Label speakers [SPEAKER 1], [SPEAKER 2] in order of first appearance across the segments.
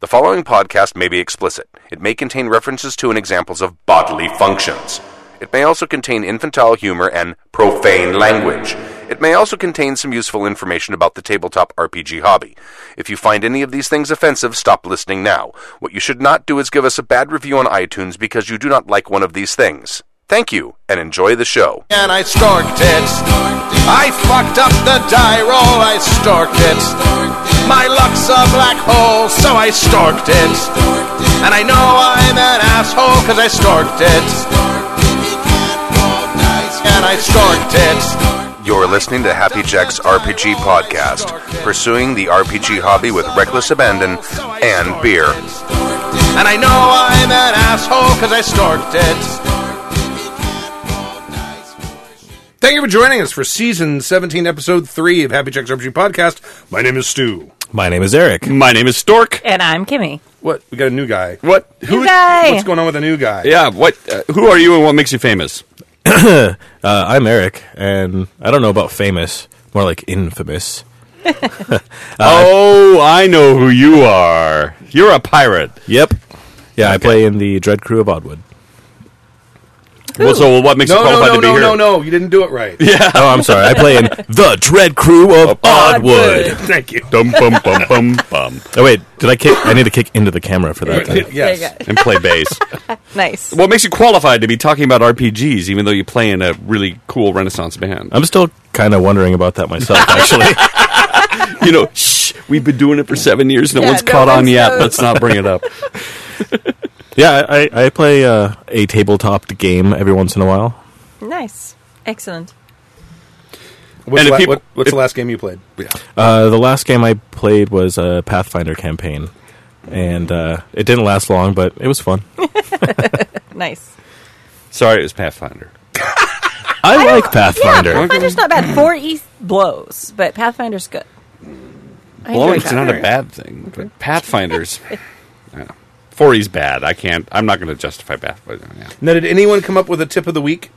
[SPEAKER 1] The following podcast may be explicit. It may contain references to and examples of bodily functions. It may also contain infantile humor and profane language. It may also contain some useful information about the tabletop RPG hobby. If you find any of these things offensive, stop listening now. What you should not do is give us a bad review on iTunes because you do not like one of these things. Thank you, and enjoy the show.
[SPEAKER 2] And I storked it. I fucked up the die roll. I storked it. My luck's a black hole, so I storked it. And I know I'm an asshole, cause I storked it. And I storked it.
[SPEAKER 1] You're listening to Happy Jack's RPG Podcast, pursuing the RPG hobby with reckless abandon and beer.
[SPEAKER 2] And I know I'm an asshole, cause I storked it.
[SPEAKER 3] Thank you for joining us for season 17, episode 3 of Happy Jack's RPG Podcast. My name is Stu.
[SPEAKER 4] My name is Eric.
[SPEAKER 5] My name is Stork.
[SPEAKER 6] And I'm Kimmy.
[SPEAKER 3] What? We got a new guy.
[SPEAKER 5] What?
[SPEAKER 3] Who-
[SPEAKER 6] New guy.
[SPEAKER 3] What's going on with the new guy?
[SPEAKER 5] Yeah. What? Uh, who are you, and what makes you famous?
[SPEAKER 4] Uh, I'm Eric, and I don't know about famous, more like infamous.
[SPEAKER 5] oh, I know who you are. You're a pirate.
[SPEAKER 4] Yep. Yeah, I play in the Dread Crew of Oddwood.
[SPEAKER 5] Well, so what makes
[SPEAKER 3] No,
[SPEAKER 5] you
[SPEAKER 3] no,
[SPEAKER 5] qualified
[SPEAKER 3] no,
[SPEAKER 5] to be
[SPEAKER 3] no,
[SPEAKER 5] here?
[SPEAKER 3] no, no. You didn't do it right.
[SPEAKER 4] Yeah. oh, I'm sorry. I play in the Dread Crew of Oddwood.
[SPEAKER 3] Thank you.
[SPEAKER 5] Dum bum bum bum bum,
[SPEAKER 4] Oh wait, did I kick? I need to kick into the camera for that. then.
[SPEAKER 3] Yes.
[SPEAKER 6] There you go.
[SPEAKER 5] and play bass.
[SPEAKER 6] Nice.
[SPEAKER 5] what makes you qualified to be talking about RPGs, even though you play in a really cool Renaissance band?
[SPEAKER 4] I'm still kind of wondering about that myself, actually.
[SPEAKER 5] you know, shh. We've been doing it for seven years. No
[SPEAKER 6] Yeah,
[SPEAKER 5] one's
[SPEAKER 6] no
[SPEAKER 5] caught on
[SPEAKER 6] one's
[SPEAKER 5] yet.
[SPEAKER 6] knows.
[SPEAKER 5] Let's not bring it up.
[SPEAKER 4] yeah, I, I play uh, a tabletop game every once in a while.
[SPEAKER 6] Nice. Excellent.
[SPEAKER 3] What's,
[SPEAKER 5] And
[SPEAKER 3] the
[SPEAKER 5] if
[SPEAKER 3] la-
[SPEAKER 5] people-
[SPEAKER 3] what- what's
[SPEAKER 5] if-
[SPEAKER 3] the last game you played?
[SPEAKER 4] Uh, the last game I played was a Pathfinder campaign, and uh, it didn't last long, but it was fun.
[SPEAKER 6] Nice.
[SPEAKER 5] Sorry, it was Pathfinder.
[SPEAKER 4] I, like Pathfinder.
[SPEAKER 6] Yeah, Pathfinder's not bad. Four E blows, but Pathfinder's good. I enjoy
[SPEAKER 5] Blowing's not a
[SPEAKER 6] Pathfinder.
[SPEAKER 5] bad thing. But Pathfinders. I don't know. 40's bad. I can't. I'm not going to justify Pathfinder. Yeah.
[SPEAKER 3] Now, did anyone come up with a tip of the week?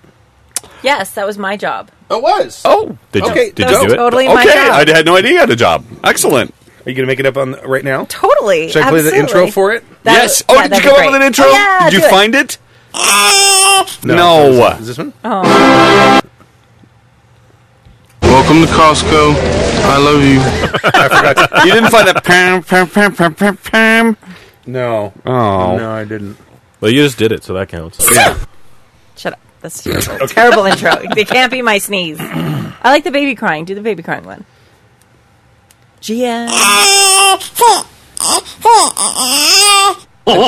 [SPEAKER 6] Yes, that was my job.
[SPEAKER 3] It was.
[SPEAKER 5] Oh,
[SPEAKER 4] Did you,
[SPEAKER 3] Okay,
[SPEAKER 4] did
[SPEAKER 6] that
[SPEAKER 4] you
[SPEAKER 6] was
[SPEAKER 4] do it?
[SPEAKER 6] totally my
[SPEAKER 5] okay. I
[SPEAKER 6] job.
[SPEAKER 5] had no idea I had a job. Excellent.
[SPEAKER 3] Are you going to make it up on the, right now?
[SPEAKER 6] Totally.
[SPEAKER 3] Should I play the
[SPEAKER 6] absolutely.
[SPEAKER 3] intro for it?
[SPEAKER 6] That
[SPEAKER 5] yes.
[SPEAKER 6] would-
[SPEAKER 5] oh,
[SPEAKER 6] yeah,
[SPEAKER 5] did you
[SPEAKER 6] that'd
[SPEAKER 5] come
[SPEAKER 6] be
[SPEAKER 5] up with
[SPEAKER 6] great.
[SPEAKER 5] an intro?
[SPEAKER 6] Oh, yeah,
[SPEAKER 5] did you
[SPEAKER 6] do it.
[SPEAKER 5] find it? No.
[SPEAKER 3] Is this one?
[SPEAKER 6] Oh.
[SPEAKER 7] Welcome to Costco. I love you.
[SPEAKER 5] you didn't find that. Pam, pam, pam, pam, pam, pam.
[SPEAKER 3] No.
[SPEAKER 5] Oh.
[SPEAKER 3] No, I didn't.
[SPEAKER 4] Well, you just did it, so that counts.
[SPEAKER 6] Shut up. That's terrible. terrible intro. It can't be my sneeze. I like the baby crying. Do the baby crying one. Gia.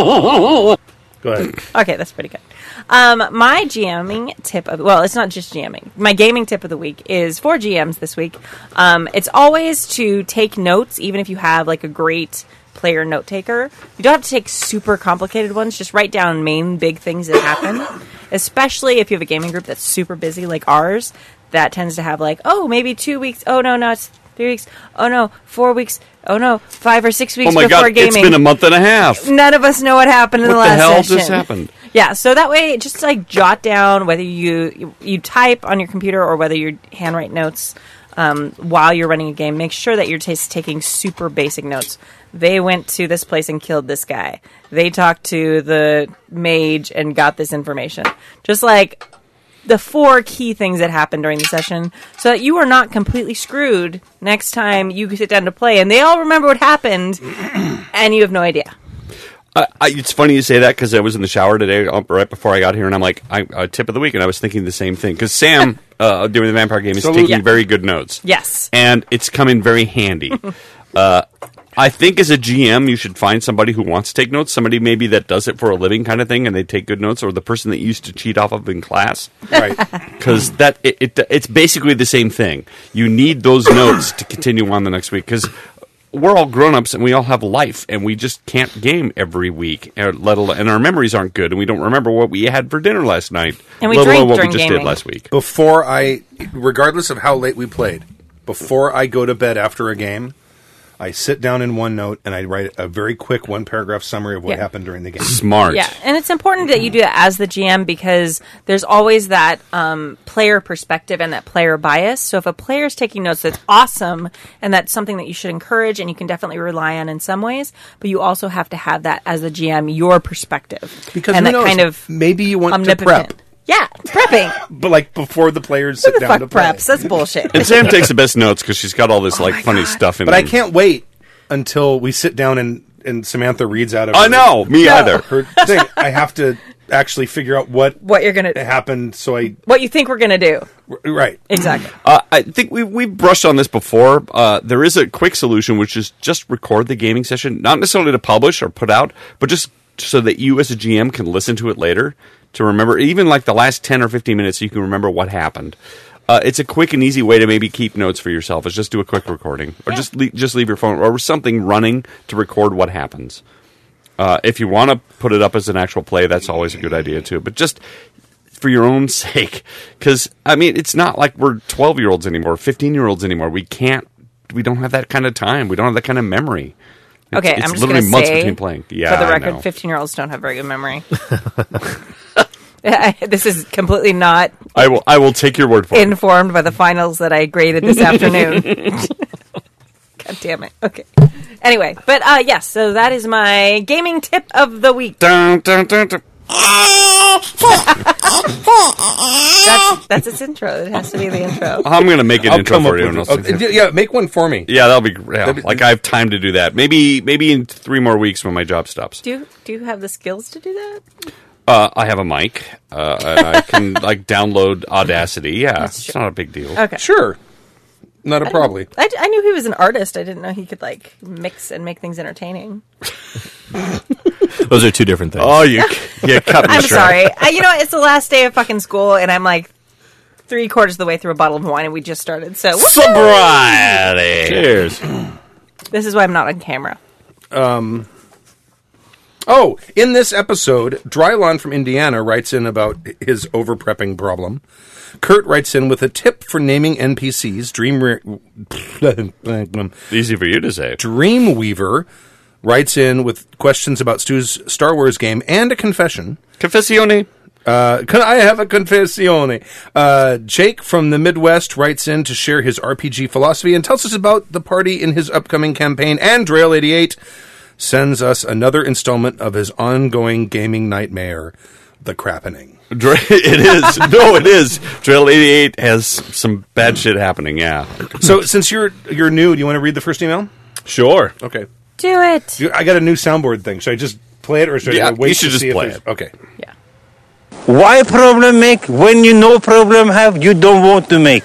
[SPEAKER 3] Go ahead.
[SPEAKER 6] Okay, that's pretty good. Um, my GMing tip of well, it's not just GMing. My gaming tip of the week is for GMs this week. Um, it's always to take notes, even if you have like a great player note taker. You don't have to take super complicated ones. Just write down main big things that happen. Especially if you have a gaming group that's super busy, like ours, that tends to have like oh maybe two weeks. Oh no, no, it's three weeks. Oh no, four weeks. Oh no, five or six weeks
[SPEAKER 5] Oh my
[SPEAKER 6] before
[SPEAKER 5] god!
[SPEAKER 6] gaming
[SPEAKER 5] It's been a month and a half.
[SPEAKER 6] none of us know what happened in
[SPEAKER 5] What
[SPEAKER 6] the
[SPEAKER 5] the
[SPEAKER 6] last
[SPEAKER 5] hell
[SPEAKER 6] session.
[SPEAKER 5] just happened?
[SPEAKER 6] Yeah, so that way, just like jot down whether you you, type on your computer or whether you handwrite notes um, while you're running a game. Make sure that you're just taking super basic notes. They went to this place and killed this guy. They talked to the mage and got this information. Just like the four key things that happened during the session so that you are not completely screwed next time you sit down to play and they all remember what happened and you have no idea.
[SPEAKER 5] I, I, it's funny you say that because I was in the shower today, uh, right before I got here, and I'm like, I, uh, tip of the week, and I was thinking the same thing because Sam uh, doing the vampire game is
[SPEAKER 3] Salute.
[SPEAKER 5] taking
[SPEAKER 6] Yeah.
[SPEAKER 5] very good notes.
[SPEAKER 6] Yes.
[SPEAKER 5] and it's come in very handy. uh, I think as a GM, you should find somebody who wants to take notes, somebody maybe that does it for a living kind of thing, and they take good notes, or the person that you used to cheat off of in class,
[SPEAKER 3] Right.
[SPEAKER 6] Mm.
[SPEAKER 5] because that it, it it's basically the same thing. You need those notes to continue on the next week because. We're all grown ups and we all have life, and we just can't game every week. Or let alone, and our memories aren't good, and we don't remember what we had for dinner last night.
[SPEAKER 6] And we
[SPEAKER 5] let alone
[SPEAKER 6] drink
[SPEAKER 5] what
[SPEAKER 6] during
[SPEAKER 5] we just
[SPEAKER 6] gaming.
[SPEAKER 5] did last week.
[SPEAKER 3] before I, regardless of how late we played, before I go to bed after a game, I sit down in OneNote and I write a very quick one paragraph summary of what
[SPEAKER 6] Yeah.
[SPEAKER 3] happened during the game.
[SPEAKER 5] Smart.
[SPEAKER 6] Yeah, and it's important that you do it as the GM because there's always that um, player perspective and that player bias. So if a player's taking notes, that's awesome, and that's something that you should encourage, and you can definitely rely on in some ways. But you also have to have that as the GM, your perspective,
[SPEAKER 3] Because
[SPEAKER 6] and
[SPEAKER 3] who
[SPEAKER 6] that
[SPEAKER 3] knows?
[SPEAKER 6] kind of
[SPEAKER 3] maybe you want to
[SPEAKER 6] omnipotent.
[SPEAKER 3] prep,
[SPEAKER 6] Yeah, prepping.
[SPEAKER 3] but like before the players
[SPEAKER 6] Who
[SPEAKER 3] sit
[SPEAKER 6] the
[SPEAKER 3] down
[SPEAKER 6] fuck
[SPEAKER 3] to play.
[SPEAKER 6] preps? That's bullshit.
[SPEAKER 5] And Sam takes the best notes because she's got all
[SPEAKER 6] Oh
[SPEAKER 5] this like funny stuff in.
[SPEAKER 3] But I
[SPEAKER 5] them.
[SPEAKER 3] can't wait until we sit down and and Samantha reads out of.
[SPEAKER 5] I
[SPEAKER 6] Oh,
[SPEAKER 3] her-
[SPEAKER 5] know. Me either.
[SPEAKER 3] her thing. I have to actually figure out what
[SPEAKER 6] what you're gonna,
[SPEAKER 3] happened. So I
[SPEAKER 6] what you think we're gonna do?
[SPEAKER 3] right.
[SPEAKER 6] Exactly.
[SPEAKER 5] Uh, I think we we've brushed on this before. Uh, there is a quick solution, which is just record the gaming session, not necessarily to publish or put out, but just so that you as a GM can listen to it later to remember, even like the last ten or fifteen minutes, you can remember what happened. Uh, it's a quick and easy way to maybe keep notes for yourself. Is just do a quick recording, or just le- just leave your phone or something running to record what happens. Uh, if you want to put it up as an actual play, that's always a good idea too. But just for your own sake, because I mean, it's not like we're twelve year olds anymore, fifteen year olds anymore. We can't, we don't have that kind of time. We don't have that kind of memory. It's-
[SPEAKER 6] Okay,
[SPEAKER 5] it's
[SPEAKER 6] I'm just
[SPEAKER 5] literally
[SPEAKER 6] gonna
[SPEAKER 5] months
[SPEAKER 6] say,
[SPEAKER 5] between playing. Yeah,
[SPEAKER 6] for the
[SPEAKER 5] I
[SPEAKER 6] record,
[SPEAKER 5] know.
[SPEAKER 6] fifteen-year-olds don't have very good memory. this is completely not
[SPEAKER 5] I will, I will take your word for it.
[SPEAKER 6] informed by the finals that I graded this afternoon. God damn it. Okay. Anyway, but uh, yes, so that is my gaming tip of the week.
[SPEAKER 5] Dun, dun, dun, dun. Ah!
[SPEAKER 6] That's, that's its intro. It has to be the intro.
[SPEAKER 5] I'm gonna make an
[SPEAKER 3] I'll
[SPEAKER 5] intro
[SPEAKER 3] come
[SPEAKER 5] for
[SPEAKER 3] up
[SPEAKER 5] everyone
[SPEAKER 3] with.
[SPEAKER 5] else.
[SPEAKER 3] Okay, Oh, yeah, make one for me.
[SPEAKER 5] Yeah, that'll be, yeah,
[SPEAKER 3] be-
[SPEAKER 5] like I have time to do that. Maybe, maybe in three more weeks when my job stops.
[SPEAKER 6] Do you, do you have the skills to do that?
[SPEAKER 5] Uh, I have a mic, uh, and I can like download Audacity. Yeah, it's not a big deal.
[SPEAKER 6] Okay.
[SPEAKER 3] Sure, not a problem.
[SPEAKER 6] I, I knew he was an artist. I didn't know he could like mix and make things entertaining.
[SPEAKER 4] Those are two different things.
[SPEAKER 5] Oh, you you cut me
[SPEAKER 6] I'm
[SPEAKER 5] short.
[SPEAKER 6] sorry. I, you know, what? it's the last day of fucking school, and I'm like three quarters of the way through a bottle of wine, and we just started. So woo!
[SPEAKER 5] Sobriety.
[SPEAKER 4] Cheers.
[SPEAKER 6] this is why I'm not on camera.
[SPEAKER 3] Oh, in this episode, Drylon from Indiana writes in about his over prepping problem. Kurt writes in with a tip for naming NPCs. Dream
[SPEAKER 5] Easy for you to say.
[SPEAKER 3] Dreamweaver writes in with questions about Stu's Star Wars game and a confession.
[SPEAKER 5] Confessione.
[SPEAKER 3] Uh, can I have a confessione? Uh, Jake from the Midwest writes in to share his RPG philosophy and tells us about the party in his upcoming campaign. And Drail88 sends us another installment of his ongoing gaming nightmare, The Crappening.
[SPEAKER 5] Dra- it is. no, it is. Trail 88 has some bad shit happening, yeah.
[SPEAKER 3] so, since you're you're new, do you want to read the first email?
[SPEAKER 5] Sure.
[SPEAKER 3] Okay.
[SPEAKER 6] Do it.
[SPEAKER 3] Do- I got a new soundboard thing. Should I just play it or should
[SPEAKER 5] Yeah,
[SPEAKER 3] I wait
[SPEAKER 5] you should
[SPEAKER 3] to
[SPEAKER 5] just
[SPEAKER 3] see if
[SPEAKER 5] play
[SPEAKER 3] there's-
[SPEAKER 5] it.
[SPEAKER 3] Okay.
[SPEAKER 6] Yeah.
[SPEAKER 8] Why problem make when you no problem have you don't want to make?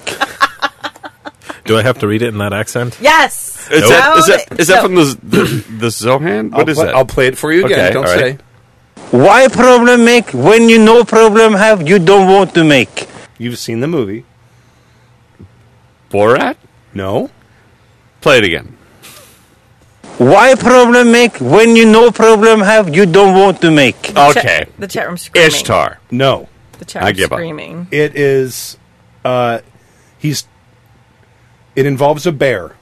[SPEAKER 4] Do I have to read it in that accent?
[SPEAKER 6] Yes.
[SPEAKER 5] Is, that, is,
[SPEAKER 6] Now
[SPEAKER 5] that, is that
[SPEAKER 6] so-
[SPEAKER 5] from the, the, the Zohan?
[SPEAKER 3] I'll
[SPEAKER 5] What is
[SPEAKER 3] pla-
[SPEAKER 5] that?
[SPEAKER 3] I'll play it for you again.
[SPEAKER 5] Okay,
[SPEAKER 3] Don't
[SPEAKER 5] all
[SPEAKER 3] say.
[SPEAKER 5] right.
[SPEAKER 8] Why problem make when you no problem have you don't want to make?
[SPEAKER 3] You've seen the movie.
[SPEAKER 5] Borat?
[SPEAKER 3] No.
[SPEAKER 5] Play it again.
[SPEAKER 8] Why problem make when you no problem have you don't want to make?
[SPEAKER 3] Uh,
[SPEAKER 6] Chat-
[SPEAKER 5] Okay.
[SPEAKER 6] the chat room screaming.
[SPEAKER 5] Ishtar.
[SPEAKER 3] No.
[SPEAKER 6] The chat
[SPEAKER 5] I
[SPEAKER 6] room
[SPEAKER 5] give up.
[SPEAKER 6] screaming.
[SPEAKER 3] It is. Uh, he's. It involves a bear.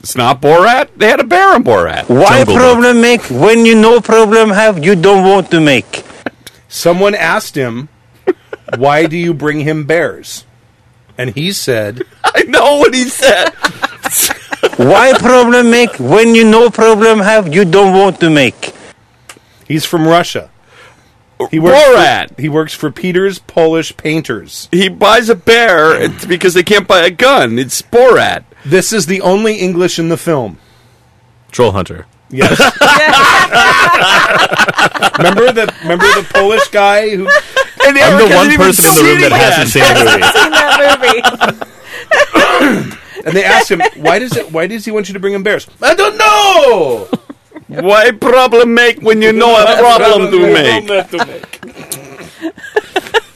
[SPEAKER 5] It's not Borat. They had a bear in Borat.
[SPEAKER 8] Why
[SPEAKER 4] Jungle Book.
[SPEAKER 8] problem make when you no problem have you don't want to make?
[SPEAKER 3] Someone asked him, "Why do you bring him bears?" And he said,
[SPEAKER 5] I know what he said.
[SPEAKER 8] Why problem make when you no problem have you don't want to make?
[SPEAKER 3] "He's from Russia. He
[SPEAKER 5] Borat.
[SPEAKER 3] For, he works for Peter's Polish Painters.
[SPEAKER 5] He buys a bear it's because they can't buy a gun. It's Borat.
[SPEAKER 3] This is the only English in the film."
[SPEAKER 4] Troll Hunter.
[SPEAKER 3] Yes. remember the remember the Polish guy who
[SPEAKER 5] And
[SPEAKER 4] I'm
[SPEAKER 5] Eric
[SPEAKER 4] the one
[SPEAKER 5] hasn't even
[SPEAKER 4] person in the room
[SPEAKER 5] seen it yet.
[SPEAKER 4] that hasn't seen the movie.
[SPEAKER 6] In that movie.
[SPEAKER 3] and they asked him, "Why does it? Why does he want you to bring him bears?" I don't know.
[SPEAKER 5] Why problem make when you know a problem to make?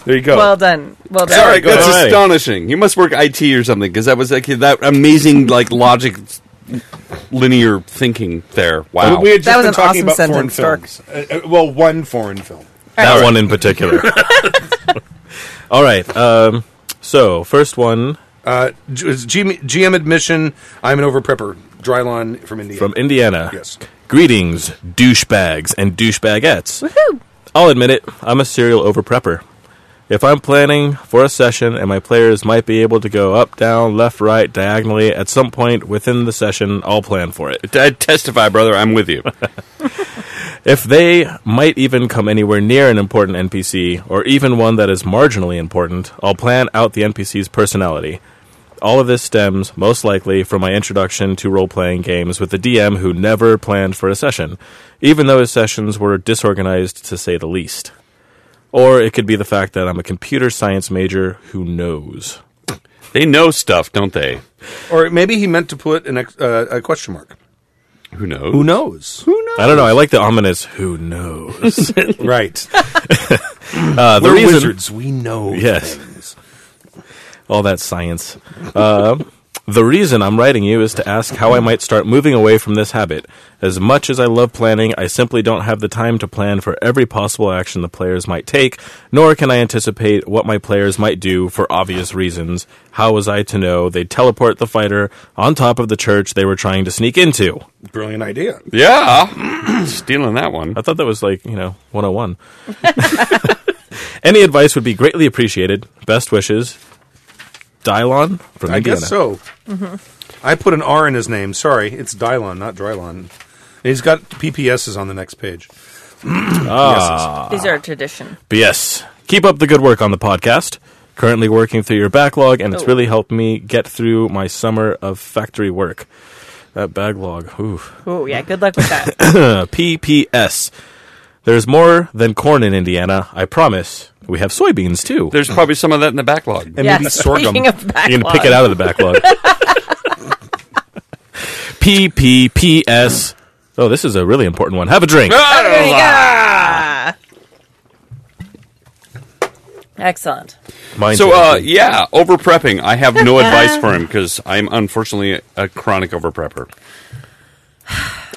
[SPEAKER 3] There you go.
[SPEAKER 6] Well done. Well done.
[SPEAKER 5] Eric, that's
[SPEAKER 4] Alrighty.
[SPEAKER 5] astonishing. You must work IT or something because that was like that amazing like logic, linear thinking there. Wow.
[SPEAKER 3] We had just
[SPEAKER 6] That was
[SPEAKER 3] been
[SPEAKER 6] an
[SPEAKER 3] talking about
[SPEAKER 6] awesome
[SPEAKER 3] foreign
[SPEAKER 6] sentence,
[SPEAKER 3] films. Uh, uh, well, one foreign film.
[SPEAKER 4] that one in particular. All right. Um, so first one.
[SPEAKER 3] Uh, G- is GM, GM admission. I'm an over prepper. Drylon from India.
[SPEAKER 4] from Indiana.
[SPEAKER 3] Yes.
[SPEAKER 4] Greetings, douchebags and douchebagettes.
[SPEAKER 6] Woohoo!
[SPEAKER 4] I'll admit it, I'm a serial overprepper. If I'm planning for a session and my players might be able to go up, down, left, right, diagonally at some point within the session, I'll plan for it.
[SPEAKER 5] I Uh, testify, brother. I'm with you.
[SPEAKER 4] If they might even come anywhere near an important NPC, or even one that is marginally important, I'll plan out the NPC's personality. All of this stems, most likely, from my introduction to role playing games with the DM who never planned for a session, even though his sessions were disorganized to say the least. Or it could be the fact that I'm a computer science major who knows.
[SPEAKER 5] They know stuff, don't they?
[SPEAKER 3] Or maybe he meant to put an ex- uh, a question mark.
[SPEAKER 5] Who knows?
[SPEAKER 3] Who knows? Who knows?
[SPEAKER 4] I don't know, I like the ominous who knows.
[SPEAKER 3] Right.
[SPEAKER 4] Uh, the
[SPEAKER 3] We're
[SPEAKER 4] reason-
[SPEAKER 3] wizards. We know
[SPEAKER 4] Yes.
[SPEAKER 3] things.
[SPEAKER 4] all that science. Uh, the reason I'm writing you is to ask how I might start moving away from this habit. As much as I love planning, I simply don't have the time to plan for every possible action the players might take, nor can I anticipate what my players might do for obvious reasons. How was I to know they'd teleport the fighter on top of the church they were trying to sneak into?
[SPEAKER 3] Brilliant idea.
[SPEAKER 5] Yeah, stealing that one.
[SPEAKER 4] I thought that was like, you know, 101. Any advice would be greatly appreciated. Best wishes. Dylon from
[SPEAKER 3] I
[SPEAKER 4] Indiana.
[SPEAKER 3] guess so.
[SPEAKER 6] Mm-hmm.
[SPEAKER 3] I put an R in his name. Sorry, it's Dylon, not Drylon. And he's got PPSs on the next page.
[SPEAKER 4] Ah.
[SPEAKER 6] These are a tradition.
[SPEAKER 4] But yes, keep up the good work on the podcast. Currently working through your backlog, and it's
[SPEAKER 6] Oh.
[SPEAKER 4] really helped me get through my summer of factory work. That backlog, oof.
[SPEAKER 6] Oh yeah, good luck with that.
[SPEAKER 4] Uh, PPS. There's more than corn in Indiana, I promise. We have soybeans too.
[SPEAKER 5] There's probably some of that in the backlog.
[SPEAKER 3] And
[SPEAKER 6] yeah,
[SPEAKER 3] maybe sorghum.
[SPEAKER 6] Speaking of backlog,
[SPEAKER 4] You can pick it out of the backlog. PPPS. Oh, this is a really important one. Have a drink.
[SPEAKER 6] There you go.
[SPEAKER 5] Ah.
[SPEAKER 6] Excellent.
[SPEAKER 4] Mine's
[SPEAKER 5] So, uh,
[SPEAKER 4] everything.
[SPEAKER 5] yeah, over prepping. I have no advice for him because I'm unfortunately a chronic over prepper.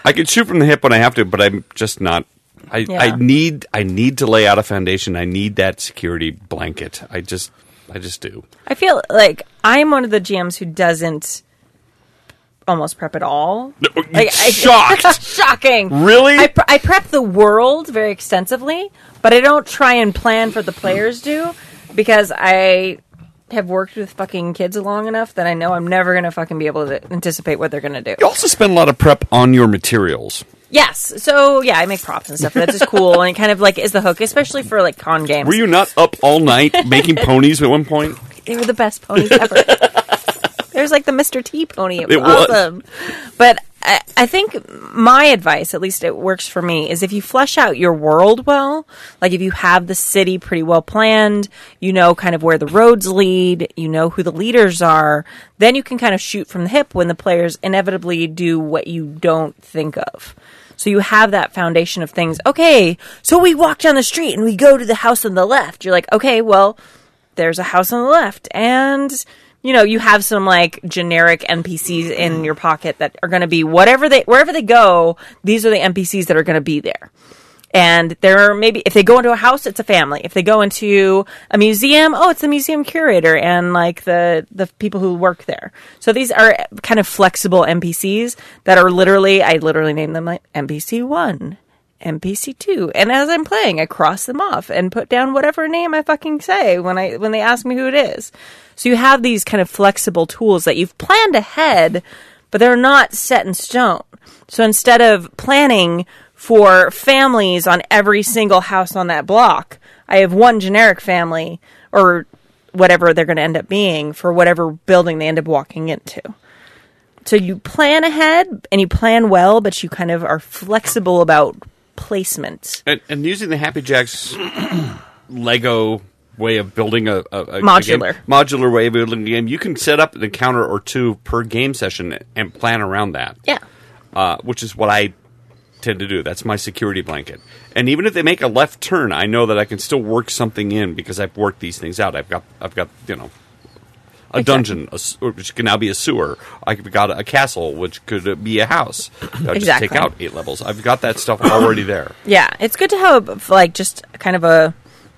[SPEAKER 5] I can shoot from the hip when I have to, but I'm just not. I,
[SPEAKER 6] Yeah.
[SPEAKER 5] I need I need to lay out a foundation. I need that security blanket. I just I just do.
[SPEAKER 6] I feel like I'm one of the GMs who doesn't almost prep at all. Like, I-
[SPEAKER 5] Shocked.
[SPEAKER 6] Shocking.
[SPEAKER 5] Really?
[SPEAKER 6] I, pre- I prep the world very extensively, but I don't try and plan for the players do because I have worked with fucking kids long enough that I know I'm never going to fucking be able to anticipate what they're going to do.
[SPEAKER 5] You also spend a lot of prep on your materials.
[SPEAKER 6] Yes. So, yeah, I make props and stuff. That's just cool and it kind of like is the hook, especially for like con games.
[SPEAKER 5] Were you not up all night making ponies at one point?
[SPEAKER 6] They were the best ponies ever. There's like the Mr. T pony. It was
[SPEAKER 5] It was.
[SPEAKER 6] awesome. But I, I think my advice, at least it works for me, is if you flesh out your world well, like if you have the city pretty well planned, you know kind of where the roads lead, you know who the leaders are, then you can kind of shoot from the hip when the players inevitably do what you don't think of. So you have that foundation of things. Okay, so we walk down the street and we go to the house on the left. You're like, okay, well, there's a house on the left and you know you have some like generic npcs in your pocket that are going to be whatever they wherever they go these are the npcs that are going to be there and there are maybe if they go into a house it's a family if they go into a museum oh it's the museum curator and like the the people who work there so these are kind of flexible npcs that are literally i literally name them like npc 1 NPC2. And as I'm playing, I cross them off and put down whatever name I fucking say when I when they ask me who it is. So you have these kind of flexible tools that you've planned ahead, but they're not set in stone. So instead of planning for families on every single house on that block, I have one generic family or whatever they're going to end up being for whatever building they end up walking into. So you plan ahead and you plan well, but you kind of are flexible about placement.
[SPEAKER 5] And, and using the Happy Jacks Lego way of building a, a, a
[SPEAKER 6] Modular.
[SPEAKER 5] a game- modular way of building a game, you can set up an encounter or two per game session and plan around that.
[SPEAKER 6] Yeah.
[SPEAKER 5] uh, which is what I tend to do. That's my security blanket. And even if they make a left turn, I know that I can still work something in because I've worked these things out. I've got I've got you know. A dungeon, a s which can now be a sewer. I've got a castle, which could uh, be a house. I'll just
[SPEAKER 6] Exactly.
[SPEAKER 5] take out eight levels. I've got that stuff already there.
[SPEAKER 6] Yeah. It's good to have, like, just kind of a.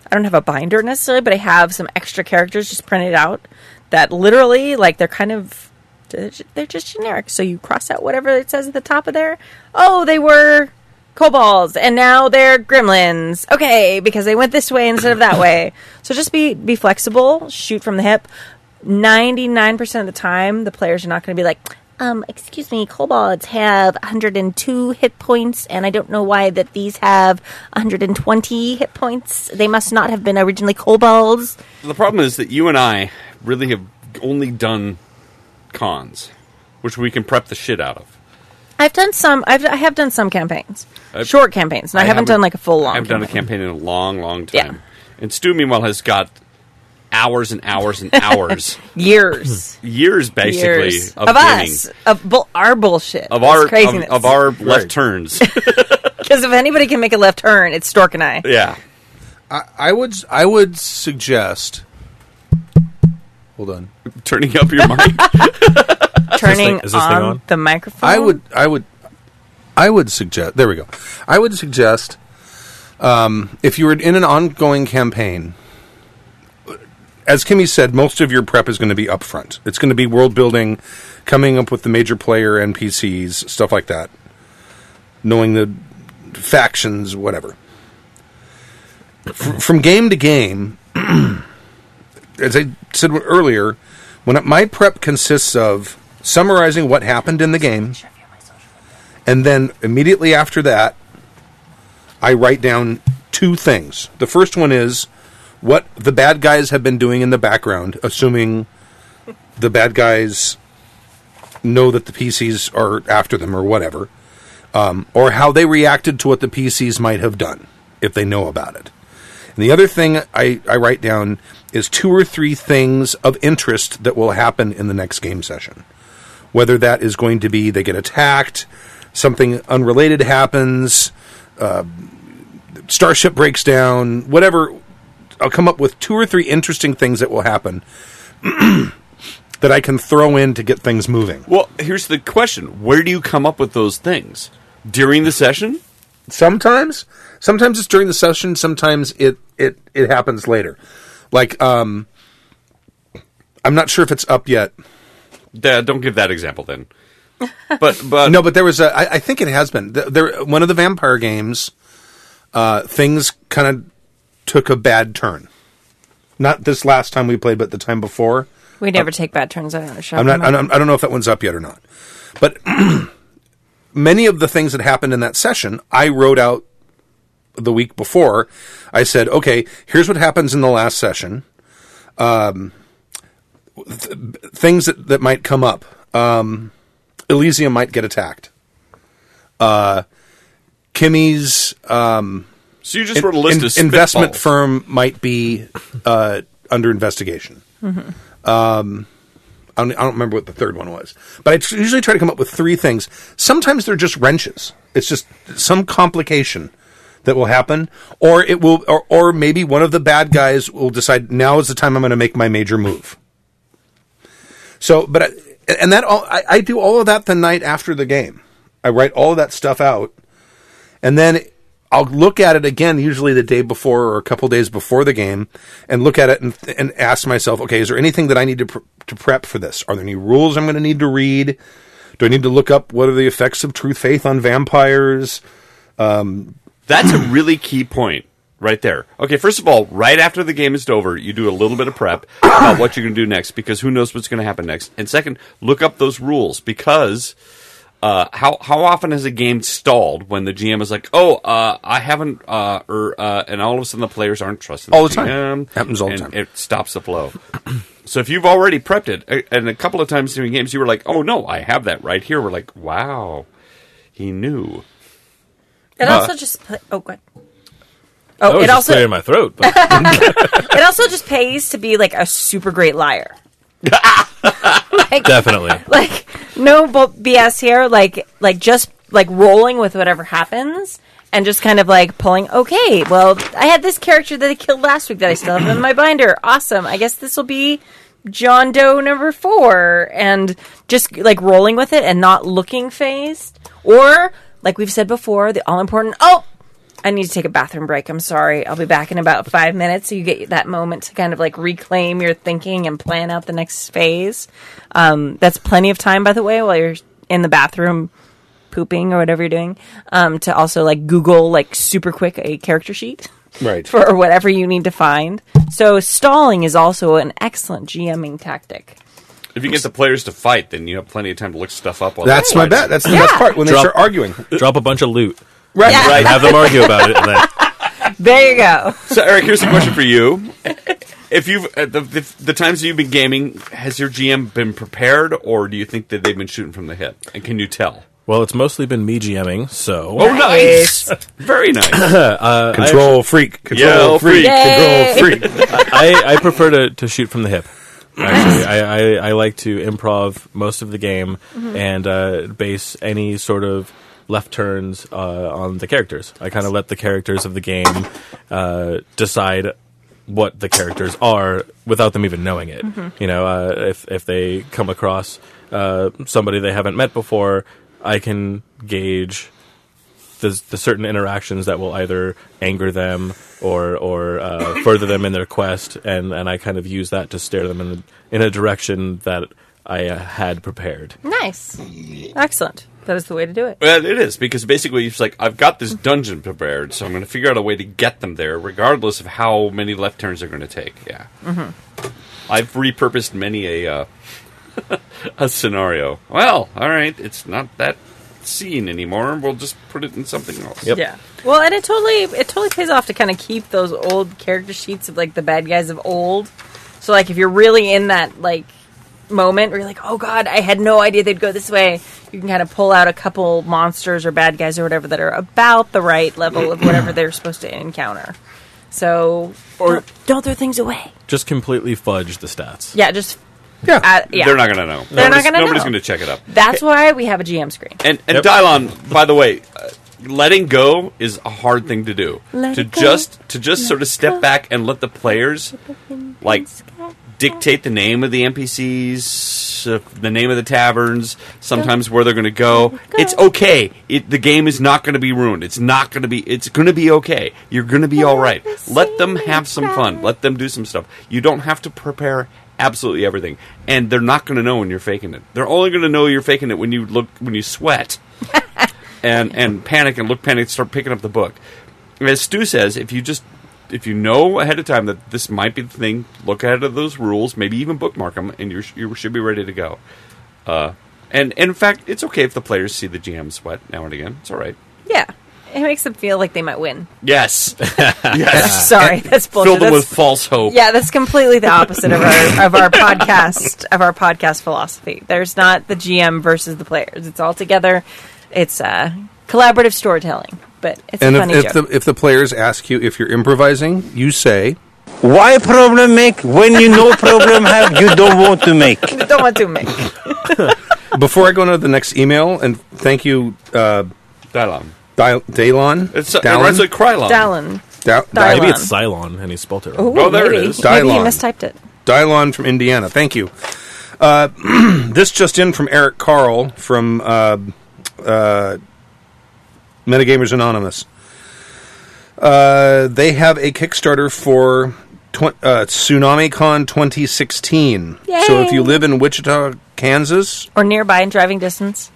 [SPEAKER 6] I don't have a binder necessarily, but I have some extra characters just printed out that literally, like, they're kind of They're ju- They're just generic. So you cross out whatever it says at the top of there. Oh, they were kobolds, and now they're gremlins. Okay, because they went this way instead of that way. So just be be flexible. Shoot from the hip. Ninety nine percent of the time, the players are not going to be like. Um, excuse me, kobolds have 102 hit points, and I don't know why that these have 120 hit points. They must not have been originally kobolds.
[SPEAKER 5] The problem is that you and I really have only done cons, which we can prep the shit out of.
[SPEAKER 6] I've done some. I've I have done some campaigns,
[SPEAKER 5] I've-
[SPEAKER 6] short campaigns. And I, haven't, done like a full long.
[SPEAKER 5] I've done a campaign in a long, long
[SPEAKER 6] Yeah.
[SPEAKER 5] time. And Stu, meanwhile, has got hours and hours and hours,
[SPEAKER 6] Years,
[SPEAKER 5] years basically
[SPEAKER 6] years
[SPEAKER 5] of, gaming.
[SPEAKER 6] us, of bull our bullshit,
[SPEAKER 5] Of our
[SPEAKER 6] It's craziness,
[SPEAKER 5] of, of our left turns,
[SPEAKER 6] Because if anybody can make a left turn, it's Stork and I.
[SPEAKER 5] yeah.
[SPEAKER 3] I would I would suggest. Hold on.
[SPEAKER 5] Turning up your mic.
[SPEAKER 6] Turning
[SPEAKER 4] is this thing
[SPEAKER 6] on,
[SPEAKER 4] on?
[SPEAKER 6] the microphone.
[SPEAKER 3] I would I would I would suggest. There we go. I would suggest um, if you were in an ongoing campaign. As Kimmy said, most of your prep is going to be upfront. It's going to be world building, coming up with the major player NPCs, stuff like that, knowing the factions, whatever. F- from game to game, as I said earlier, when my prep consists of summarizing what happened in the game, and then immediately after that, I write down two things. The first one is what the bad guys have been doing in the background, assuming the bad guys know that the PCs are after them or whatever, um, or how they reacted to what the PCs might have done if they know about it. And the other thing I, I write down is two or three things of interest that will happen in the next game session. Whether that is going to be they get attacked, something unrelated happens, uh, starship breaks down, whatever. I'll come up with two or three interesting things that will happen that I can throw in to get things moving.
[SPEAKER 5] Well, here's the question: Where do you come up with those things during the session?
[SPEAKER 3] sometimes sometimes it's during the session sometimes it it it happens later like um i'm not sure if it's up yet
[SPEAKER 5] Dad, don't give that example then. But but
[SPEAKER 3] no but there was a i, I think it has been Th- there one of the vampire games uh things kind of took a bad turn not this last time we played but the time before
[SPEAKER 6] We never take bad turns on our show.
[SPEAKER 3] uh, I'm not. I don't, I don't know if that one's up yet or not. But many of the things that happened in that session, I wrote out the week before. I said, "Okay, here's what happens in the last session. Um, th- things that that might come up. Um, Elysium might get attacked. Uh, Kimmy's
[SPEAKER 5] so you just wrote a list
[SPEAKER 3] in-
[SPEAKER 5] of
[SPEAKER 3] investment
[SPEAKER 5] spitballs.
[SPEAKER 3] firm might be uh, under investigation. Um, I, don't, I don't remember what the third one was, but I tr- usually try to come up with three things. Sometimes they're just wrenches. It's just some complication that will happen, or it will, or, or maybe one of the bad guys will decide now is the time I'm going to make my major move. So, but I, and that all I, I do all of that the night after the game. I write all of that stuff out, and then I'll look at it again, usually the day before or a couple days before the game, and look at it and, and ask myself, okay, is there anything that I need to pr- to prep for this? Are there any rules I'm going to need to read? Do I need to look up what are the effects of true faith on vampires?
[SPEAKER 5] That's a really key point right there. Okay, first of all, right after the game is over, you do a little bit of prep about what you're going to do next because who knows what's going to happen next. And second, look up those rules because uh, how how often has a game stalled when the GM is like, "Oh, uh, I haven't," uh, or uh, and all of a sudden the players aren't trusting
[SPEAKER 3] All the time.
[SPEAKER 5] GM,
[SPEAKER 3] Happens all the
[SPEAKER 5] and
[SPEAKER 3] time.
[SPEAKER 5] It stops the flow. So if you've already prepped it, a- and a couple of times during games you were like, "Oh no, I have that right here," we're like, "Wow, he knew."
[SPEAKER 6] It
[SPEAKER 3] uh,
[SPEAKER 6] also just. pla- oh, good.
[SPEAKER 4] That
[SPEAKER 6] Oh,
[SPEAKER 4] was
[SPEAKER 6] it
[SPEAKER 4] just
[SPEAKER 6] also
[SPEAKER 4] clearing my throat. But
[SPEAKER 6] it also just pays to be like a super great liar. like,
[SPEAKER 4] definitely.
[SPEAKER 6] like no bu- BS here. Like like just like rolling with whatever happens and just kind of like pulling. Okay, well I had this character that I killed last week that I still have in my binder. Awesome. I guess this will be John Doe number four, and just like rolling with it and not looking phased or. Like we've said before, the all important, oh, I need to take a bathroom break. I'm sorry. I'll be back in about five minutes. So you get that moment to kind of like reclaim your thinking and plan out the next phase. Um, that's plenty of time, by the way, while you're in the bathroom pooping or whatever you're doing, um, to also like Google like super quick a character sheet
[SPEAKER 3] Right.
[SPEAKER 6] for whatever you need to find. So stalling is also an excellent GMing tactic.
[SPEAKER 5] If you get the players to fight, then you have plenty of time to look stuff up. While
[SPEAKER 3] That's
[SPEAKER 5] they're
[SPEAKER 3] my
[SPEAKER 5] fighting.
[SPEAKER 3] bet. That's the best part when they
[SPEAKER 4] Drop-
[SPEAKER 3] start arguing.
[SPEAKER 4] Drop a bunch of loot.
[SPEAKER 3] Right.
[SPEAKER 6] Yeah.
[SPEAKER 4] Right. Have them argue about it. and then-
[SPEAKER 6] There you go.
[SPEAKER 5] So, Eric, here's a question for you. If you've uh, the, the the times that you've been gaming, has your GM been prepared, or do you think that they've been shooting from the hip? And can you tell?
[SPEAKER 4] well, it's mostly been me GMing, so.
[SPEAKER 5] Oh, nice, very nice.
[SPEAKER 3] Control freak. Control
[SPEAKER 5] Yeah,
[SPEAKER 3] freak.
[SPEAKER 6] Yay.
[SPEAKER 3] Control freak.
[SPEAKER 4] I, I prefer to, to shoot from the hip. Actually, I, I, I like to improv most of the game and uh, base any sort of left turns uh, on the characters. I kind of let the characters of the game uh, decide what the characters are without them even knowing it. You know, uh, if if they come across uh, somebody they haven't met before, I can gauge the, the certain interactions that will either anger them or or uh, further them in their quest, and, and I kind of use that to steer them in a, in a direction that I uh, had prepared.
[SPEAKER 6] Nice. Excellent. That is the way to do it.
[SPEAKER 5] well, it is because basically it's like I've got this dungeon prepared, so I'm going to figure out a way to get them there, regardless of how many left turns they're going to take. Yeah, I've repurposed many a uh, a scenario. Well, all right, it's not that scene anymore. We'll just put it in something else.
[SPEAKER 4] Yep.
[SPEAKER 6] Yeah. Well, and it totally it totally pays off to kind of keep those old character sheets of like the bad guys of old. So like if you're really in that like moment where you're like, "Oh god, I had no idea they'd go this way." You can kind of pull out a couple monsters or bad guys or whatever that are about the right level of whatever they're supposed to encounter. So or don't, don't throw things away.
[SPEAKER 4] Just completely fudge the stats.
[SPEAKER 6] Yeah, just
[SPEAKER 3] Yeah.
[SPEAKER 6] uh, yeah.
[SPEAKER 5] They're not going to know.
[SPEAKER 6] They're
[SPEAKER 5] Nobody's-
[SPEAKER 6] not gonna
[SPEAKER 5] Nobody's
[SPEAKER 6] know.
[SPEAKER 5] going to check it up.
[SPEAKER 6] That's why we have a GM screen.
[SPEAKER 5] And and
[SPEAKER 4] Yep.
[SPEAKER 5] Dylon, by the way, uh, letting go is a hard thing to do.
[SPEAKER 6] Let
[SPEAKER 5] to
[SPEAKER 6] it go.
[SPEAKER 5] just to just sort of step
[SPEAKER 6] go.
[SPEAKER 5] back and let the players like dictate the name of the NPCs, uh, the name of the taverns, sometimes where they're going to go. It's okay. It, the game is not going to be ruined. It's not going to be. It's going to be okay. You're going to be all right. Let them have some fun. Let them do some stuff. You don't have to prepare absolutely everything, and they're not going to know when you're faking it. They're only going to know you're faking it when you look when you sweat and and panic and look panic start picking up the book as stu says if you just if you know ahead of time that this might be the thing look ahead of those rules maybe even bookmark them and you you should be ready to go uh, and, and in fact it's okay if the players see the gm sweat now and again it's all right
[SPEAKER 6] Yeah. It makes them feel like they might win.
[SPEAKER 5] yes yes
[SPEAKER 6] Sorry, that's bullshit.
[SPEAKER 5] fill them
[SPEAKER 6] That's-
[SPEAKER 5] with false hope
[SPEAKER 6] Yeah, that's completely the opposite of our of our podcast of our podcast philosophy. There's not the GM versus the players. It's all together. It's uh, collaborative storytelling, but it's
[SPEAKER 3] And
[SPEAKER 6] a
[SPEAKER 3] if,
[SPEAKER 6] funny
[SPEAKER 3] if the
[SPEAKER 6] joke.
[SPEAKER 3] if the players ask you if you're improvising, you say
[SPEAKER 8] Why problem make when you no problem have you don't want to make?
[SPEAKER 6] Don't want to make.
[SPEAKER 3] before I go on to the next email. And thank you, uh,
[SPEAKER 5] Dylon.
[SPEAKER 3] Dil- Daylon.
[SPEAKER 5] It's, it runs like
[SPEAKER 6] Um,
[SPEAKER 5] Krylon.
[SPEAKER 6] Dallin.
[SPEAKER 3] Da-
[SPEAKER 6] Dylon.
[SPEAKER 3] Dylon.
[SPEAKER 4] Maybe it's Cylon and he spelled it wrong.
[SPEAKER 6] Ooh,
[SPEAKER 5] Oh, there it
[SPEAKER 6] maybe.
[SPEAKER 5] is.
[SPEAKER 6] Maybe you
[SPEAKER 3] Dylon.
[SPEAKER 6] mistyped it.
[SPEAKER 3] Dylon from Indiana. Thank you. Uh, this just in from Eric Carl from uh, uh, Metagamers Anonymous. Uh, they have a Kickstarter for tw- uh, TsunamiCon 2016. So
[SPEAKER 6] Yay.
[SPEAKER 3] if you live in Wichita, Kansas,
[SPEAKER 6] Or nearby in driving distance.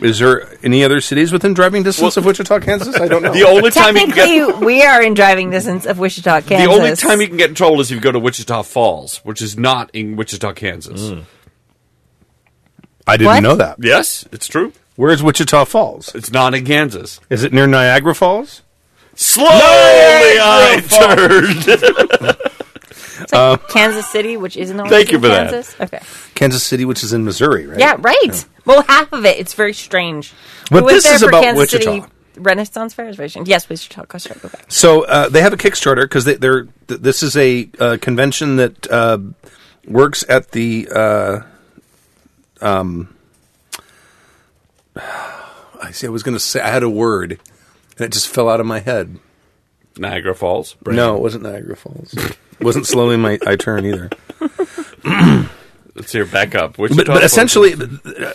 [SPEAKER 3] is there any other cities within driving distance of Wichita, Kansas? I don't know.
[SPEAKER 5] the only time you can get
[SPEAKER 6] Technically, we are in driving distance of Wichita, Kansas.
[SPEAKER 5] the only time you can get in trouble is if you go to Wichita Falls, which is not in Wichita, Kansas.
[SPEAKER 3] Mm. I didn't
[SPEAKER 6] What?
[SPEAKER 3] know that.
[SPEAKER 5] Yes, it's true.
[SPEAKER 3] Where's Wichita Falls?
[SPEAKER 5] It's not in Kansas.
[SPEAKER 3] Is it near Niagara Falls?
[SPEAKER 5] Slowly I turned.
[SPEAKER 6] It's like Kansas City, which isn't always
[SPEAKER 5] Uh, Thank you
[SPEAKER 6] in
[SPEAKER 5] for that.
[SPEAKER 6] Kansas. Okay.
[SPEAKER 3] Kansas City, which is in Missouri, right?
[SPEAKER 6] Yeah, right. Well, half of it. It's very strange. we
[SPEAKER 3] But
[SPEAKER 6] went
[SPEAKER 3] this
[SPEAKER 6] there
[SPEAKER 3] is
[SPEAKER 6] for
[SPEAKER 3] about
[SPEAKER 6] Kansas
[SPEAKER 3] Wichita.
[SPEAKER 6] City Renaissance Fair is very strange. Yes, Wichita. Go straight, go back.
[SPEAKER 3] So uh, they have a Kickstarter because they, they're th- this is a uh, convention that uh, works at the uh, um. I see. I was going to say I had a word, and it just fell out of my head.
[SPEAKER 5] Niagara Falls.
[SPEAKER 3] No, it wasn't Niagara Falls. it wasn't slowly my I turn either.
[SPEAKER 5] Let's hear back up. Wichita
[SPEAKER 3] But, but
[SPEAKER 5] Falls.
[SPEAKER 3] essentially,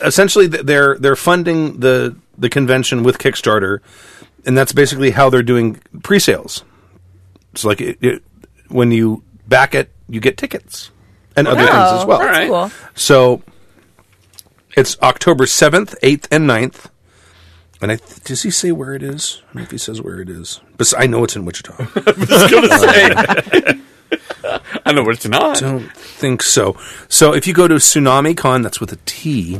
[SPEAKER 3] essentially th- they're they're funding the the convention with Kickstarter and that's basically how they're doing pre-sales. It's like it, it, when you back it, you get tickets and other things as well.
[SPEAKER 6] Oh, That's cool.
[SPEAKER 3] So it's October 7th, 8th, and 9th. And I th- does he say where it is? I don't know if he says where it is. But I know it's in Wichita.
[SPEAKER 5] I know it's not.
[SPEAKER 3] don't think so. So if you go to TsunamiCon, that's with a T,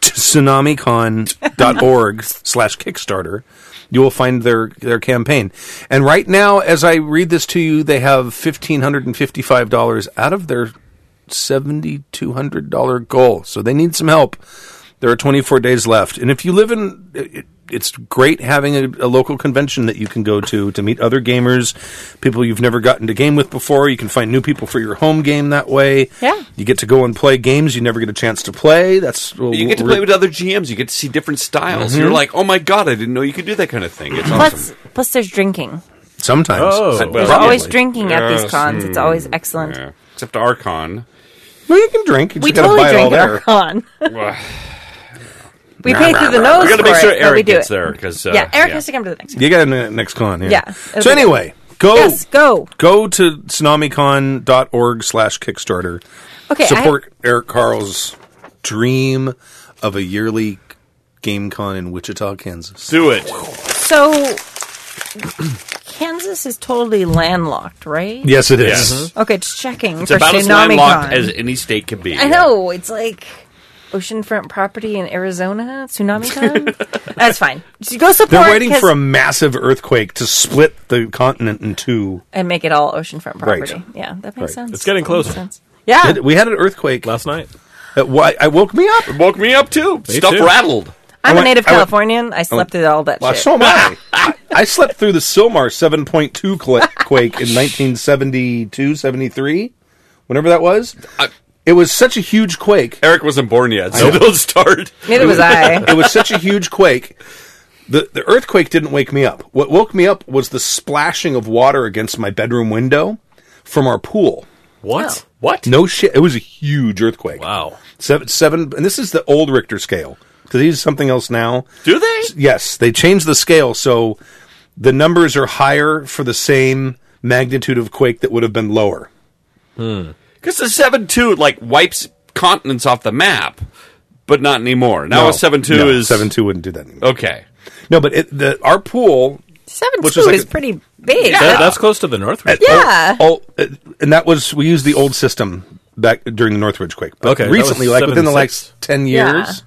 [SPEAKER 3] to tsunamicon.org slash Kickstarter, you will find their, their campaign. And right now, as I read this to you, they have $1,555 out of their $7,200 goal. So they need some help. There are 24 days left. And if you live in. It, it's great having a, a local convention that you can go to to meet other gamers, people you've never gotten to game with before. You can find new people for your home game that way.
[SPEAKER 6] Yeah.
[SPEAKER 3] You get to go and play games you never get a chance to play. That's
[SPEAKER 5] You get to play with other GMs. You get to see different styles.
[SPEAKER 3] Mm-hmm.
[SPEAKER 5] You're like, oh my god, I didn't know you could do that kind of thing. It's
[SPEAKER 6] Plus,
[SPEAKER 5] awesome.
[SPEAKER 6] plus, there's drinking.
[SPEAKER 3] sometimes.
[SPEAKER 4] Oh,
[SPEAKER 3] So-
[SPEAKER 4] well,
[SPEAKER 6] There's
[SPEAKER 3] Probably.
[SPEAKER 6] always drinking at these
[SPEAKER 5] Yes, Hmm.
[SPEAKER 6] cons. It's always excellent.
[SPEAKER 5] Yeah. Except Archon.
[SPEAKER 3] Well, you can drink. You
[SPEAKER 6] We
[SPEAKER 3] just gotta
[SPEAKER 6] totally
[SPEAKER 3] buy it all
[SPEAKER 6] drink at
[SPEAKER 3] there.
[SPEAKER 6] our con.
[SPEAKER 5] Well,
[SPEAKER 6] we pay through the nose.
[SPEAKER 5] we got to
[SPEAKER 6] for
[SPEAKER 5] make sure
[SPEAKER 6] it, but Oh, we
[SPEAKER 5] Eric
[SPEAKER 6] do
[SPEAKER 5] gets
[SPEAKER 6] it.
[SPEAKER 5] there because uh,
[SPEAKER 6] yeah, Eric has to come to the next. one.
[SPEAKER 3] You got a n- next con. Yeah.
[SPEAKER 6] Yeah.
[SPEAKER 3] So anyway,
[SPEAKER 5] Oh.
[SPEAKER 3] go
[SPEAKER 6] Yes, go.
[SPEAKER 3] go to tsunamicon.org slash Kickstarter.
[SPEAKER 6] Okay, I-
[SPEAKER 3] Support Eric Carl's dream of a yearly game con in Wichita, Kansas.
[SPEAKER 5] do it.
[SPEAKER 6] So Kansas is totally landlocked, right?
[SPEAKER 3] Yes, it is.
[SPEAKER 5] Yes.
[SPEAKER 6] Okay, just checking
[SPEAKER 5] It's
[SPEAKER 6] for
[SPEAKER 5] about as
[SPEAKER 6] tsunami
[SPEAKER 5] landlocked
[SPEAKER 6] con.
[SPEAKER 5] as any state could be.
[SPEAKER 6] I know it's like oceanfront property in Arizona. Tsunami con. That's fine. Just go support.
[SPEAKER 3] They're waiting
[SPEAKER 6] 'cause-
[SPEAKER 3] for a massive earthquake to split the continent in two.
[SPEAKER 6] and make it all oceanfront
[SPEAKER 3] Right.
[SPEAKER 6] property. Yeah, that makes sense.
[SPEAKER 4] It's getting
[SPEAKER 6] That makes
[SPEAKER 4] closer.
[SPEAKER 6] sense. Yeah.
[SPEAKER 3] It- we had an earthquake.
[SPEAKER 4] last night.
[SPEAKER 3] That wa- I woke me up.
[SPEAKER 5] It woke me up too.
[SPEAKER 4] Me
[SPEAKER 5] Stuff
[SPEAKER 4] too.
[SPEAKER 5] rattled.
[SPEAKER 6] I'm
[SPEAKER 3] went-
[SPEAKER 6] a native
[SPEAKER 3] I went-
[SPEAKER 6] Californian. I slept through all that
[SPEAKER 3] Well,
[SPEAKER 6] shit.
[SPEAKER 3] so am I. I- I slept through the Silmar 7.2 cla- quake in 1972, 73, whenever that was. it was such a huge quake.
[SPEAKER 5] Eric wasn't born yet, so don't start.
[SPEAKER 6] Neither was I.
[SPEAKER 3] It was such a huge quake. The, the earthquake didn't wake me up. What woke me up was the splashing of water against my bedroom window from our pool.
[SPEAKER 4] What?
[SPEAKER 5] What?
[SPEAKER 3] No shit. It was a huge earthquake.
[SPEAKER 4] Wow.
[SPEAKER 3] Seven, seven, and this is the old Richter scale because he's something else now.
[SPEAKER 5] Do they?
[SPEAKER 3] Yes, they changed the scale so the numbers are higher for the same magnitude of quake that would have been lower.
[SPEAKER 5] Because the seven two like wipes continents off the map, but not anymore. Now a seven two
[SPEAKER 3] no,
[SPEAKER 5] is Oh.
[SPEAKER 3] seven two wouldn't do that anymore.
[SPEAKER 5] Okay.
[SPEAKER 3] No, but it, the our pool
[SPEAKER 6] Seven
[SPEAKER 3] Which
[SPEAKER 6] two
[SPEAKER 3] is like
[SPEAKER 6] is
[SPEAKER 3] a-
[SPEAKER 6] pretty big.
[SPEAKER 4] That, that's close to the Northridge.
[SPEAKER 6] Yeah.
[SPEAKER 3] Oh, uh, and that was we used the old system back during the Northridge quake. But
[SPEAKER 4] Okay, that was
[SPEAKER 3] recently, like within the
[SPEAKER 4] 76.
[SPEAKER 3] last ten
[SPEAKER 6] Yeah.
[SPEAKER 3] years,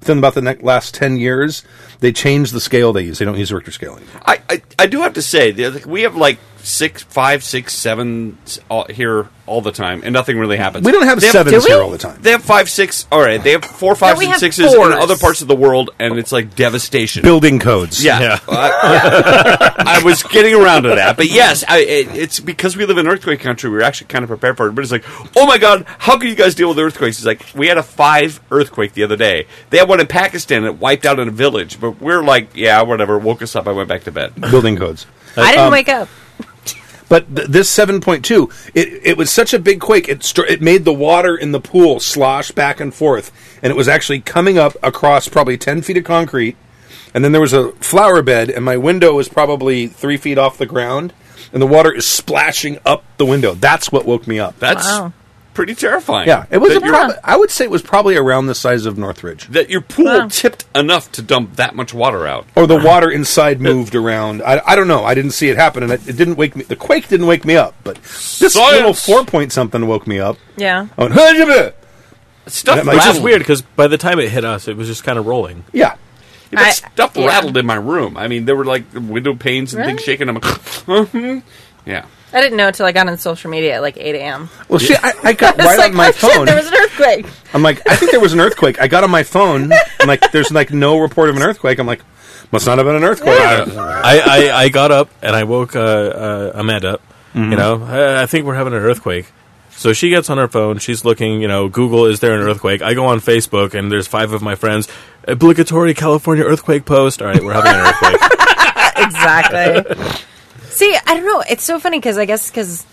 [SPEAKER 3] within about the ne- last ten years, they changed the scale they use. They don't use Richter scale anymore.
[SPEAKER 5] I, I, I do have to say the other- we have like six, five, six, seven s- all, here all the time, and nothing really happens.
[SPEAKER 3] We don't have
[SPEAKER 5] They
[SPEAKER 6] Do
[SPEAKER 3] sevens
[SPEAKER 6] we?
[SPEAKER 3] here all the time.
[SPEAKER 5] They have five, six. All right, they have four, fives,
[SPEAKER 6] we
[SPEAKER 5] and
[SPEAKER 6] have
[SPEAKER 5] sixes in
[SPEAKER 6] fours.
[SPEAKER 5] other parts of the world, and it's like devastation.
[SPEAKER 3] Building codes.
[SPEAKER 5] yeah, Uh, yeah. I was getting around to that, but yes, I, it, it's because we live in earthquake country. We were actually kind of prepared for it, but it's like, oh my god, how can you guys deal with earthquakes? It's like we had a five earthquake the other day. They had one in Pakistan that wiped out in a village, but we're like, yeah, whatever. Woke us up. I went back to bed.
[SPEAKER 3] Building codes.
[SPEAKER 6] I
[SPEAKER 3] um,
[SPEAKER 6] didn't wake up.
[SPEAKER 3] But th- this 7.2, it, it was such a big quake. It, str- it made the water in the pool slosh back and forth. And it was actually coming up across probably 10 feet of concrete. And then there was a flower bed, and my window was probably three feet off the ground. And the water is splashing up the window. That's what woke me up.
[SPEAKER 5] That's
[SPEAKER 6] Wow.
[SPEAKER 5] pretty terrifying.
[SPEAKER 3] yeah, it was. A
[SPEAKER 5] That, your,
[SPEAKER 3] prob- I would say it was probably around the size of Northridge,
[SPEAKER 5] that your pool
[SPEAKER 6] Wow.
[SPEAKER 5] tipped enough to dump that much water out.
[SPEAKER 3] or the water inside moved around. I, I don't know. I didn't see it happen, and it, it didn't wake me. The quake didn't wake me up, but this
[SPEAKER 5] Science.
[SPEAKER 3] little four point something woke me up.
[SPEAKER 6] Yeah.
[SPEAKER 3] I went,
[SPEAKER 5] Stuff
[SPEAKER 3] That makes-
[SPEAKER 4] Which
[SPEAKER 5] rattled.
[SPEAKER 4] is weird because by the time it hit us, it was just kind of rolling.
[SPEAKER 3] yeah.
[SPEAKER 5] Yeah, but
[SPEAKER 6] I-
[SPEAKER 5] stuff
[SPEAKER 6] yeah.
[SPEAKER 5] rattled in my room. I mean, there were like window panes and things
[SPEAKER 6] Really?
[SPEAKER 5] shaking. I'm like, mhm. yeah.
[SPEAKER 6] I didn't know until I got on social media at like 8 a.m.
[SPEAKER 3] Well, shit, I, I got
[SPEAKER 6] It's
[SPEAKER 3] right
[SPEAKER 6] like,
[SPEAKER 3] on my
[SPEAKER 6] oh
[SPEAKER 3] phone.
[SPEAKER 6] shit, there was an earthquake.
[SPEAKER 3] I'm like, I think there was an earthquake. I got on my phone. I'm like, there's like no report of an earthquake. I'm like, must not have been an earthquake. Uh,
[SPEAKER 4] I, I, I got up and I woke uh, uh, Amanda up. You know, I, I think we're having an earthquake. So she gets on her phone. She's looking, you know, Google, is there an earthquake? I go on Facebook and there's five of my friends. Obligatory California earthquake post. All right, we're having an earthquake.
[SPEAKER 6] exactly. See, I don't know. It's so funny because I guess because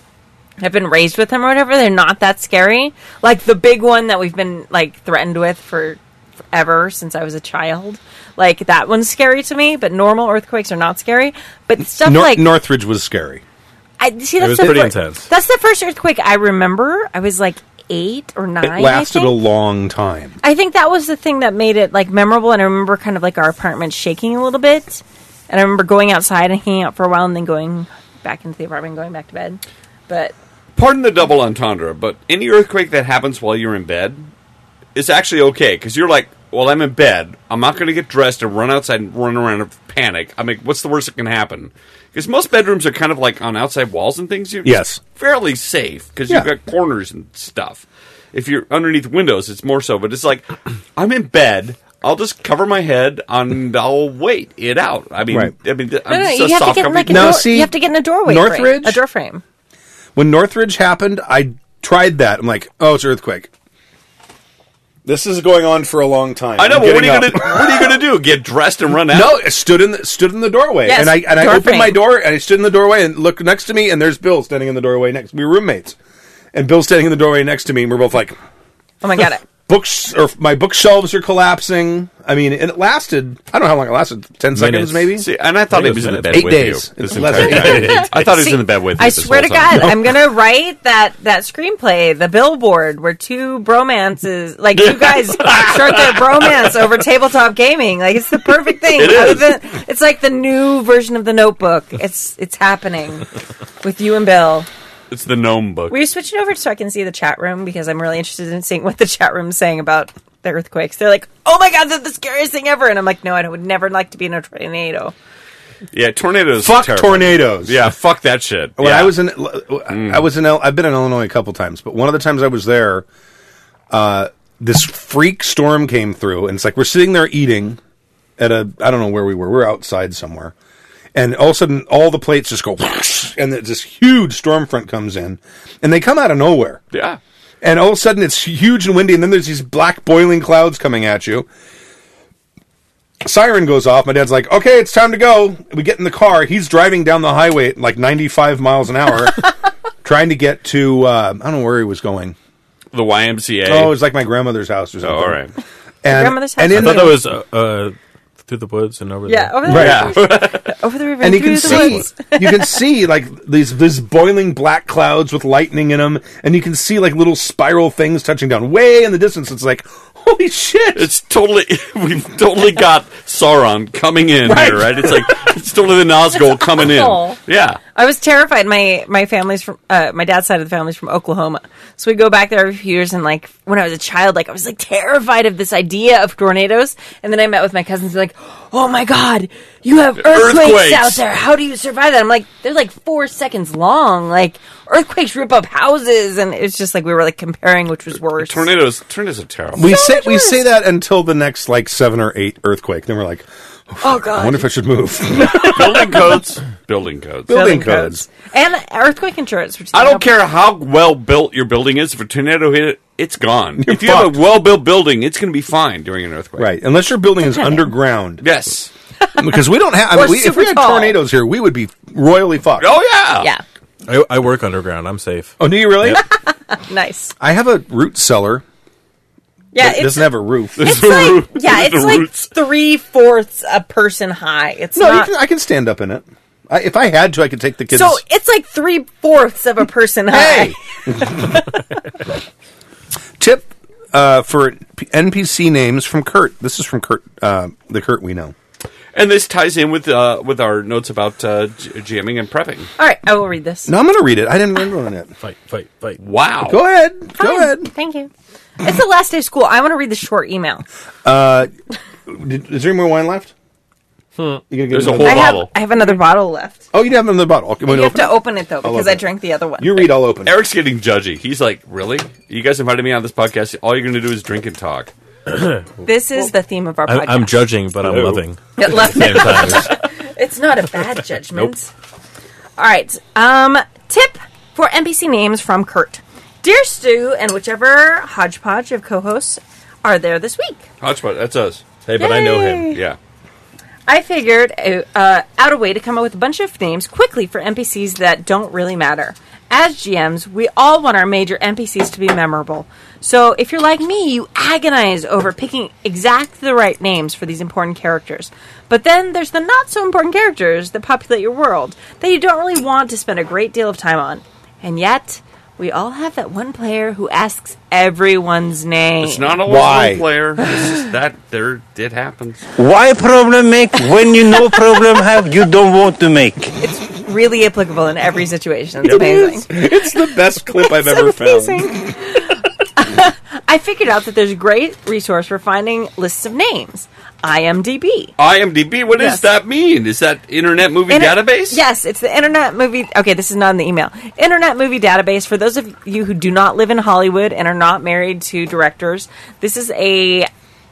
[SPEAKER 6] I've been raised with them or whatever, they're not that scary. Like the big one that we've been like threatened with for, for ever since I was a child. Like that one's scary to me, but normal earthquakes are not scary. But stuff
[SPEAKER 3] Nor-
[SPEAKER 6] like
[SPEAKER 3] Northridge was scary.
[SPEAKER 6] I see that's
[SPEAKER 4] was
[SPEAKER 6] the
[SPEAKER 4] pretty
[SPEAKER 6] fir-
[SPEAKER 4] intense.
[SPEAKER 6] That's the first earthquake I remember. I was like eight or nine.
[SPEAKER 3] It
[SPEAKER 6] I
[SPEAKER 3] lasted a
[SPEAKER 6] think.
[SPEAKER 3] long time.
[SPEAKER 6] I think that was the thing that made it like memorable, and I remember kind of like our apartment shaking a little bit, and I remember going outside and hanging out for a while, and then going back into the apartment, and going back to bed. But
[SPEAKER 5] Pardon the double entendre, but any earthquake that happens while you're in bed is actually okay because you're like, well, I'm in bed. I'm not going to get dressed and run outside and run around and panic. I mean, what's the worst that can happen? Because most bedrooms are kind of like on outside walls and things. You're
[SPEAKER 3] Yes.
[SPEAKER 5] fairly safe because
[SPEAKER 3] Yeah.
[SPEAKER 5] you've got corners and stuff. If you're underneath windows, it's more so. But it's like, I'm in bed. I'll just cover my head and I'll wait it out. I mean,
[SPEAKER 3] Right.
[SPEAKER 5] I mean, I'm
[SPEAKER 6] no, no,
[SPEAKER 5] just
[SPEAKER 6] you
[SPEAKER 5] a
[SPEAKER 6] have to
[SPEAKER 5] soft
[SPEAKER 6] get in, like
[SPEAKER 5] cover.
[SPEAKER 6] a
[SPEAKER 3] Now,
[SPEAKER 6] door-
[SPEAKER 3] see,
[SPEAKER 6] you have to get in a doorway, frame,
[SPEAKER 3] Northridge?
[SPEAKER 6] a door frame.
[SPEAKER 3] When Northridge happened, I tried that. I'm like, oh, it's earthquake. This is going on for a long time.
[SPEAKER 5] I know,
[SPEAKER 3] I'm
[SPEAKER 5] but what are you
[SPEAKER 3] getting
[SPEAKER 5] gonna
[SPEAKER 3] up.
[SPEAKER 5] what are you gonna do? Get dressed and run out?
[SPEAKER 3] No, I stood in the, stood in the doorway,
[SPEAKER 6] Yes,
[SPEAKER 3] and I and I
[SPEAKER 6] door
[SPEAKER 3] opened
[SPEAKER 6] frame.
[SPEAKER 3] my door, and I stood in the doorway, and looked next to me, and there's Bill standing in the doorway next. We were roommates, and Bill's standing in the doorway next to me, and we're both like,
[SPEAKER 6] Oh my god!
[SPEAKER 3] books or my bookshelves are collapsing. I mean, and it lasted. I don't know how long it lasted. Ten seconds, maybe.
[SPEAKER 5] See, and I thought he was in the bed
[SPEAKER 3] Eight
[SPEAKER 5] with
[SPEAKER 3] days.
[SPEAKER 5] you.
[SPEAKER 3] It's
[SPEAKER 5] This
[SPEAKER 3] less-
[SPEAKER 5] entire time. I thought he was
[SPEAKER 6] See,
[SPEAKER 5] in the bed with you.
[SPEAKER 6] I
[SPEAKER 5] this
[SPEAKER 6] swear to
[SPEAKER 5] whole time.
[SPEAKER 6] God, I'm gonna write that that screenplay, the billboard, where two bromances, like you guys, start their bromance over tabletop gaming. Like it's the perfect thing. It is. it's like the new version of the Notebook. It's it's happening with you and Bill.
[SPEAKER 5] It's the gnome book.
[SPEAKER 6] Will you switch it over so I can see the chat room because I'm really interested in seeing what the chat room's saying about the earthquakes. They're like, "Oh my god, that's the scariest thing ever," and I'm like, "No, I would never like to be in a tornado."
[SPEAKER 5] yeah, tornadoes.
[SPEAKER 3] Fuck
[SPEAKER 5] terrible.
[SPEAKER 3] tornadoes.
[SPEAKER 5] Yeah, fuck that shit.
[SPEAKER 3] When
[SPEAKER 5] yeah.
[SPEAKER 3] I was in, I was in. L- I've been in Illinois a couple times, but one of the times I was there, uh, this freak storm came through, and it's like we're sitting there eating at a. I don't know where we were. We We're outside somewhere, and all of a sudden, all the plates just go, whoosh, and then this huge storm front comes in, and they come out of nowhere.
[SPEAKER 5] yeah.
[SPEAKER 3] and all of a sudden it's huge and windy, and then there's these black boiling clouds coming at you. Siren goes off. My dad's like, "Okay, it's time to go." We get in the car. He's driving down the highway at like 95 miles an hour, trying to get to uh, I don't know where he was going.
[SPEAKER 5] The YMCA.
[SPEAKER 3] Oh, it was like my grandmother's house or
[SPEAKER 5] Oh,
[SPEAKER 3] something.
[SPEAKER 5] all right.
[SPEAKER 3] and,
[SPEAKER 6] grandmother's house?
[SPEAKER 3] and in
[SPEAKER 4] I thought
[SPEAKER 3] the-
[SPEAKER 4] that was uh, uh, through the woods and over
[SPEAKER 6] Yeah, oh.
[SPEAKER 4] there.
[SPEAKER 6] over the
[SPEAKER 3] Right.
[SPEAKER 6] river, over the river,
[SPEAKER 3] and you
[SPEAKER 6] through
[SPEAKER 3] can
[SPEAKER 6] the
[SPEAKER 3] see
[SPEAKER 6] woods.
[SPEAKER 3] you can see like these these boiling black clouds with lightning in them, and you can see like little spiral things touching down way in the distance. It's like, holy shit!
[SPEAKER 5] It's totally we've totally got Sauron coming in
[SPEAKER 3] Right.
[SPEAKER 5] here, right? It's like it's totally the Nazgul coming
[SPEAKER 6] awful.
[SPEAKER 5] in. Yeah.
[SPEAKER 6] I was terrified. My my family's from uh, my dad's side of the family's from Oklahoma, so we go back there every few years. And like when I was a child, like I was like terrified of this idea of tornadoes. And then I met with my cousins. They're like, "Oh my god, you have earthquakes,
[SPEAKER 5] Earthquakes.
[SPEAKER 6] out there. How do you survive that?" I'm like, "They're like four seconds long. Like earthquakes rip up houses." And it's just like we were like comparing which was worse.
[SPEAKER 5] Tornadoes tornadoes are terrible.
[SPEAKER 3] We say we say that until the next like seven or eight earthquake. Then we're like,
[SPEAKER 6] oh
[SPEAKER 3] I
[SPEAKER 6] god,
[SPEAKER 3] wonder if I should move.
[SPEAKER 5] building codes. Building codes.
[SPEAKER 3] building codes.
[SPEAKER 6] and earthquake insurance. Which
[SPEAKER 5] I don't care how well built your building is. If a tornado hit it, it's gone. if you have
[SPEAKER 3] fucked.
[SPEAKER 5] a well built building, it's going to be fine during an earthquake.
[SPEAKER 3] Right, unless your building is underground,
[SPEAKER 5] Yes.
[SPEAKER 3] because we don't have. I
[SPEAKER 6] Or
[SPEAKER 3] mean, we, if
[SPEAKER 6] super
[SPEAKER 3] we had
[SPEAKER 6] tall.
[SPEAKER 3] tornadoes here, we would be royally fucked.
[SPEAKER 5] Oh yeah.
[SPEAKER 6] Yeah,
[SPEAKER 4] I, I work underground. I'm safe.
[SPEAKER 3] Oh, do you really?
[SPEAKER 6] nice.
[SPEAKER 3] I have a root cellar.
[SPEAKER 6] Yeah,
[SPEAKER 3] that
[SPEAKER 6] it's
[SPEAKER 3] doesn't have a roof.
[SPEAKER 6] It's like
[SPEAKER 5] root-
[SPEAKER 6] yeah,
[SPEAKER 5] the
[SPEAKER 6] it's like
[SPEAKER 5] roots.
[SPEAKER 6] three fourths a person high. It's
[SPEAKER 3] No, you
[SPEAKER 6] not
[SPEAKER 3] can, I can stand up in it. I, if I had to, I could take the kids.
[SPEAKER 6] so it's like three fourths of a person high.
[SPEAKER 3] hey. Tip uh, for P- NPC names from Kurt. This is from Kurt, uh, the Kurt we know.
[SPEAKER 5] And this ties in with uh, with our notes about uh, j- jamming and prepping.
[SPEAKER 6] All right, I will read this.
[SPEAKER 3] No, I'm going to read it. I didn't remember on it.
[SPEAKER 4] Fight, fight, fight.
[SPEAKER 5] Wow.
[SPEAKER 3] Go ahead. Go
[SPEAKER 6] Fine.
[SPEAKER 3] ahead.
[SPEAKER 6] Thank you. It's the last day of school. I want to read the short email.
[SPEAKER 3] Did, is there any more wine left? You gonna get
[SPEAKER 5] There's a
[SPEAKER 3] another-
[SPEAKER 5] whole-
[SPEAKER 6] I have
[SPEAKER 5] bottle.
[SPEAKER 6] I have another bottle left.
[SPEAKER 3] Oh, you have another bottle. Okay,
[SPEAKER 6] You have to
[SPEAKER 3] open
[SPEAKER 6] open
[SPEAKER 3] it.
[SPEAKER 6] it though because
[SPEAKER 3] open
[SPEAKER 6] I
[SPEAKER 3] it.
[SPEAKER 6] drank the other one.
[SPEAKER 3] You read. I'll open. it.
[SPEAKER 5] Eric's getting judgy. He's like, "Really? You guys invited me on this podcast. All you're going to do is drink and talk."
[SPEAKER 6] This is the theme of our
[SPEAKER 4] I'm,
[SPEAKER 6] podcast.
[SPEAKER 4] I'm judging, but I'm
[SPEAKER 5] Hello.
[SPEAKER 4] loving.
[SPEAKER 6] It left-
[SPEAKER 4] Same time.
[SPEAKER 6] It's not a bad judgment. All right. Um, tip for NPC names from Kurt. Dear Stu and whichever hodgepodge of co-hosts are there this week.
[SPEAKER 5] Hodgepodge. That's us.
[SPEAKER 4] Hey, but I know him.
[SPEAKER 5] Yeah.
[SPEAKER 6] I figured uh, uh, out a way to come up with a bunch of names quickly for NPCs that don't really matter. as GMs, we all want our major NPCs to be memorable. So if you're like me, you agonize over picking exact the right names for these important characters. But then there's the not so important characters that populate your world that you don't really want to spend a great deal of time on. And yet, we all have that one player who asks everyone's name.
[SPEAKER 5] It's not always
[SPEAKER 2] Why?
[SPEAKER 5] one player. It's just that there it happens.
[SPEAKER 8] Why problem make when you no problem have you don't want to make?
[SPEAKER 6] really applicable in every situation. It's amazing.
[SPEAKER 2] It's the best clip I've ever found.
[SPEAKER 6] I figured out that there's a great resource for finding lists of names. IMDb.
[SPEAKER 5] IMDb. What
[SPEAKER 6] Yes.
[SPEAKER 5] does that mean? Is that Internet Movie
[SPEAKER 6] Inter-
[SPEAKER 5] Database?
[SPEAKER 6] Yes, it's the Internet Movie. Okay, this is not in the email. Internet Movie Database. For those of you who do not live in Hollywood and are not married to directors, this is a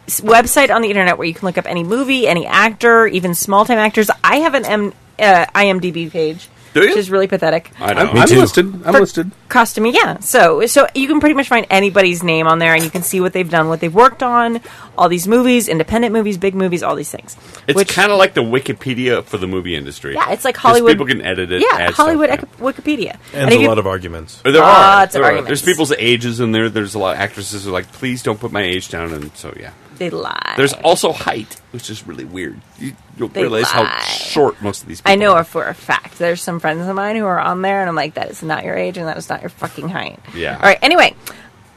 [SPEAKER 6] s- website on the internet where you can look up any movie, any actor, even small time actors. I have an M- uh, IMDb page,
[SPEAKER 5] Do you?
[SPEAKER 6] which is really pathetic.
[SPEAKER 5] I
[SPEAKER 3] I'm,
[SPEAKER 5] don't.
[SPEAKER 3] I'm listed. I'm
[SPEAKER 6] For-
[SPEAKER 3] listed.
[SPEAKER 6] costuming yeah so so you can pretty much find anybody's name on there and you can see what they've done what they've worked on all these movies independent movies big movies all these things
[SPEAKER 5] It's kind of like the Wikipedia for the movie industry.
[SPEAKER 6] yeah it's like
[SPEAKER 5] 'Cause
[SPEAKER 6] hollywood
[SPEAKER 5] People can edit it.
[SPEAKER 6] yeah
[SPEAKER 5] add
[SPEAKER 6] hollywood
[SPEAKER 5] Stuff,
[SPEAKER 6] ec- wikipedia
[SPEAKER 4] And a
[SPEAKER 6] if you-
[SPEAKER 4] lot of arguments.
[SPEAKER 5] yeah. There are.
[SPEAKER 6] Lots
[SPEAKER 5] there
[SPEAKER 6] of
[SPEAKER 5] are.
[SPEAKER 6] arguments.
[SPEAKER 5] There's people's ages in there. There's a lot of actresses who are like, please don't put my age down. And so, yeah.
[SPEAKER 6] they lie
[SPEAKER 5] There's also height, which is really weird. You don't
[SPEAKER 6] They
[SPEAKER 5] realize
[SPEAKER 6] lie.
[SPEAKER 5] how short most of these people
[SPEAKER 6] i know
[SPEAKER 5] are.
[SPEAKER 6] a- for a fact there's some friends of mine who are on there and i'm like that is not your age and that is not your fucking height
[SPEAKER 5] Yeah.
[SPEAKER 6] all right anyway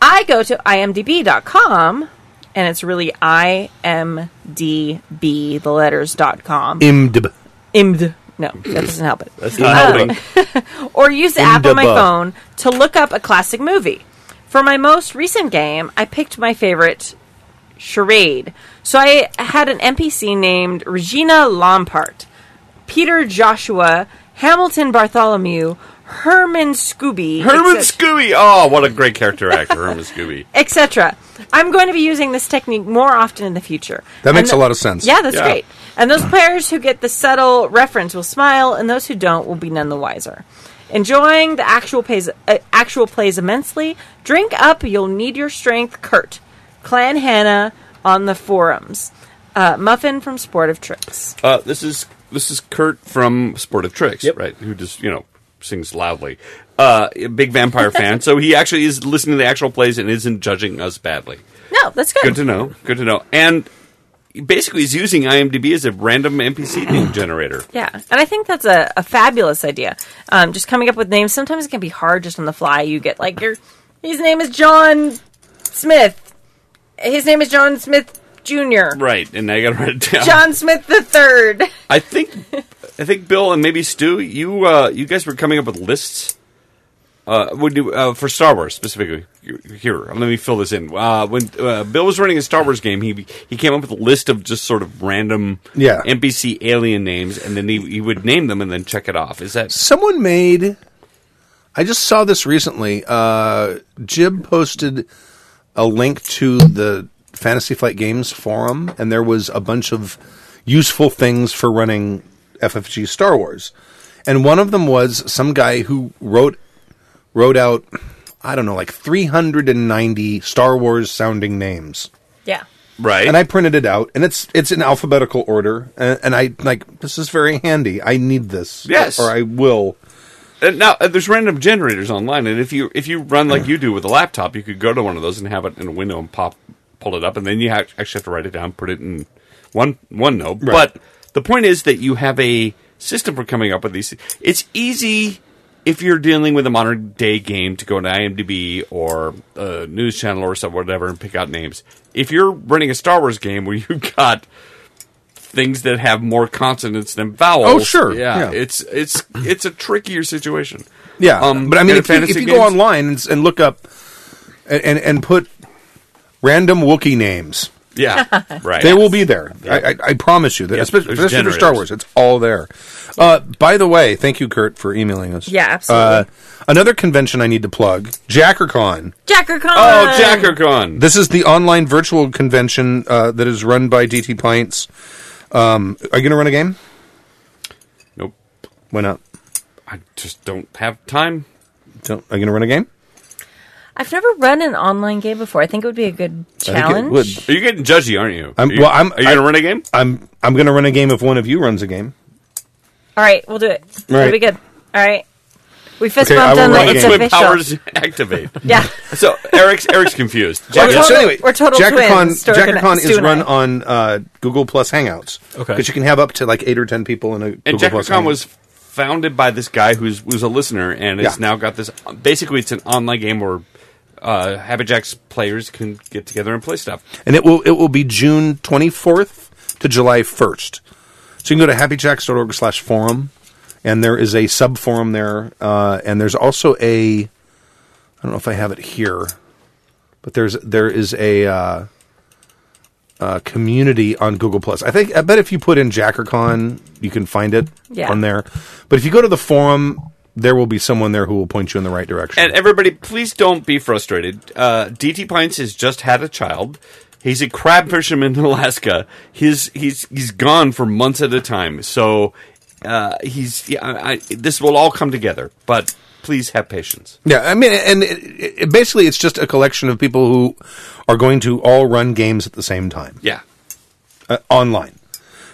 [SPEAKER 6] i go to imdb.com and it's really imdb the letters dot com
[SPEAKER 3] Imdb.
[SPEAKER 6] imd no that doesn't help it
[SPEAKER 5] That's not helping.
[SPEAKER 6] or use the app on my
[SPEAKER 3] Indaba.
[SPEAKER 6] phone to look up a classic movie. For my most recent game, I picked my favorite charade. So I had an NPC named Regina Lompart, Peter Joshua, Hamilton Bartholomew, Herman Scooby,
[SPEAKER 5] Herman
[SPEAKER 6] etc.
[SPEAKER 5] Scooby. Oh, what a great character actor, Herman Scooby.
[SPEAKER 6] etc. I'm going to be using this technique more often in the future.
[SPEAKER 3] That
[SPEAKER 6] And
[SPEAKER 3] makes
[SPEAKER 6] the-
[SPEAKER 3] a lot of sense.
[SPEAKER 6] Yeah, that's
[SPEAKER 5] Yeah.
[SPEAKER 6] great. And those players who get the subtle reference will smile, and those who don't will be none the wiser. Enjoying the actual plays, uh, actual plays immensely. Drink up, you'll need your strength. Kurt, Clan Hannah on the forums. Uh, Muffin from Sportive Tricks.
[SPEAKER 5] Uh, this is this is Kurt from Sportive Tricks,
[SPEAKER 4] Yep.
[SPEAKER 5] right? Who just you know sings loudly. Uh, a big vampire fan, so he actually is listening to the actual plays and isn't judging us badly.
[SPEAKER 6] No, that's
[SPEAKER 5] Good to know. Good to know. And he basically, is using IMDb as a random NPC name generator.
[SPEAKER 6] Yeah, and I think that's a, a fabulous idea. Um, just coming up with names sometimes it can be hard just on the fly. You get like your his name is John Smith. His name is John Smith Jr.
[SPEAKER 5] Right, and I got to write it down.
[SPEAKER 6] John Smith the third.
[SPEAKER 5] I think, I think Bill and maybe Stu, you uh, you guys were coming up with lists. Uh, would you, uh, for Star Wars specifically? Here, let me fill this in. Uh, when uh, Bill was running a Star Wars game, he he came up with a list of just sort of random
[SPEAKER 3] Yeah.
[SPEAKER 5] NPC alien names, and then he, he would name them and then check it off. Is that
[SPEAKER 3] Someone made. I just saw this recently. Uh, Jib posted a link to the Fantasy Flight Games forum, and there was a bunch of useful things for running FFG Star Wars, and one of them was some guy who wrote wrote out I don't know like 390 Star Wars sounding names.
[SPEAKER 6] Yeah.
[SPEAKER 5] right?
[SPEAKER 3] and I printed it out, and it's it's in alphabetical order, and, and I like this is very handy. I need this,
[SPEAKER 5] Yes.
[SPEAKER 3] or I will.
[SPEAKER 5] And now uh, there's random generators online, and if you if you run like you do with a laptop, you could go to one of those and have it in a window and pop pull it up, and then you ha- actually have to write it down, put it in one OneNote. But the point is that you have a system for coming up with these. It's easy if you're dealing with a modern day game to go to IMDb or a news channel or some whatever and pick out names. If you're running a Star Wars game where you've got things that have more consonants than vowels,
[SPEAKER 3] Oh, sure.
[SPEAKER 5] yeah,
[SPEAKER 3] Yeah.
[SPEAKER 5] it's it's it's a trickier situation.
[SPEAKER 3] Yeah,
[SPEAKER 5] Um,
[SPEAKER 3] but I mean,
[SPEAKER 5] and
[SPEAKER 3] if you, if
[SPEAKER 5] fantasy
[SPEAKER 3] you go
[SPEAKER 5] games-
[SPEAKER 3] online and, s- and look up and, and and put random Wookiee names,
[SPEAKER 5] Yeah, right.
[SPEAKER 3] they will be there. I, I, I promise you that,
[SPEAKER 5] Yeah,
[SPEAKER 3] especially,
[SPEAKER 5] there's
[SPEAKER 3] especially for Star Wars,
[SPEAKER 5] generators.
[SPEAKER 3] it's all there. Uh, by the way, thank you, Kurt, for emailing us.
[SPEAKER 6] Yeah, absolutely.
[SPEAKER 3] Uh, another convention I need to plug: JackerCon.
[SPEAKER 6] Jacker Con.
[SPEAKER 5] Oh, Jacker Con.
[SPEAKER 3] This is the online virtual convention uh, that is run by DT Pints. Um, are you going to run a game?
[SPEAKER 5] Nope.
[SPEAKER 3] Why not?
[SPEAKER 5] I just don't have time.
[SPEAKER 3] Don't, are you going to run a game?
[SPEAKER 6] I've never run an online game before. I think it would be a good
[SPEAKER 3] it
[SPEAKER 6] challenge.
[SPEAKER 3] would.
[SPEAKER 5] Are you getting judgy? Aren't you?
[SPEAKER 3] I'm-
[SPEAKER 5] Are you-
[SPEAKER 3] well, I'm-
[SPEAKER 5] Are you
[SPEAKER 3] I-
[SPEAKER 5] gonna run a game?
[SPEAKER 3] I'm I'm going to run a game if one of you runs a game.
[SPEAKER 6] All right, we'll do it. It'll
[SPEAKER 3] Right.
[SPEAKER 6] be good. All right. We fist
[SPEAKER 3] Okay, I
[SPEAKER 6] bumped
[SPEAKER 3] will
[SPEAKER 6] on the
[SPEAKER 3] write
[SPEAKER 6] it's
[SPEAKER 5] That's
[SPEAKER 3] it.
[SPEAKER 5] when
[SPEAKER 6] official.
[SPEAKER 5] powers activate.
[SPEAKER 6] Yeah.
[SPEAKER 5] So Eric's Eric's confused.
[SPEAKER 6] We're
[SPEAKER 3] so
[SPEAKER 6] total-
[SPEAKER 3] anyway,
[SPEAKER 6] we're total
[SPEAKER 3] JackerCon,
[SPEAKER 6] twins, Stuart and-
[SPEAKER 3] JackerCon
[SPEAKER 6] Stu
[SPEAKER 3] is
[SPEAKER 6] and
[SPEAKER 3] run
[SPEAKER 6] I.
[SPEAKER 3] on uh, Google Plus Hangouts.
[SPEAKER 4] Okay.
[SPEAKER 3] Because you can have up to like eight or ten people in a
[SPEAKER 5] And
[SPEAKER 3] Google Plus
[SPEAKER 5] JackerCon
[SPEAKER 3] Hangout.
[SPEAKER 5] was founded by this guy who's who's a listener and has
[SPEAKER 3] Yeah.
[SPEAKER 5] now got this. Basically, it's an online game where uh, Haberjack's players can get together and play stuff.
[SPEAKER 3] and it will it will be June 24th to July 1st. So you can go to happyjacks.org slash forum, and there is a sub forum there, uh, and there's also a I don't know if I have it here, but there's there is a uh, uh, community on Google Plus. I think I bet if you put in JackerCon, you can find it
[SPEAKER 6] Yeah.
[SPEAKER 3] on there. But if you go to the forum, there will be someone there who will point you in the right direction.
[SPEAKER 5] And everybody, please don't be frustrated. Uh, DT Pines has just had a child. He's a crab fisherman in Alaska. He's he's he's gone for months at a time. So uh, he's yeah. I, I, this will all come together, but please have patience.
[SPEAKER 3] Yeah, I mean, and it, it, basically, it's just a collection of people who are going to all run games at the same time
[SPEAKER 5] Yeah.
[SPEAKER 3] uh, online.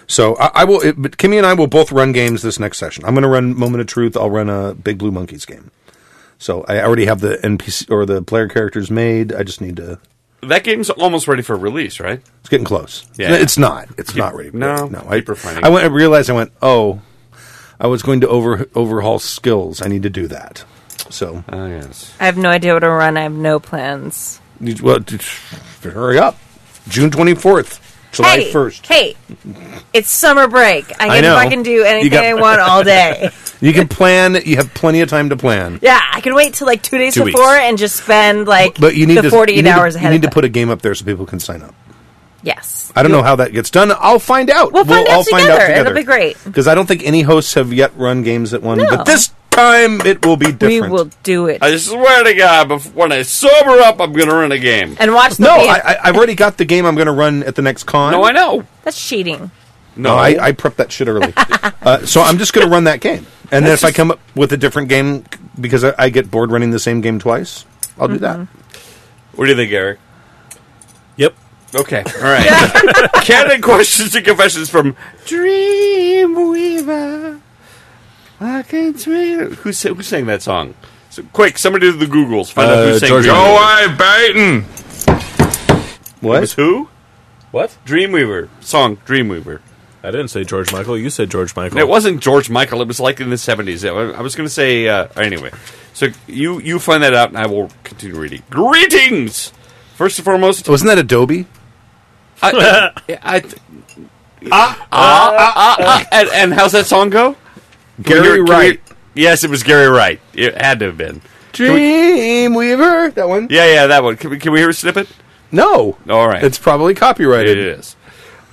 [SPEAKER 3] So I, I will, it, but Kimmy and I will both run games this next session. I'm going to run Moment of Truth. I'll run a Big Blue Monkeys game. So I already have the NPC or the player characters made. I just need to.
[SPEAKER 5] That game's almost ready for release, right?
[SPEAKER 3] It's getting close.
[SPEAKER 5] Yeah.
[SPEAKER 3] it's not. It's not ready.
[SPEAKER 5] no,
[SPEAKER 3] no. I,
[SPEAKER 5] keep refining.
[SPEAKER 3] I went. I realized. I went. Oh, I was going to over overhaul skills. I need to do that. So
[SPEAKER 5] Oh yes.
[SPEAKER 6] I have no idea what to run. I have no plans.
[SPEAKER 3] You- Well, t- t- hurry up. June 24th, July
[SPEAKER 6] hey,
[SPEAKER 3] 1st.
[SPEAKER 6] Hey, it's summer break. I
[SPEAKER 3] I
[SPEAKER 6] can
[SPEAKER 3] know.
[SPEAKER 6] fucking do anything
[SPEAKER 3] got-
[SPEAKER 6] I want all day.
[SPEAKER 3] You can plan. You have plenty of time to plan.
[SPEAKER 6] Yeah, I can wait till like two days
[SPEAKER 5] Two weeks.
[SPEAKER 6] before and just spend like
[SPEAKER 3] But you need
[SPEAKER 6] the
[SPEAKER 3] to
[SPEAKER 6] 48
[SPEAKER 3] you need to-
[SPEAKER 6] hours ahead
[SPEAKER 3] You need
[SPEAKER 6] of
[SPEAKER 3] to
[SPEAKER 6] time.
[SPEAKER 3] put a game up there so people can sign up.
[SPEAKER 6] Yes.
[SPEAKER 3] I don't know how that gets done. I'll find out.
[SPEAKER 6] We'll find out
[SPEAKER 3] all find out
[SPEAKER 6] together.
[SPEAKER 3] together.
[SPEAKER 6] It'll be great.
[SPEAKER 3] Because I don't think any hosts have yet run games at one.
[SPEAKER 6] No.
[SPEAKER 3] But this time it will be different.
[SPEAKER 6] We will do it.
[SPEAKER 5] I swear to God, bef- when I sober up, I'm going to run a game.
[SPEAKER 6] and watch the
[SPEAKER 3] No,
[SPEAKER 6] band.
[SPEAKER 3] I, I- I've already got the game I'm going to run at the next con.
[SPEAKER 5] No, I know.
[SPEAKER 6] That's cheating.
[SPEAKER 3] No, I, I prepped that shit early. uh, so I'm just going to run that game. And then if I come up with a different game c- because I, I get bored running the same game twice, I'll do that.
[SPEAKER 5] What do you think, Eric?
[SPEAKER 4] Yep.
[SPEAKER 5] Okay, all right. Candid questions and confessions from Dreamweaver. Fucking dream. Who, sa- who sang that song? So quick, somebody do the Googles. Find out who
[SPEAKER 4] Uh,
[SPEAKER 5] sang
[SPEAKER 4] George
[SPEAKER 5] Dreamweaver.
[SPEAKER 4] Orwell.
[SPEAKER 7] I biting.
[SPEAKER 5] It was
[SPEAKER 3] What?
[SPEAKER 5] who?
[SPEAKER 4] What?
[SPEAKER 5] Dreamweaver song. Dreamweaver.
[SPEAKER 4] I didn't say George Michael. You said George Michael.
[SPEAKER 5] It wasn't George Michael. It was like in the seventies. I I was going to say uh, anyway. So you you find that out, and I will continue reading. Greetings. First and foremost,
[SPEAKER 3] Wasn't that Adobe?
[SPEAKER 5] I, I, I, ah,
[SPEAKER 3] Uh,
[SPEAKER 5] ah, ah, ah, ah. And, and how's that song go? Can we hear-
[SPEAKER 3] Gary
[SPEAKER 5] can we-
[SPEAKER 3] Wright.
[SPEAKER 5] yes, it was Gary Wright. It had to have been.
[SPEAKER 3] Dreamweaver. That one?
[SPEAKER 5] Yeah, yeah, that one. Can we, can we hear a snippet?
[SPEAKER 3] No.
[SPEAKER 5] All right.
[SPEAKER 3] It's probably copyrighted.
[SPEAKER 5] It is.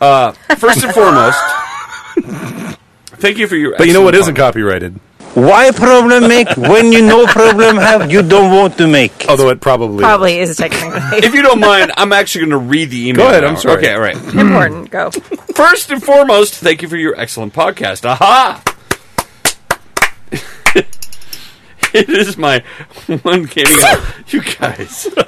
[SPEAKER 5] Uh, first and foremost, thank you for your.
[SPEAKER 3] But you know what
[SPEAKER 5] excellent
[SPEAKER 3] isn't copyrighted?
[SPEAKER 8] Why problem make when you no problem have you don't want to make?
[SPEAKER 3] Although it probably.
[SPEAKER 6] Probably is technically
[SPEAKER 5] If you don't mind, I'm actually going to read the email.
[SPEAKER 3] Go ahead,
[SPEAKER 5] now.
[SPEAKER 3] I'm sorry.
[SPEAKER 5] Okay, all right.
[SPEAKER 6] important. Go.
[SPEAKER 5] First and foremost, thank you for your excellent podcast. Aha! it is my one gaming. you guys.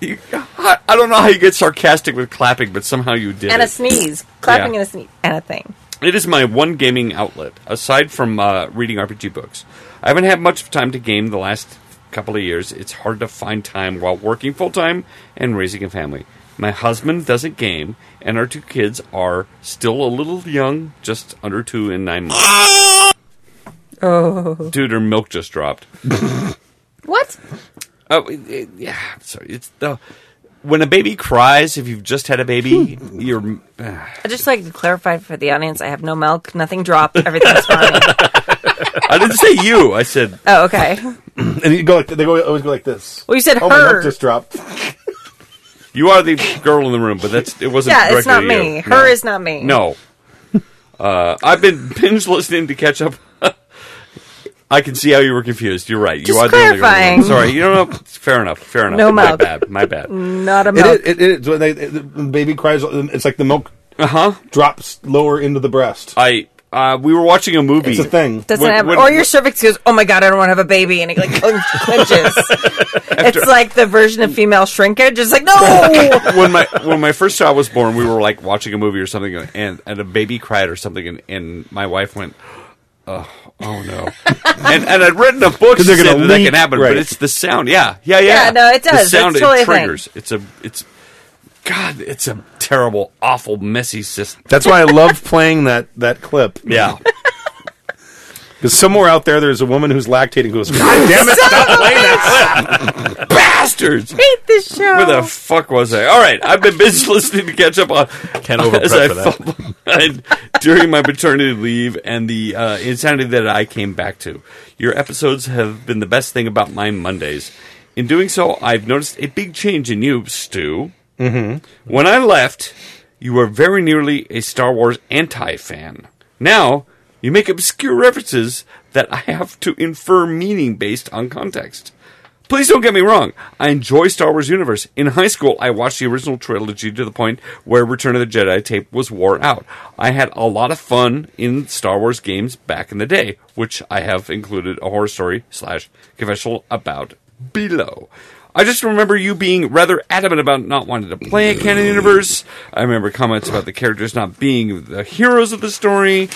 [SPEAKER 5] You- I I don't know how you get sarcastic with clapping, but somehow you did.
[SPEAKER 6] And a
[SPEAKER 5] it.
[SPEAKER 6] sneeze. Clapping
[SPEAKER 5] Yeah.
[SPEAKER 6] and a sneeze. And a thing.
[SPEAKER 5] It is my one gaming outlet, aside from uh, reading RPG books. I haven't had much time to game the last couple of years. It's hard to find time while working full time and raising a family. My husband doesn't game, and our two kids are still a little young, just under two and nine months.
[SPEAKER 6] Oh.
[SPEAKER 5] Dude, her milk just dropped.
[SPEAKER 6] What?
[SPEAKER 5] Oh, it- it- yeah. Sorry, it's the when a baby cries. If you've just had a baby, you're
[SPEAKER 6] I just like to clarify for the audience I have no milk, nothing dropped, everything's fine.
[SPEAKER 5] I didn't say you. I said
[SPEAKER 6] Oh, okay.
[SPEAKER 3] And you go like, they go, always go like this.
[SPEAKER 6] Well, you said
[SPEAKER 3] oh, my
[SPEAKER 6] her.
[SPEAKER 3] milk just dropped.
[SPEAKER 5] you are the girl in the room, but that's it wasn't.
[SPEAKER 6] Yeah, it's
[SPEAKER 5] directed
[SPEAKER 6] not
[SPEAKER 5] at you.
[SPEAKER 6] me. Her
[SPEAKER 5] No.
[SPEAKER 6] is not me.
[SPEAKER 5] No. uh, I've been binge listening to catch up. I can see how you were confused. You're right. You
[SPEAKER 6] Just
[SPEAKER 5] are the only girl in the room.
[SPEAKER 6] clarifying.
[SPEAKER 5] Sorry, you don't know. Fair enough. Fair enough.
[SPEAKER 6] No Mm.
[SPEAKER 5] my
[SPEAKER 6] milk.
[SPEAKER 5] bad. My bad.
[SPEAKER 6] Not a
[SPEAKER 3] It
[SPEAKER 6] milk.
[SPEAKER 3] is. It, it is. When they, the baby cries, it's like the milk
[SPEAKER 5] Uh huh.
[SPEAKER 3] drops lower into the breast.
[SPEAKER 5] I uh, we were watching a movie.
[SPEAKER 3] It's a thing.
[SPEAKER 6] Doesn't
[SPEAKER 5] When-
[SPEAKER 6] have,
[SPEAKER 5] when-
[SPEAKER 6] or your cervix goes, oh my god, I don't want to have a baby, and it like clenches. it's like the version of female shrinkage. It's like no,
[SPEAKER 5] when my when my first child was born, we were like watching a movie or something, and and a baby cried or something, and, and my wife went, oh no. and, and I'd written a book to
[SPEAKER 4] 'Cause they're
[SPEAKER 5] say that,
[SPEAKER 4] gonna
[SPEAKER 5] that
[SPEAKER 4] leak,
[SPEAKER 5] can happen,
[SPEAKER 4] right.
[SPEAKER 5] but it's the sound. Yeah, yeah, yeah.
[SPEAKER 6] Yeah, no, it does.
[SPEAKER 5] The sound
[SPEAKER 6] It's totally
[SPEAKER 5] it
[SPEAKER 6] a thing.
[SPEAKER 5] triggers. It's a it's God. It's a terrible, awful, messy system.
[SPEAKER 3] That's why I love playing that that clip.
[SPEAKER 5] Yeah.
[SPEAKER 3] Because somewhere out there, there's a woman who's lactating who goes, God damn it, stop playing that
[SPEAKER 5] Bastards.
[SPEAKER 6] Hate this show.
[SPEAKER 5] Where the fuck was I? All right, I've been binge listening to catch up on.
[SPEAKER 4] Can't overprep
[SPEAKER 5] as I
[SPEAKER 4] for that.
[SPEAKER 5] fell behind during my paternity leave and the uh, insanity that I came back to. Your episodes have been the best thing about my Mondays. In doing so, I've noticed a big change in you, Stu. Mm-hmm. When I left, you were very nearly a Star Wars anti fan. Now, you make obscure references that I have to infer meaning based on context. Please don't get me wrong. I enjoy Star Wars universe. In high school, I watched the original trilogy to the point where Return of the Jedi tape was wore out. I had a lot of fun in Star Wars games back in the day, which I have included a horror story slash confessional about below. I just remember you being rather adamant about not wanting to play a canon universe. I remember comments about the characters not being the heroes of the story.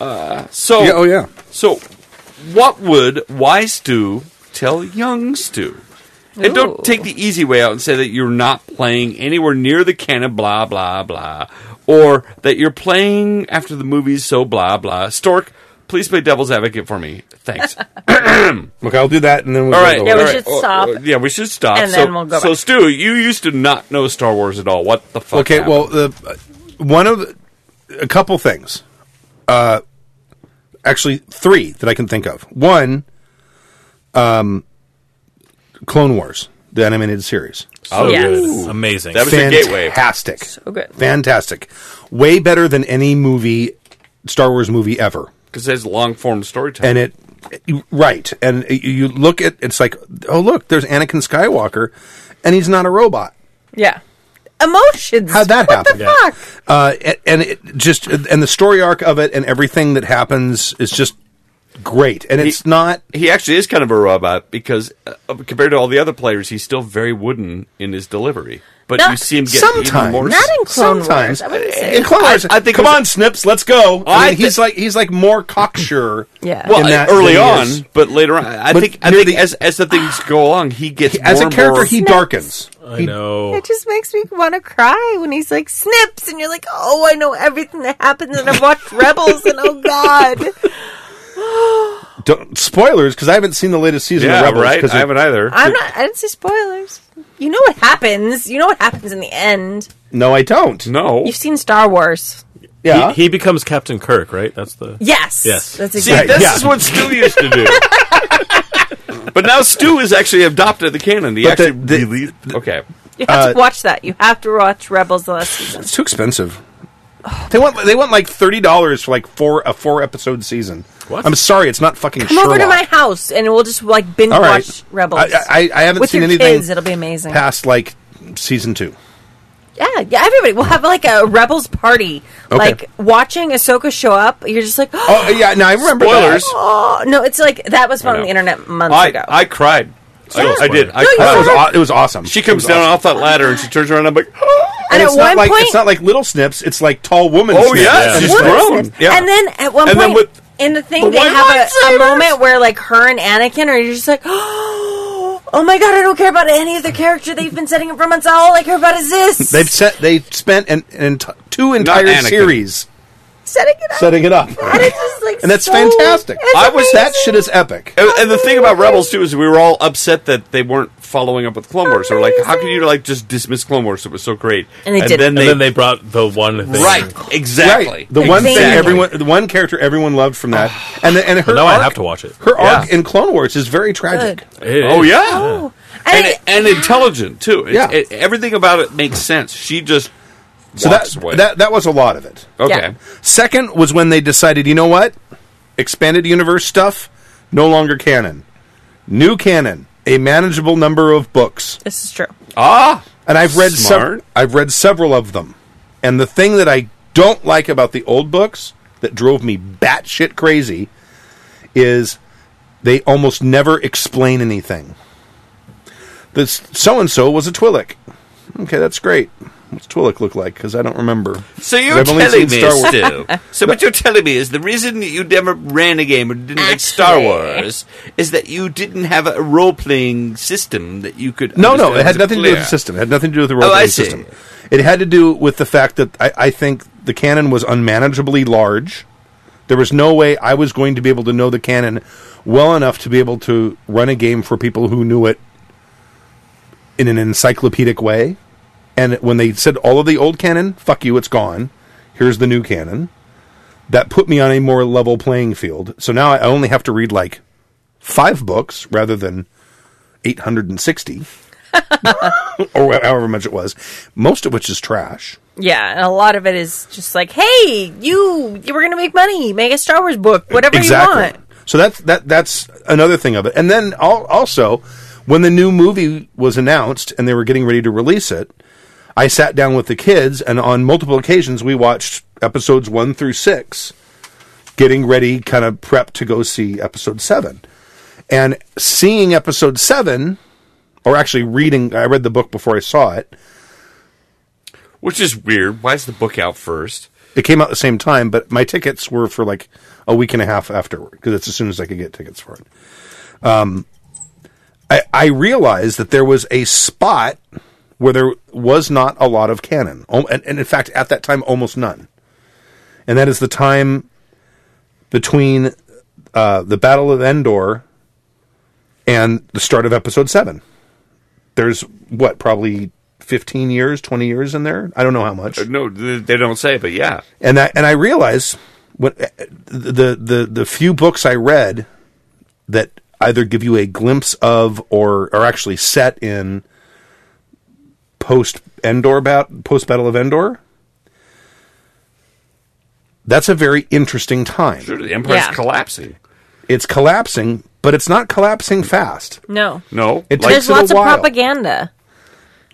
[SPEAKER 5] Uh, so,
[SPEAKER 3] Yeah, oh, yeah.
[SPEAKER 5] So, what would wise Stu tell young Stu? And don't
[SPEAKER 6] Ooh.
[SPEAKER 5] take the easy way out and say that you're not playing anywhere near the canon, blah, blah, blah. Or that you're playing after the movies, so blah, blah. Stork, please play devil's advocate for me. Thanks.
[SPEAKER 3] Look, I'll do that and then we'll
[SPEAKER 5] All
[SPEAKER 3] go
[SPEAKER 5] right.
[SPEAKER 3] to the
[SPEAKER 6] Yeah, we
[SPEAKER 5] all right.
[SPEAKER 3] left.
[SPEAKER 6] should stop.
[SPEAKER 5] yeah, we should stop.
[SPEAKER 6] And
[SPEAKER 5] so,
[SPEAKER 6] then we'll go
[SPEAKER 5] So,
[SPEAKER 6] back.
[SPEAKER 5] Stu, you used to not know Star Wars at all. What the fuck?
[SPEAKER 3] Okay,
[SPEAKER 5] happened?
[SPEAKER 3] well, the, uh, one of the, a couple things. Uh, actually, three that I can think of. One, um, Clone Wars, the animated series.
[SPEAKER 4] So
[SPEAKER 6] Yes.
[SPEAKER 4] good. Amazing.
[SPEAKER 5] That was your gateway.
[SPEAKER 3] Fantastic.
[SPEAKER 6] So good.
[SPEAKER 3] Fantastic. Way better than any movie, Star Wars movie ever.
[SPEAKER 5] Because there's long form storytelling.
[SPEAKER 3] and it right and you- you look at it's like oh look there's Anakin Skywalker and he's not a robot
[SPEAKER 6] yeah. Emotions.
[SPEAKER 3] how'd that
[SPEAKER 6] what
[SPEAKER 3] happen
[SPEAKER 6] the fuck?
[SPEAKER 3] uh, a- and it just and the story arc of it and everything that happens is just great and it's not
[SPEAKER 5] he actually is kind of a robot because uh, compared to all the other players, he's still very wooden in his delivery. But
[SPEAKER 6] Not-
[SPEAKER 5] you see him get even
[SPEAKER 3] sometimes
[SPEAKER 5] more.
[SPEAKER 6] Not in Clone Wars,
[SPEAKER 3] sometimes
[SPEAKER 6] I wouldn't say.
[SPEAKER 3] in Clone
[SPEAKER 5] I-
[SPEAKER 3] Wars
[SPEAKER 5] I think
[SPEAKER 3] come
[SPEAKER 5] it was-
[SPEAKER 3] on Snips let's go I
[SPEAKER 5] I
[SPEAKER 3] mean,
[SPEAKER 5] thi-
[SPEAKER 3] he's like he's like more cocksure
[SPEAKER 6] Yeah.
[SPEAKER 3] in
[SPEAKER 5] well,
[SPEAKER 3] that
[SPEAKER 5] early
[SPEAKER 3] than he
[SPEAKER 5] on,
[SPEAKER 3] is.
[SPEAKER 5] but later on, I
[SPEAKER 3] But
[SPEAKER 5] think, I
[SPEAKER 3] near
[SPEAKER 5] think
[SPEAKER 3] the-
[SPEAKER 5] as as the things go along, he gets
[SPEAKER 3] as
[SPEAKER 5] more
[SPEAKER 3] a
[SPEAKER 5] and
[SPEAKER 3] character
[SPEAKER 5] more-
[SPEAKER 3] he
[SPEAKER 6] Snips.
[SPEAKER 3] darkens
[SPEAKER 4] I know.
[SPEAKER 6] It just makes me want to cry when he's like snips, and you're like, "Oh, I know everything that happens, and I've watched Rebels, and oh god,
[SPEAKER 3] Don't, spoilers because I haven't seen the latest season
[SPEAKER 5] yeah,
[SPEAKER 3] of Rebels
[SPEAKER 5] right.
[SPEAKER 3] 'cause
[SPEAKER 5] I
[SPEAKER 3] it-
[SPEAKER 5] haven't either.
[SPEAKER 6] I'm not. I didn't say spoilers. You know what happens. You know what happens in the end.
[SPEAKER 3] no I don't
[SPEAKER 5] no,
[SPEAKER 6] You've seen Star Wars.
[SPEAKER 3] yeah
[SPEAKER 4] He, he becomes Captain Kirk, right? That's the.
[SPEAKER 6] Yes.
[SPEAKER 4] Yes.
[SPEAKER 6] That's
[SPEAKER 5] See,
[SPEAKER 6] exactly.
[SPEAKER 5] this
[SPEAKER 3] yeah.
[SPEAKER 5] is what Stu used to do. but now Stu has actually adopted the canon. He
[SPEAKER 3] But the-
[SPEAKER 5] actually
[SPEAKER 3] the-
[SPEAKER 5] really- okay.
[SPEAKER 6] You have to watch that. You have to watch Rebels the last season.
[SPEAKER 3] It's too expensive. They want they want like thirty dollars for like four a four episode season.
[SPEAKER 4] What?
[SPEAKER 3] I'm sorry, it's not fucking.
[SPEAKER 6] Come over to my
[SPEAKER 3] Sherlock.
[SPEAKER 6] house, and we'll just like binge
[SPEAKER 3] All right.
[SPEAKER 6] watch Rebels.
[SPEAKER 3] I, I, I haven't
[SPEAKER 6] with
[SPEAKER 3] seen
[SPEAKER 6] your
[SPEAKER 3] anything
[SPEAKER 6] kids, it'll be amazing.
[SPEAKER 3] past like season two.
[SPEAKER 6] Yeah, yeah, everybody. We'll have like a Rebels party.
[SPEAKER 3] Okay.
[SPEAKER 6] Like watching Ahsoka show up, you're just like,
[SPEAKER 3] Oh yeah, now I remember
[SPEAKER 5] Spoilers.
[SPEAKER 3] that.
[SPEAKER 6] Oh no, it's like that was
[SPEAKER 5] I
[SPEAKER 6] on
[SPEAKER 5] know.
[SPEAKER 6] the internet months
[SPEAKER 5] I
[SPEAKER 6] ago.
[SPEAKER 5] I cried. I, I did. I
[SPEAKER 6] No, you
[SPEAKER 3] That
[SPEAKER 5] cried.
[SPEAKER 3] was aw- it was awesome.
[SPEAKER 5] She comes
[SPEAKER 3] It was
[SPEAKER 5] down
[SPEAKER 3] awesome.
[SPEAKER 5] off that ladder and she turns around. and I'm like,
[SPEAKER 6] and
[SPEAKER 3] And
[SPEAKER 6] at
[SPEAKER 3] it's not
[SPEAKER 6] one
[SPEAKER 3] like
[SPEAKER 6] point,
[SPEAKER 3] it's not like little snips. It's like tall woman.
[SPEAKER 5] Oh,
[SPEAKER 3] snips.
[SPEAKER 5] yeah,
[SPEAKER 3] And
[SPEAKER 5] she's
[SPEAKER 3] it's
[SPEAKER 6] What
[SPEAKER 3] like-
[SPEAKER 6] is
[SPEAKER 5] grown.
[SPEAKER 6] this?
[SPEAKER 5] Yeah.
[SPEAKER 6] And then at one
[SPEAKER 5] And then
[SPEAKER 6] point
[SPEAKER 5] with-
[SPEAKER 6] in the
[SPEAKER 5] The
[SPEAKER 6] thing, they
[SPEAKER 5] white
[SPEAKER 6] have a, a
[SPEAKER 5] lightsabers!
[SPEAKER 6] moment where like her and Anakin are you're just like, oh my god, I don't care about any other character they've been setting up for months. All I care about is this.
[SPEAKER 3] They've set. They spent an, an enti- two entire
[SPEAKER 5] Anakin.
[SPEAKER 3] series
[SPEAKER 6] setting it up.
[SPEAKER 3] setting it up,
[SPEAKER 6] and it's just like,
[SPEAKER 3] and that's
[SPEAKER 6] so-
[SPEAKER 3] fantastic.
[SPEAKER 6] it's
[SPEAKER 5] I was-
[SPEAKER 3] that
[SPEAKER 6] amazing.
[SPEAKER 3] shit is epic.
[SPEAKER 5] And, and the thing about Rebels too is we were all upset that they weren't following up with Clone Wars. Or like, how can you like just dismiss Clone Wars? It was so great,
[SPEAKER 6] And they
[SPEAKER 5] then
[SPEAKER 6] didn't.
[SPEAKER 5] they,
[SPEAKER 4] and then they brought the one thing.
[SPEAKER 5] right exactly
[SPEAKER 3] The one thing
[SPEAKER 6] Exactly.
[SPEAKER 3] everyone, the one character everyone loved from that, and the, and her
[SPEAKER 4] Well, now
[SPEAKER 3] arc-
[SPEAKER 4] I have to watch it.
[SPEAKER 3] Her arc
[SPEAKER 5] Yeah.
[SPEAKER 3] in Clone Wars is very tragic.
[SPEAKER 6] Good.
[SPEAKER 4] It
[SPEAKER 5] Oh
[SPEAKER 4] is.
[SPEAKER 5] yeah,
[SPEAKER 6] And
[SPEAKER 5] and
[SPEAKER 6] it-
[SPEAKER 5] and intelligent too. It's-
[SPEAKER 3] Yeah.
[SPEAKER 5] it- everything about it makes sense. She just
[SPEAKER 3] So
[SPEAKER 5] walks
[SPEAKER 3] that,
[SPEAKER 5] away.
[SPEAKER 3] that that was a lot of it.
[SPEAKER 5] okay.
[SPEAKER 6] Yeah.
[SPEAKER 3] Second was when they decided, you know what, expanded universe stuff no longer canon, new canon, a manageable number of books,
[SPEAKER 6] This is true.
[SPEAKER 5] Ah,
[SPEAKER 3] and I've read
[SPEAKER 5] Smart.
[SPEAKER 3] several. I've read several of them, and the thing that I don't like about the old books that drove me batshit crazy is they almost never explain anything. This so and so was a Twi'lek. Okay, that's great. What's Twi'lek look like? Because I don't remember.
[SPEAKER 9] So
[SPEAKER 3] 'Cause
[SPEAKER 9] you're
[SPEAKER 3] I've only
[SPEAKER 9] telling
[SPEAKER 3] seen
[SPEAKER 9] me,
[SPEAKER 3] Star Wars.
[SPEAKER 9] Stu. So what you're telling me is the reason you never ran a game or didn't like Star Wars is that you didn't have a role playing system that you could.
[SPEAKER 3] No, no,
[SPEAKER 9] understand
[SPEAKER 3] it had
[SPEAKER 9] to
[SPEAKER 3] nothing to do with
[SPEAKER 9] play.
[SPEAKER 3] the system. It had nothing to do with the
[SPEAKER 9] Oh, I
[SPEAKER 3] role playing
[SPEAKER 9] see.
[SPEAKER 3] system. It had to do with the fact that I, I think the canon was unmanageably large. There was no way I was going to be able to know the canon well enough to be able to run a game for people who knew it in an encyclopedic way. And when they said all of the old canon, fuck you, it's gone. Here's the new canon. That put me on a more level playing field. So now I only have to read like five books rather than 860 or wh- however much it was, most of which is trash.
[SPEAKER 6] Yeah, and a lot of it is just like, hey, you, you were going to make money. Make a Star Wars book, whatever you want.
[SPEAKER 3] So that's that that's another thing of it. And then al- also, when the new movie was announced and they were getting ready to release it, I sat down with the kids and on multiple occasions we watched episodes 1 through 6 getting ready kind of prep to go see episode 7. And seeing episode 7 or actually reading I read the book before I saw it.
[SPEAKER 5] Which is weird. Why is the book out first?
[SPEAKER 3] It came out at the same time, but my tickets were for like a week and a half afterward because it's as soon as I could get tickets for it. Um, I, I realized that there was a spot where there was not a lot of canon, Oh, and, and in fact, at that time, almost none. And that is the time between uh, the Battle of Endor and the start of Episode Seven. There's what probably fifteen years, twenty years in there. I don't know how much
[SPEAKER 5] Uh, No, th- they don't say, but yeah.
[SPEAKER 3] and I and I realize what the the the few books I read that either give you a glimpse of or are actually set in post Endor bat post Battle of Endor. That's a very interesting time.
[SPEAKER 5] Sure, the Empire's
[SPEAKER 6] Yeah.
[SPEAKER 5] collapsing.
[SPEAKER 3] It's collapsing, but it's not collapsing fast.
[SPEAKER 6] No.
[SPEAKER 5] No.
[SPEAKER 3] It
[SPEAKER 5] like,
[SPEAKER 3] takes
[SPEAKER 6] There's
[SPEAKER 3] it a
[SPEAKER 6] lots of
[SPEAKER 3] while.
[SPEAKER 6] propaganda.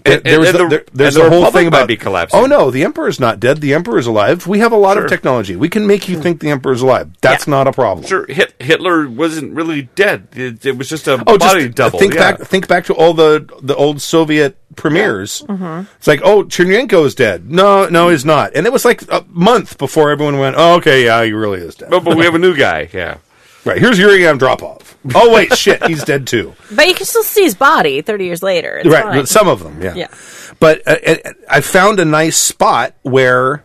[SPEAKER 3] There-
[SPEAKER 5] and-
[SPEAKER 3] there was
[SPEAKER 5] and
[SPEAKER 3] the-
[SPEAKER 5] the-
[SPEAKER 3] there- there's
[SPEAKER 5] and the
[SPEAKER 3] the whole
[SPEAKER 5] Republic
[SPEAKER 3] thing
[SPEAKER 5] might
[SPEAKER 3] about
[SPEAKER 5] be collapsing.
[SPEAKER 3] Oh no, the emperor's not dead. The emperor's alive. We have a lot of technology. We can make you think the emperor's alive. That's not a problem.
[SPEAKER 5] sure, Hit- Hitler wasn't really dead. It, it was just a
[SPEAKER 3] Oh,
[SPEAKER 5] body
[SPEAKER 3] just
[SPEAKER 5] double.
[SPEAKER 3] Think
[SPEAKER 5] yeah.
[SPEAKER 3] back, think back to all the the old Soviet premiers.
[SPEAKER 6] Mm-hmm.
[SPEAKER 3] It's like, oh, Chernyenko is dead. No, no, he's not. And it was like a month before everyone went, oh, okay, yeah, he really is dead.
[SPEAKER 5] But, but we have a new guy. Yeah.
[SPEAKER 3] Right here's Yuri Andropov. Oh wait, shit, he's dead too.
[SPEAKER 6] But you can still see his body 30 years later. It's
[SPEAKER 3] right,
[SPEAKER 6] fine.
[SPEAKER 3] but some of them, yeah.
[SPEAKER 6] Yeah.
[SPEAKER 3] But uh, uh, I found a nice spot where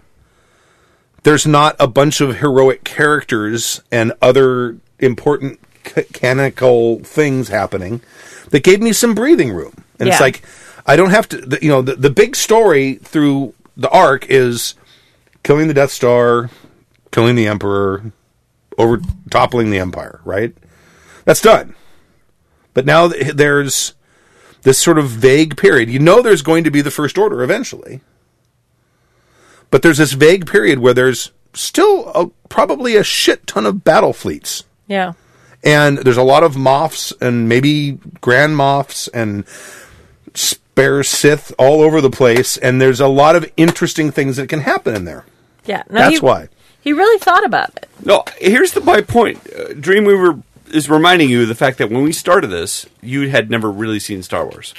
[SPEAKER 3] there's not a bunch of heroic characters and other important ca- canonical things happening that gave me some breathing room. And it's
[SPEAKER 6] Yeah.
[SPEAKER 3] like I don't have to, the, you know, the, the big story through the arc is killing the Death Star, killing the Emperor, over toppling the Empire. Right? That's done. But now th- there's this sort of vague period. You know there's going to be the First Order eventually. But there's this vague period where there's still a, probably a shit ton of battle fleets.
[SPEAKER 6] yeah.
[SPEAKER 3] And there's a lot of moffs and maybe grand moffs and spare Sith all over the place. And there's a lot of interesting things that can happen in there.
[SPEAKER 6] Yeah. No,
[SPEAKER 3] That's
[SPEAKER 6] he-
[SPEAKER 3] why.
[SPEAKER 6] He really thought about it.
[SPEAKER 5] No, here's the my point. Uh, Dreamweaver is reminding you of the fact that when we started this, you had never really seen Star Wars.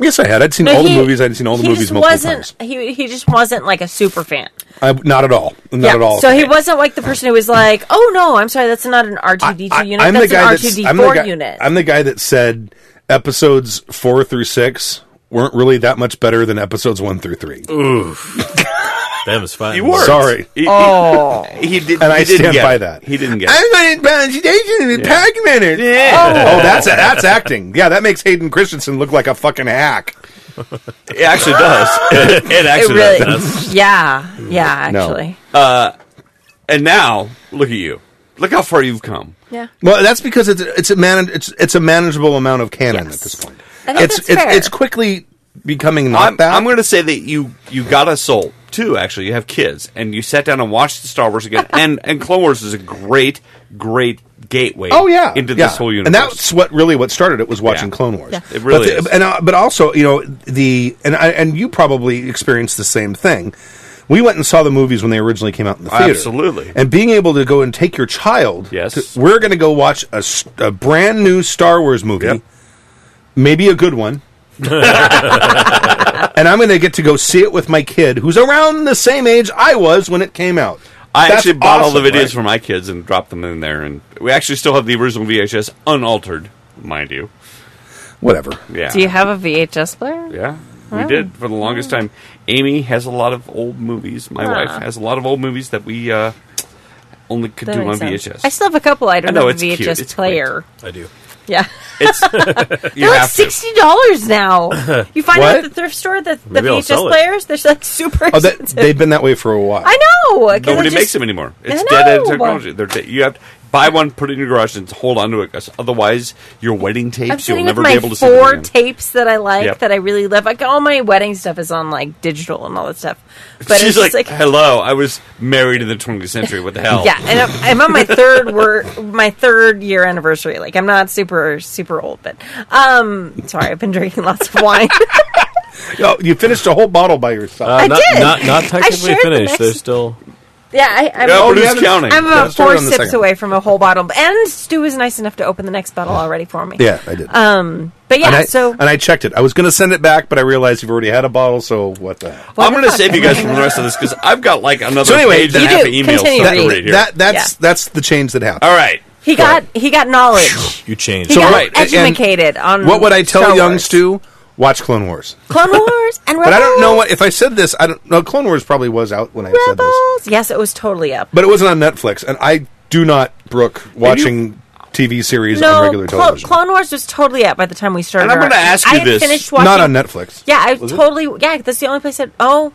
[SPEAKER 3] Yes, I had. I'd seen
[SPEAKER 6] But
[SPEAKER 3] all
[SPEAKER 6] he-
[SPEAKER 3] the movies. I'd seen all the
[SPEAKER 6] he
[SPEAKER 3] movies
[SPEAKER 6] just
[SPEAKER 3] multiple
[SPEAKER 6] wasn't,
[SPEAKER 3] times.
[SPEAKER 6] He, he just wasn't like a super fan.
[SPEAKER 3] I, not at all. Not
[SPEAKER 6] yeah.
[SPEAKER 3] at all.
[SPEAKER 6] So he wasn't like the person who was like, "Oh no, I'm sorry, that's not an R2D2 unit. that's an R2D4
[SPEAKER 3] I'm the guy,
[SPEAKER 6] unit."
[SPEAKER 3] I'm the guy that said episodes four through six weren't really that much better than episodes one through three.
[SPEAKER 4] That was fun.
[SPEAKER 5] You were
[SPEAKER 3] Sorry.
[SPEAKER 5] He,
[SPEAKER 6] oh,
[SPEAKER 5] he, he did,
[SPEAKER 3] And I
[SPEAKER 5] he didn't
[SPEAKER 3] stand
[SPEAKER 5] get
[SPEAKER 3] by
[SPEAKER 5] it.
[SPEAKER 3] that.
[SPEAKER 5] He didn't get it.
[SPEAKER 3] I'm in pronunciation in Pac-Man. Oh, that's that's acting. Yeah, that makes Hayden Christensen look like a fucking hack.
[SPEAKER 5] It actually does. it
[SPEAKER 6] it
[SPEAKER 5] actually does.
[SPEAKER 6] really, yeah, yeah, actually,
[SPEAKER 5] And now, look at you. Look how far you've come.
[SPEAKER 6] yeah.
[SPEAKER 3] Well, that's because it's it's a man it's it's a manageable amount of canon
[SPEAKER 6] Yes.
[SPEAKER 3] at this point.
[SPEAKER 6] I think
[SPEAKER 3] it's
[SPEAKER 6] that's
[SPEAKER 3] it's
[SPEAKER 6] fair.
[SPEAKER 3] it's quickly becoming not
[SPEAKER 5] I'm,
[SPEAKER 3] that.
[SPEAKER 5] I'm going to say that you you got us sold too. Actually, you have kids, and you sat down and watched Star Wars again. and and Clone Wars is a great, great gateway.
[SPEAKER 3] Oh yeah,
[SPEAKER 5] into
[SPEAKER 3] yeah.
[SPEAKER 5] this whole universe.
[SPEAKER 3] And that's what really what started it was watching
[SPEAKER 5] Yeah.
[SPEAKER 3] Clone Wars.
[SPEAKER 6] Yeah.
[SPEAKER 5] It really
[SPEAKER 3] but
[SPEAKER 5] is.
[SPEAKER 3] And uh, but also you know the and I, and you probably experienced the same thing. We went and saw the movies when they originally came out in the theater.
[SPEAKER 5] Absolutely.
[SPEAKER 3] And being able to go and take your child.
[SPEAKER 5] Yes.
[SPEAKER 3] to- we're going to go watch a, s- a brand new Star Wars movie.
[SPEAKER 5] Yep.
[SPEAKER 3] Maybe a good one. and I'm going to get to go see it with my kid, who's around the same age I was when it came out.
[SPEAKER 5] I
[SPEAKER 3] That's
[SPEAKER 5] actually bought all
[SPEAKER 3] awesome,
[SPEAKER 5] the videos
[SPEAKER 3] right?
[SPEAKER 5] for my kids and dropped them in there, and we actually still have the original VHS unaltered, mind you.
[SPEAKER 3] Whatever.
[SPEAKER 5] Yeah,
[SPEAKER 6] Do you Oh. have a VHS player?
[SPEAKER 5] yeah,
[SPEAKER 6] Wow.
[SPEAKER 5] we did for the longest time. Amy has a lot of old movies. My
[SPEAKER 6] Ah.
[SPEAKER 5] wife has a lot of old movies that we uh, only could
[SPEAKER 6] That
[SPEAKER 5] do on
[SPEAKER 6] makes sense.
[SPEAKER 5] VHS.
[SPEAKER 6] I still have a couple. I don't
[SPEAKER 5] I know,
[SPEAKER 6] have a
[SPEAKER 5] it's cute.
[SPEAKER 6] VHS
[SPEAKER 5] It's
[SPEAKER 6] player.
[SPEAKER 4] I do.
[SPEAKER 6] Yeah,
[SPEAKER 5] you
[SPEAKER 6] they're like
[SPEAKER 5] have to.
[SPEAKER 6] sixty dollars now. You find out at
[SPEAKER 3] What?
[SPEAKER 6] the thrift store that the
[SPEAKER 4] Maybe I'll sell
[SPEAKER 6] VHS
[SPEAKER 4] it.
[SPEAKER 6] players they're like super
[SPEAKER 3] Oh, that,
[SPEAKER 6] expensive.
[SPEAKER 3] they've been that way for a while.
[SPEAKER 6] I know. 'cause
[SPEAKER 5] Nobody
[SPEAKER 6] I
[SPEAKER 5] makes
[SPEAKER 6] just-
[SPEAKER 5] them anymore. It's
[SPEAKER 6] I
[SPEAKER 5] dead end
[SPEAKER 6] know.
[SPEAKER 5] technology. They're dead. You have to buy one, put it in your garage, and hold on to it. 'cause Otherwise, your wedding
[SPEAKER 6] I'm
[SPEAKER 5] tapes you'll
[SPEAKER 6] sitting with
[SPEAKER 5] never be
[SPEAKER 6] my
[SPEAKER 5] able to see
[SPEAKER 6] four
[SPEAKER 5] them again.
[SPEAKER 6] tapes that I like
[SPEAKER 5] Yep.
[SPEAKER 6] that I really love. Like all my wedding stuff is on like digital and all that stuff. But
[SPEAKER 5] She's
[SPEAKER 6] it's just
[SPEAKER 5] like, "Hello, I was married in the 20th century. What the hell?"
[SPEAKER 3] Oh.
[SPEAKER 6] Yeah, and I'm, I'm on my third wor- my third year anniversary. Like I'm not super super old, but um, sorry, I've been drinking lots of wine.
[SPEAKER 3] Oh, you finished a whole bottle by yourself.
[SPEAKER 4] Uh, not,
[SPEAKER 6] did.
[SPEAKER 4] Not, not
[SPEAKER 6] I
[SPEAKER 4] technically
[SPEAKER 6] shared the
[SPEAKER 4] finished.
[SPEAKER 6] next-
[SPEAKER 4] There's still.
[SPEAKER 6] yeah, I, I'm,
[SPEAKER 5] Yeah, but
[SPEAKER 3] you
[SPEAKER 5] who's
[SPEAKER 3] haven't-
[SPEAKER 5] counting?
[SPEAKER 6] I'm about
[SPEAKER 3] Let's start
[SPEAKER 6] four
[SPEAKER 3] on the
[SPEAKER 6] sips
[SPEAKER 3] second.
[SPEAKER 6] away from a whole bottle, and Stu was nice enough to open the next bottle already for me.
[SPEAKER 3] yeah, I did.
[SPEAKER 6] but yeah,
[SPEAKER 3] and I,
[SPEAKER 6] Uh, so
[SPEAKER 3] and I checked it. I was going to send it back, but I realized you've already had a bottle, so what the hell?
[SPEAKER 6] Well,
[SPEAKER 5] I'm going to
[SPEAKER 6] fuck.
[SPEAKER 5] save you guys from the rest of this because I've got like another
[SPEAKER 3] So anyway,
[SPEAKER 5] page and a
[SPEAKER 6] You
[SPEAKER 5] half
[SPEAKER 6] do.
[SPEAKER 5] of email
[SPEAKER 6] Continue,
[SPEAKER 5] stuff to
[SPEAKER 6] Reed.
[SPEAKER 5] read here.
[SPEAKER 3] That that's
[SPEAKER 6] Yeah.
[SPEAKER 3] that's the change that happened.
[SPEAKER 5] All right,
[SPEAKER 6] he got he got knowledge.
[SPEAKER 4] You changed.
[SPEAKER 6] He
[SPEAKER 3] So
[SPEAKER 6] got
[SPEAKER 3] right, and-
[SPEAKER 6] educated on
[SPEAKER 3] What would I tell
[SPEAKER 6] Star
[SPEAKER 3] young
[SPEAKER 6] Wars.
[SPEAKER 3] Stu? Watch Clone Wars.
[SPEAKER 6] Clone Wars and Rebels.
[SPEAKER 3] But I don't know what if I said this. I don't know. Clone Wars probably was out when I said this,
[SPEAKER 6] Rebels. Yes, it was totally up.
[SPEAKER 3] but it wasn't on Netflix, and I do not brook watching TV series on
[SPEAKER 6] no,
[SPEAKER 3] regular
[SPEAKER 6] Clo-
[SPEAKER 3] television.
[SPEAKER 6] Clone Wars was totally up by the time we started.
[SPEAKER 5] And I'm
[SPEAKER 6] our-
[SPEAKER 5] gonna ask you
[SPEAKER 6] I
[SPEAKER 5] this.
[SPEAKER 6] Finished watching,
[SPEAKER 3] Not on Netflix.
[SPEAKER 6] Yeah, I totally. Yeah, that's the only place that. Oh,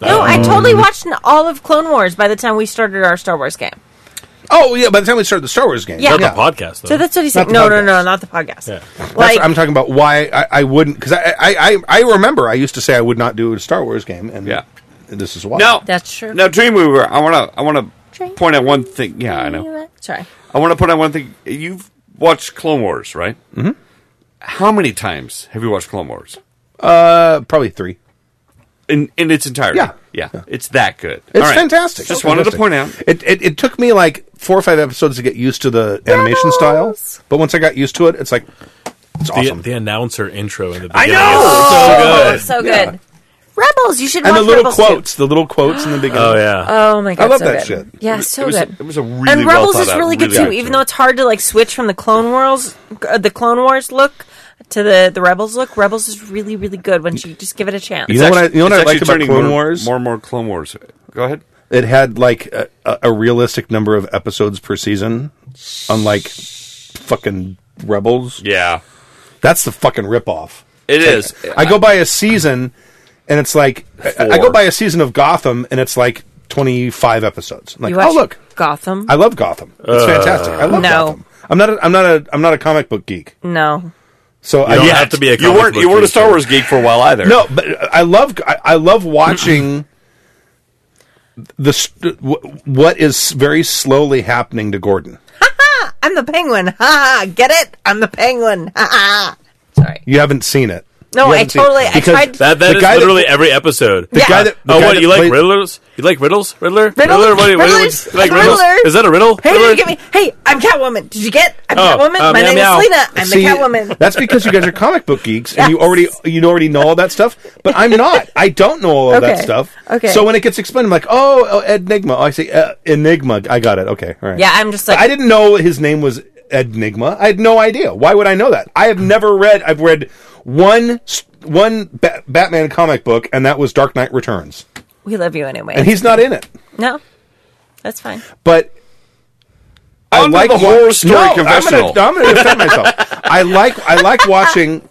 [SPEAKER 6] no, I totally
[SPEAKER 3] Um,
[SPEAKER 6] watched n- all of Clone Wars by the time we started our Star Wars game.
[SPEAKER 3] Oh yeah, by the time we started the Star Wars game,
[SPEAKER 6] Yeah.
[SPEAKER 4] Not
[SPEAKER 6] Yeah.
[SPEAKER 4] the podcast though.
[SPEAKER 6] So that's what he's
[SPEAKER 3] Not
[SPEAKER 6] saying.
[SPEAKER 3] the
[SPEAKER 6] No, no,
[SPEAKER 3] podcast.
[SPEAKER 6] no, not the podcast.
[SPEAKER 4] Yeah.
[SPEAKER 3] That's
[SPEAKER 6] Like
[SPEAKER 3] what I'm talking about why I, I wouldn't because I, I I I remember I used to say I would not do a Star Wars game, and
[SPEAKER 5] Yeah.
[SPEAKER 3] this is why.
[SPEAKER 5] now
[SPEAKER 6] That's true.
[SPEAKER 5] Now, Dreamweaver, I want to I want to
[SPEAKER 6] Dream-
[SPEAKER 5] point out one thing. Yeah, I know.
[SPEAKER 6] Sorry,
[SPEAKER 5] I want to point out one thing. You've watched Clone Wars, right? Mm-hmm. How many times have you watched Clone Wars
[SPEAKER 3] uh, probably three.
[SPEAKER 5] in in its entirety?
[SPEAKER 3] Yeah.
[SPEAKER 5] yeah,
[SPEAKER 3] Yeah.
[SPEAKER 5] it's that good.
[SPEAKER 3] It's
[SPEAKER 5] All right.
[SPEAKER 3] fantastic.
[SPEAKER 5] Just
[SPEAKER 3] It's
[SPEAKER 5] wanted to
[SPEAKER 3] fantastic.
[SPEAKER 5] point out.
[SPEAKER 3] It, it it took me like four or five episodes to get used to the animation style, but once I got used to it, it's like it's
[SPEAKER 4] the,
[SPEAKER 3] awesome.
[SPEAKER 4] the announcer intro in the
[SPEAKER 5] I
[SPEAKER 4] beginning.
[SPEAKER 5] know!
[SPEAKER 4] is so good.
[SPEAKER 6] Oh, so good. Rebels, you should
[SPEAKER 3] and
[SPEAKER 6] watch
[SPEAKER 3] the little
[SPEAKER 6] Rebels
[SPEAKER 3] quotes, the little quotes in the beginning.
[SPEAKER 4] Oh yeah.
[SPEAKER 6] Oh my god,
[SPEAKER 3] love
[SPEAKER 6] so
[SPEAKER 3] that
[SPEAKER 6] good.
[SPEAKER 3] shit.
[SPEAKER 6] Yeah, so
[SPEAKER 5] it was,
[SPEAKER 6] good.
[SPEAKER 5] It was a really
[SPEAKER 6] and
[SPEAKER 5] well
[SPEAKER 6] Rebels
[SPEAKER 5] thought
[SPEAKER 6] is
[SPEAKER 5] out,
[SPEAKER 6] really good
[SPEAKER 5] really
[SPEAKER 6] too,
[SPEAKER 5] good
[SPEAKER 6] even though it's hard to like switch from the Clone Wars, uh, the Clone Wars look to the the Rebels look. Rebels is really really good once you just give it a chance.
[SPEAKER 3] You know what I- you know what
[SPEAKER 5] it's
[SPEAKER 3] I liked
[SPEAKER 5] actually
[SPEAKER 3] about
[SPEAKER 5] turning
[SPEAKER 3] Clone
[SPEAKER 5] more,
[SPEAKER 3] Wars?
[SPEAKER 5] More and more Clone Wars. Go ahead.
[SPEAKER 3] It had like a, a a realistic number of episodes per season, unlike fucking Rebels.
[SPEAKER 5] Yeah,
[SPEAKER 3] That's the fucking ripoff.
[SPEAKER 5] it is.
[SPEAKER 3] I go by a season, and it's like I, I go by a season of Gotham, and it's like twenty five episodes. I'm like,
[SPEAKER 6] You watch
[SPEAKER 3] oh look,
[SPEAKER 6] Gotham.
[SPEAKER 3] I love Gotham. It's
[SPEAKER 4] Uh,
[SPEAKER 3] fantastic. I love
[SPEAKER 6] No.
[SPEAKER 3] Gotham. I'm not. A, I'm not a. I'm not a comic book geek.
[SPEAKER 6] no,
[SPEAKER 3] So I
[SPEAKER 4] don't
[SPEAKER 3] yeah.
[SPEAKER 4] have to be a
[SPEAKER 5] you
[SPEAKER 4] comic
[SPEAKER 5] weren't
[SPEAKER 4] book
[SPEAKER 5] you weren't a
[SPEAKER 4] geek,
[SPEAKER 5] Star
[SPEAKER 4] though.
[SPEAKER 5] Wars geek for a while either.
[SPEAKER 3] no, but I love. I, I love watching the st- wh- what is very slowly happening to Gordon.
[SPEAKER 6] I'm the Penguin. Ha ha! Get it? I'm the Penguin. Ha ha! Sorry.
[SPEAKER 3] You haven't seen it.
[SPEAKER 6] No,
[SPEAKER 3] You
[SPEAKER 6] I
[SPEAKER 3] haven't seen it.
[SPEAKER 6] totally. I
[SPEAKER 3] Because
[SPEAKER 6] tried.
[SPEAKER 4] That that
[SPEAKER 3] The
[SPEAKER 4] is
[SPEAKER 3] guy that-
[SPEAKER 4] literally every episode.
[SPEAKER 3] The
[SPEAKER 6] Yeah.
[SPEAKER 3] guy that. the
[SPEAKER 4] oh,
[SPEAKER 3] guy
[SPEAKER 4] what
[SPEAKER 3] that
[SPEAKER 4] you like
[SPEAKER 3] played-
[SPEAKER 4] riddlers? You like riddles? Riddler?
[SPEAKER 6] Riddle-
[SPEAKER 4] Riddler? What, do you- what, do you-
[SPEAKER 6] riddlers?
[SPEAKER 4] you like
[SPEAKER 6] I'm a
[SPEAKER 4] riddles?
[SPEAKER 6] riddler.
[SPEAKER 4] Is that a riddle?
[SPEAKER 6] Hey,
[SPEAKER 4] riddler?
[SPEAKER 6] you get me? Hey, I'm Catwoman. Did you get? I'm
[SPEAKER 4] Oh,
[SPEAKER 6] Catwoman.
[SPEAKER 4] uh,
[SPEAKER 6] My
[SPEAKER 4] meow,
[SPEAKER 6] name
[SPEAKER 4] meow.
[SPEAKER 6] is Lena. I'm
[SPEAKER 3] See,
[SPEAKER 6] the Catwoman.
[SPEAKER 3] That's because you guys are comic book geeks and you
[SPEAKER 6] Yes.
[SPEAKER 3] already you already know all that stuff. But I'm not. I don't know all of that
[SPEAKER 6] Okay.
[SPEAKER 3] stuff.
[SPEAKER 6] Okay.
[SPEAKER 3] So when it gets explained, I'm like, oh, oh Enigma. Oh, I see uh, Enigma. I got it. Okay. All right.
[SPEAKER 6] Yeah, I'm just like-
[SPEAKER 3] But I didn't know his name was Enigma. I had no idea. Why would I know that? I have never read. I've read one s- one ba- Batman comic book, and that was Dark Knight Returns,
[SPEAKER 6] We love you anyway.
[SPEAKER 3] and he's not in it.
[SPEAKER 6] no, that's fine.
[SPEAKER 3] But
[SPEAKER 5] Onto the
[SPEAKER 3] wa-
[SPEAKER 5] horror story
[SPEAKER 3] No, I'm gonna-
[SPEAKER 5] confessional.
[SPEAKER 3] I'm going to defend myself. I like I like watching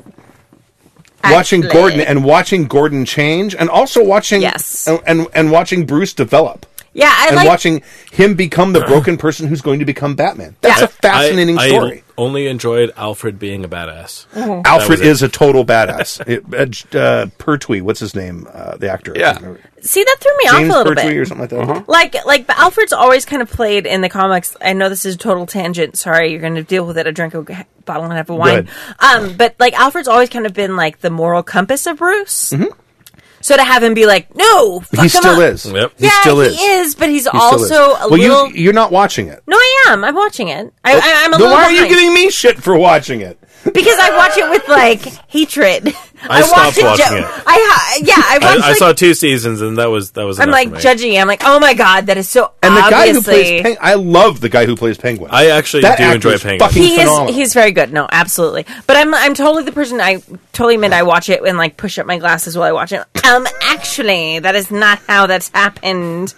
[SPEAKER 3] watching
[SPEAKER 6] Actually.
[SPEAKER 3] Gordon and watching Gordon change, and also watching
[SPEAKER 6] Yes.
[SPEAKER 3] and and, and watching Bruce develop.
[SPEAKER 6] Yeah, I
[SPEAKER 3] and
[SPEAKER 6] like.
[SPEAKER 3] watching him become the broken person who's going to become Batman. That's
[SPEAKER 6] Yeah.
[SPEAKER 3] a fascinating
[SPEAKER 4] I,
[SPEAKER 3] story.
[SPEAKER 4] I only enjoyed Alfred being a badass.
[SPEAKER 3] Alfred
[SPEAKER 4] That was
[SPEAKER 3] is a total badass. it, uh, uh, Pertwee, what's his name? Uh, the actor.
[SPEAKER 5] Yeah.
[SPEAKER 6] See, that threw me
[SPEAKER 3] James
[SPEAKER 6] off a little
[SPEAKER 3] Pertwee
[SPEAKER 6] bit.
[SPEAKER 3] or something like
[SPEAKER 6] Uh-huh.
[SPEAKER 3] that.
[SPEAKER 6] like, like, but Alfred's always kind of played in the comics. I know this is a total tangent. Sorry, you're going to deal with it. I drink a g- bottle and a half of wine.
[SPEAKER 3] Good.
[SPEAKER 6] Um, but like, Alfred's always kind of been like the moral compass of Bruce. So to have him be like, no, fuck
[SPEAKER 3] Mm-hmm. He
[SPEAKER 6] him
[SPEAKER 3] still
[SPEAKER 6] up.
[SPEAKER 3] is.
[SPEAKER 4] Yep.
[SPEAKER 3] He
[SPEAKER 6] yeah,
[SPEAKER 3] still
[SPEAKER 6] he
[SPEAKER 3] is.
[SPEAKER 6] is, but he's
[SPEAKER 3] He still
[SPEAKER 6] also
[SPEAKER 3] is.
[SPEAKER 6] a
[SPEAKER 3] well,
[SPEAKER 6] little.
[SPEAKER 3] you you're not watching it.
[SPEAKER 6] no, I am. I'm watching it. I, I, I'm a
[SPEAKER 3] Then
[SPEAKER 6] little.
[SPEAKER 3] why are you
[SPEAKER 6] behind.
[SPEAKER 3] getting me shit for watching it?
[SPEAKER 6] because I watch it with like hatred.
[SPEAKER 4] I
[SPEAKER 6] watch
[SPEAKER 4] stopped watching
[SPEAKER 6] ju-
[SPEAKER 4] it.
[SPEAKER 6] I ha- yeah, I
[SPEAKER 4] I,
[SPEAKER 6] watch.
[SPEAKER 4] I
[SPEAKER 6] like,
[SPEAKER 4] saw two seasons, and that was that was.
[SPEAKER 6] I'm
[SPEAKER 4] enough
[SPEAKER 6] like
[SPEAKER 4] for me.
[SPEAKER 6] judging. I'm like, oh my god, that is so
[SPEAKER 3] And the guy who
[SPEAKER 6] obviously.
[SPEAKER 3] plays Penguin, I love the guy who plays Penguin.
[SPEAKER 4] I actually
[SPEAKER 3] That
[SPEAKER 4] do
[SPEAKER 3] actor
[SPEAKER 4] enjoy
[SPEAKER 3] is
[SPEAKER 4] Penguin.
[SPEAKER 3] fucking
[SPEAKER 6] he
[SPEAKER 3] phenomenal.
[SPEAKER 6] is he's very good. No, absolutely. But I'm I'm totally the person I totally meant I watch it and like push up my glasses while I watch it. Um actually that is not how that's happened.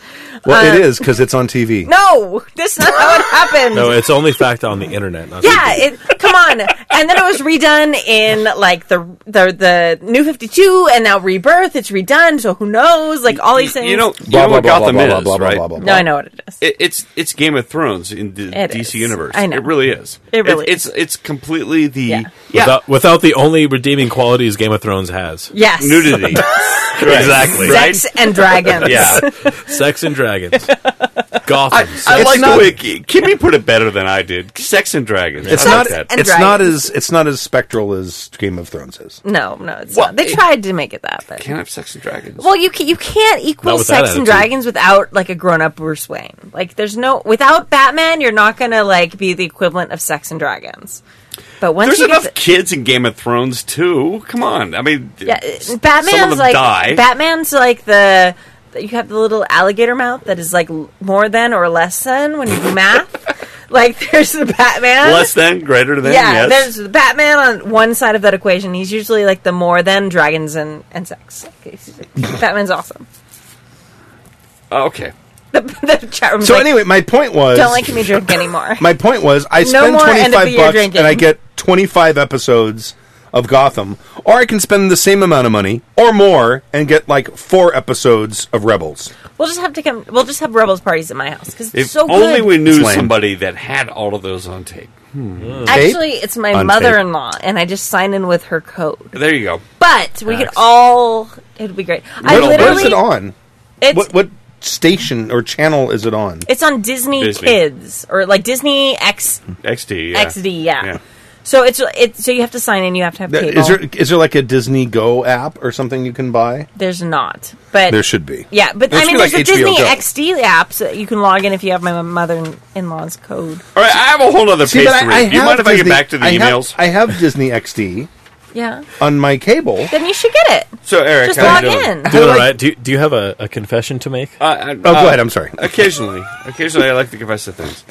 [SPEAKER 3] well, it is because it's on TV.
[SPEAKER 6] uh, No, that's not how it happened.
[SPEAKER 4] No, it's only fact on the internet. Not
[SPEAKER 6] yeah, it, come on. And then it was redone in like the the the new 52 and now rebirth it's redone so who knows like all these things.
[SPEAKER 5] You know, you
[SPEAKER 3] Blah,
[SPEAKER 5] know
[SPEAKER 3] blah,
[SPEAKER 5] what
[SPEAKER 3] blah,
[SPEAKER 5] Gotham
[SPEAKER 3] blah,
[SPEAKER 5] is,
[SPEAKER 3] blah, blah, blah,
[SPEAKER 5] right?
[SPEAKER 3] blah, blah,
[SPEAKER 6] No, I know what it is.
[SPEAKER 5] It, it's it's Game of Thrones in the
[SPEAKER 6] It
[SPEAKER 5] DC
[SPEAKER 6] is.
[SPEAKER 5] universe.
[SPEAKER 6] I know.
[SPEAKER 5] It really is.
[SPEAKER 6] It really
[SPEAKER 5] it's,
[SPEAKER 6] is.
[SPEAKER 5] it's completely the
[SPEAKER 6] Yeah.
[SPEAKER 5] yeah.
[SPEAKER 4] Without, without the only redeeming qualities Game of Thrones has.
[SPEAKER 6] Yes.
[SPEAKER 5] nudity.
[SPEAKER 4] Exactly.
[SPEAKER 6] Sex and dragons.
[SPEAKER 5] Yeah.
[SPEAKER 4] Sex and Dragons.
[SPEAKER 5] I,
[SPEAKER 4] Gotham.
[SPEAKER 5] I like
[SPEAKER 3] not-
[SPEAKER 5] the way Ki- Kimmy put it better than I did. Sex and Dragons.
[SPEAKER 3] It's
[SPEAKER 5] I
[SPEAKER 3] not.
[SPEAKER 5] like that.
[SPEAKER 6] and
[SPEAKER 3] It's not
[SPEAKER 6] dragons. Mm-hmm.
[SPEAKER 3] as. It's not as spectral as Game of Thrones is.
[SPEAKER 6] No, no, it's
[SPEAKER 5] Well,
[SPEAKER 6] not. They
[SPEAKER 5] it-
[SPEAKER 6] tried to make it that, but
[SPEAKER 5] Can't have Sex and Dragons.
[SPEAKER 6] Well, you can, you can't equal
[SPEAKER 4] Not with that
[SPEAKER 6] Sex and
[SPEAKER 4] attitude.
[SPEAKER 6] Dragons without like a grown up Bruce Wayne. Like, there's no without Batman, you're not gonna like be the equivalent of Sex and Dragons. But once
[SPEAKER 5] There's
[SPEAKER 6] you get
[SPEAKER 5] enough
[SPEAKER 6] to,
[SPEAKER 5] kids in Game of Thrones too. Come on. I mean,
[SPEAKER 6] yeah,
[SPEAKER 5] s-
[SPEAKER 6] uh, Batman's
[SPEAKER 5] some of them
[SPEAKER 6] like
[SPEAKER 5] die.
[SPEAKER 6] Batman's like the you have the little alligator mouth that is like l- more than or less than when you do math. like, there's the Batman.
[SPEAKER 5] Less than, greater than.
[SPEAKER 6] yeah,
[SPEAKER 5] yes.
[SPEAKER 6] there's the Batman on one side of that equation. He's usually like the more than dragons and, and sex. Like, he's- Batman's awesome.
[SPEAKER 5] Oh, okay.
[SPEAKER 6] The, the chat room's
[SPEAKER 3] So
[SPEAKER 6] like,
[SPEAKER 3] anyway, my point was.
[SPEAKER 6] don't like me drink anymore.
[SPEAKER 3] my point was, I spend
[SPEAKER 6] more
[SPEAKER 3] twenty
[SPEAKER 6] end of the
[SPEAKER 3] five
[SPEAKER 6] year
[SPEAKER 3] bucks
[SPEAKER 6] drinking.
[SPEAKER 3] and I get twenty five episodes of Gotham, or I can spend the same amount of money or more and get like four episodes of Rebels.
[SPEAKER 6] we'll just have to come. We'll just have rebels parties at my house because it's
[SPEAKER 5] If
[SPEAKER 6] so good.
[SPEAKER 5] only we knew
[SPEAKER 3] It's lame.
[SPEAKER 5] somebody that had all of those on tape.
[SPEAKER 6] Actually, it's my
[SPEAKER 3] Untape.
[SPEAKER 6] mother-in-law, and I just sign in with her code.
[SPEAKER 5] There you go.
[SPEAKER 6] But we could
[SPEAKER 5] Nice.
[SPEAKER 6] all. It'd be great. I
[SPEAKER 3] Where- where is
[SPEAKER 6] literally.
[SPEAKER 3] it on?
[SPEAKER 6] It's,
[SPEAKER 3] What what station or channel is it on?
[SPEAKER 6] it's on Disney,
[SPEAKER 5] Disney.
[SPEAKER 6] Kids or like Disney X
[SPEAKER 5] XD. Yeah.
[SPEAKER 6] XD. Yeah.
[SPEAKER 5] Yeah.
[SPEAKER 6] So it's it's so you have to sign in. You have to have
[SPEAKER 3] Th-
[SPEAKER 6] cable.
[SPEAKER 3] Is there is there like a Disney Go app or something you can buy?
[SPEAKER 6] There's not, but
[SPEAKER 3] There should be.
[SPEAKER 6] Yeah, but
[SPEAKER 3] There
[SPEAKER 6] I
[SPEAKER 3] should
[SPEAKER 6] mean,
[SPEAKER 3] be, like,
[SPEAKER 6] there's a
[SPEAKER 3] HBO
[SPEAKER 6] Disney
[SPEAKER 3] Go.
[SPEAKER 6] XD app so that you can log in if you have my mother-in-law's code.
[SPEAKER 5] All right, I have a whole other
[SPEAKER 3] See,
[SPEAKER 5] page
[SPEAKER 3] but
[SPEAKER 5] to read. Do you mind if I get
[SPEAKER 3] Disney-
[SPEAKER 5] back to the
[SPEAKER 3] I have-
[SPEAKER 5] emails?
[SPEAKER 3] I have Disney XD
[SPEAKER 6] Yeah,
[SPEAKER 3] on my cable.
[SPEAKER 6] then you should get it.
[SPEAKER 5] so, Eric,
[SPEAKER 6] Just
[SPEAKER 5] how
[SPEAKER 6] log
[SPEAKER 5] you doing?
[SPEAKER 6] in.
[SPEAKER 4] Doing all right. Do you, do you have a, a confession to make?
[SPEAKER 5] Uh, I-
[SPEAKER 3] Oh,
[SPEAKER 5] uh,
[SPEAKER 3] go ahead. I'm sorry.
[SPEAKER 5] Occasionally, occasionally, I like to confess to things,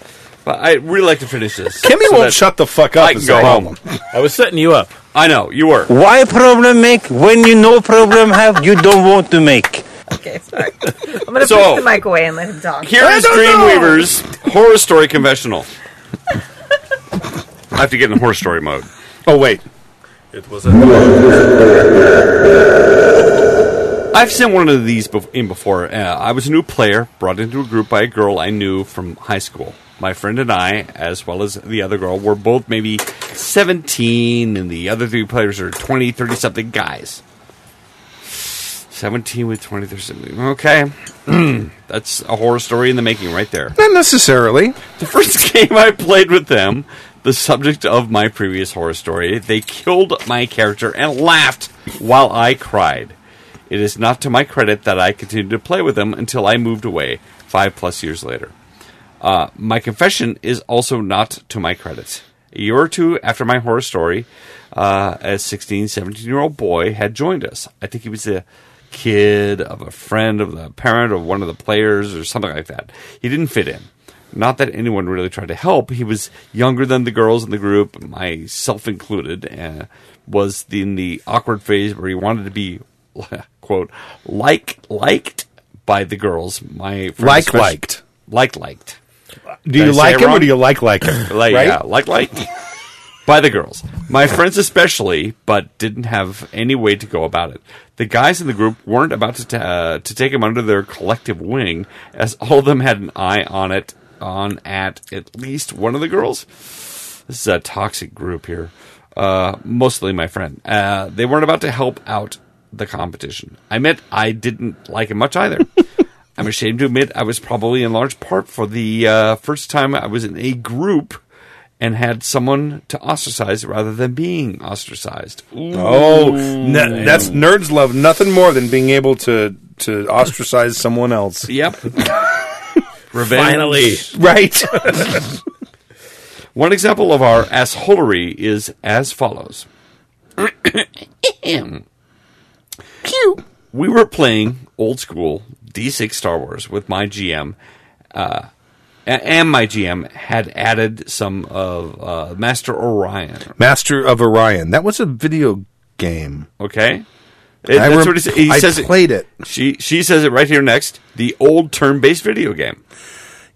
[SPEAKER 5] but I really like to finish this.
[SPEAKER 3] Kimmy
[SPEAKER 5] so
[SPEAKER 3] won't
[SPEAKER 5] that-
[SPEAKER 3] shut the fuck up.
[SPEAKER 5] I can
[SPEAKER 3] is
[SPEAKER 5] go
[SPEAKER 3] the
[SPEAKER 5] home.
[SPEAKER 3] problem.
[SPEAKER 4] I was setting you up.
[SPEAKER 5] I know you were.
[SPEAKER 8] Why problem make when you no problem have you don't want to make?
[SPEAKER 6] Okay, sorry. I'm gonna
[SPEAKER 5] So-
[SPEAKER 6] put the mic away and let him talk.
[SPEAKER 5] Here is Dreamweaver's horror story confessional. I have to get in horror story mode.
[SPEAKER 3] Oh wait.
[SPEAKER 4] It was a,
[SPEAKER 5] I've sent one of these bef- in before. Uh, I was a new player, brought into a group by a girl I knew from high school. My friend and I, as well as the other girl, were both maybe 17, and the other three players are 20, 30 something guys. 17 with 20, 30 something. Okay. That's a horror story in the making right there.
[SPEAKER 3] Not necessarily.
[SPEAKER 5] The first game I played with them, the subject of my previous horror story, they killed my character and laughed while I cried. It is not to my credit that I continued to play with them until I moved away five plus years later. Uh, my confession is also not to my credit. A year or two after my horror story, uh, a 16, 17 year old boy had joined us. I think he was a kid of a friend of the parent of one of the players or something like that. He didn't fit in. Not that anyone really tried to help. He was younger than the girls in the group, myself included, uh, was in the awkward phase where he wanted to be, quote, like liked by the girls. My friend
[SPEAKER 3] Like
[SPEAKER 5] especially-
[SPEAKER 3] liked.
[SPEAKER 5] like liked.
[SPEAKER 3] Do
[SPEAKER 5] I
[SPEAKER 3] you
[SPEAKER 5] say
[SPEAKER 3] like
[SPEAKER 5] it
[SPEAKER 3] him or
[SPEAKER 5] wrong?
[SPEAKER 3] do you like like him?
[SPEAKER 5] Like
[SPEAKER 3] Right?
[SPEAKER 5] yeah, like liked by the girls. My friends especially, but didn't have any way to go about it. The guys in the group weren't about to ta- uh, to take him under their collective wing, as all of them had an eye on it on at at least one of the girls. This is a toxic group here. Uh, mostly my friend. Uh, they weren't about to help out the competition. I admit I didn't like it much either. I'm ashamed to admit I was probably in large part for the uh, first time I was in a group and had someone to ostracize rather than being ostracized.
[SPEAKER 3] Oh, n- that's nerds love nothing more than being able to to ostracize someone else.
[SPEAKER 5] Yep. Revenge.
[SPEAKER 4] finally.
[SPEAKER 3] Right.
[SPEAKER 5] One example of our assholery is as follows. we were playing old school D6 Star Wars with my GM, uh, a- and my GM had added some of uh, Master Orion.
[SPEAKER 3] Master of Orion. That was a video game.
[SPEAKER 5] Okay, It-
[SPEAKER 3] I
[SPEAKER 5] that's
[SPEAKER 3] rem-
[SPEAKER 5] what he, sa- he
[SPEAKER 3] I
[SPEAKER 5] says.
[SPEAKER 3] played it.
[SPEAKER 5] She she says it right here next. The old turn-based video game.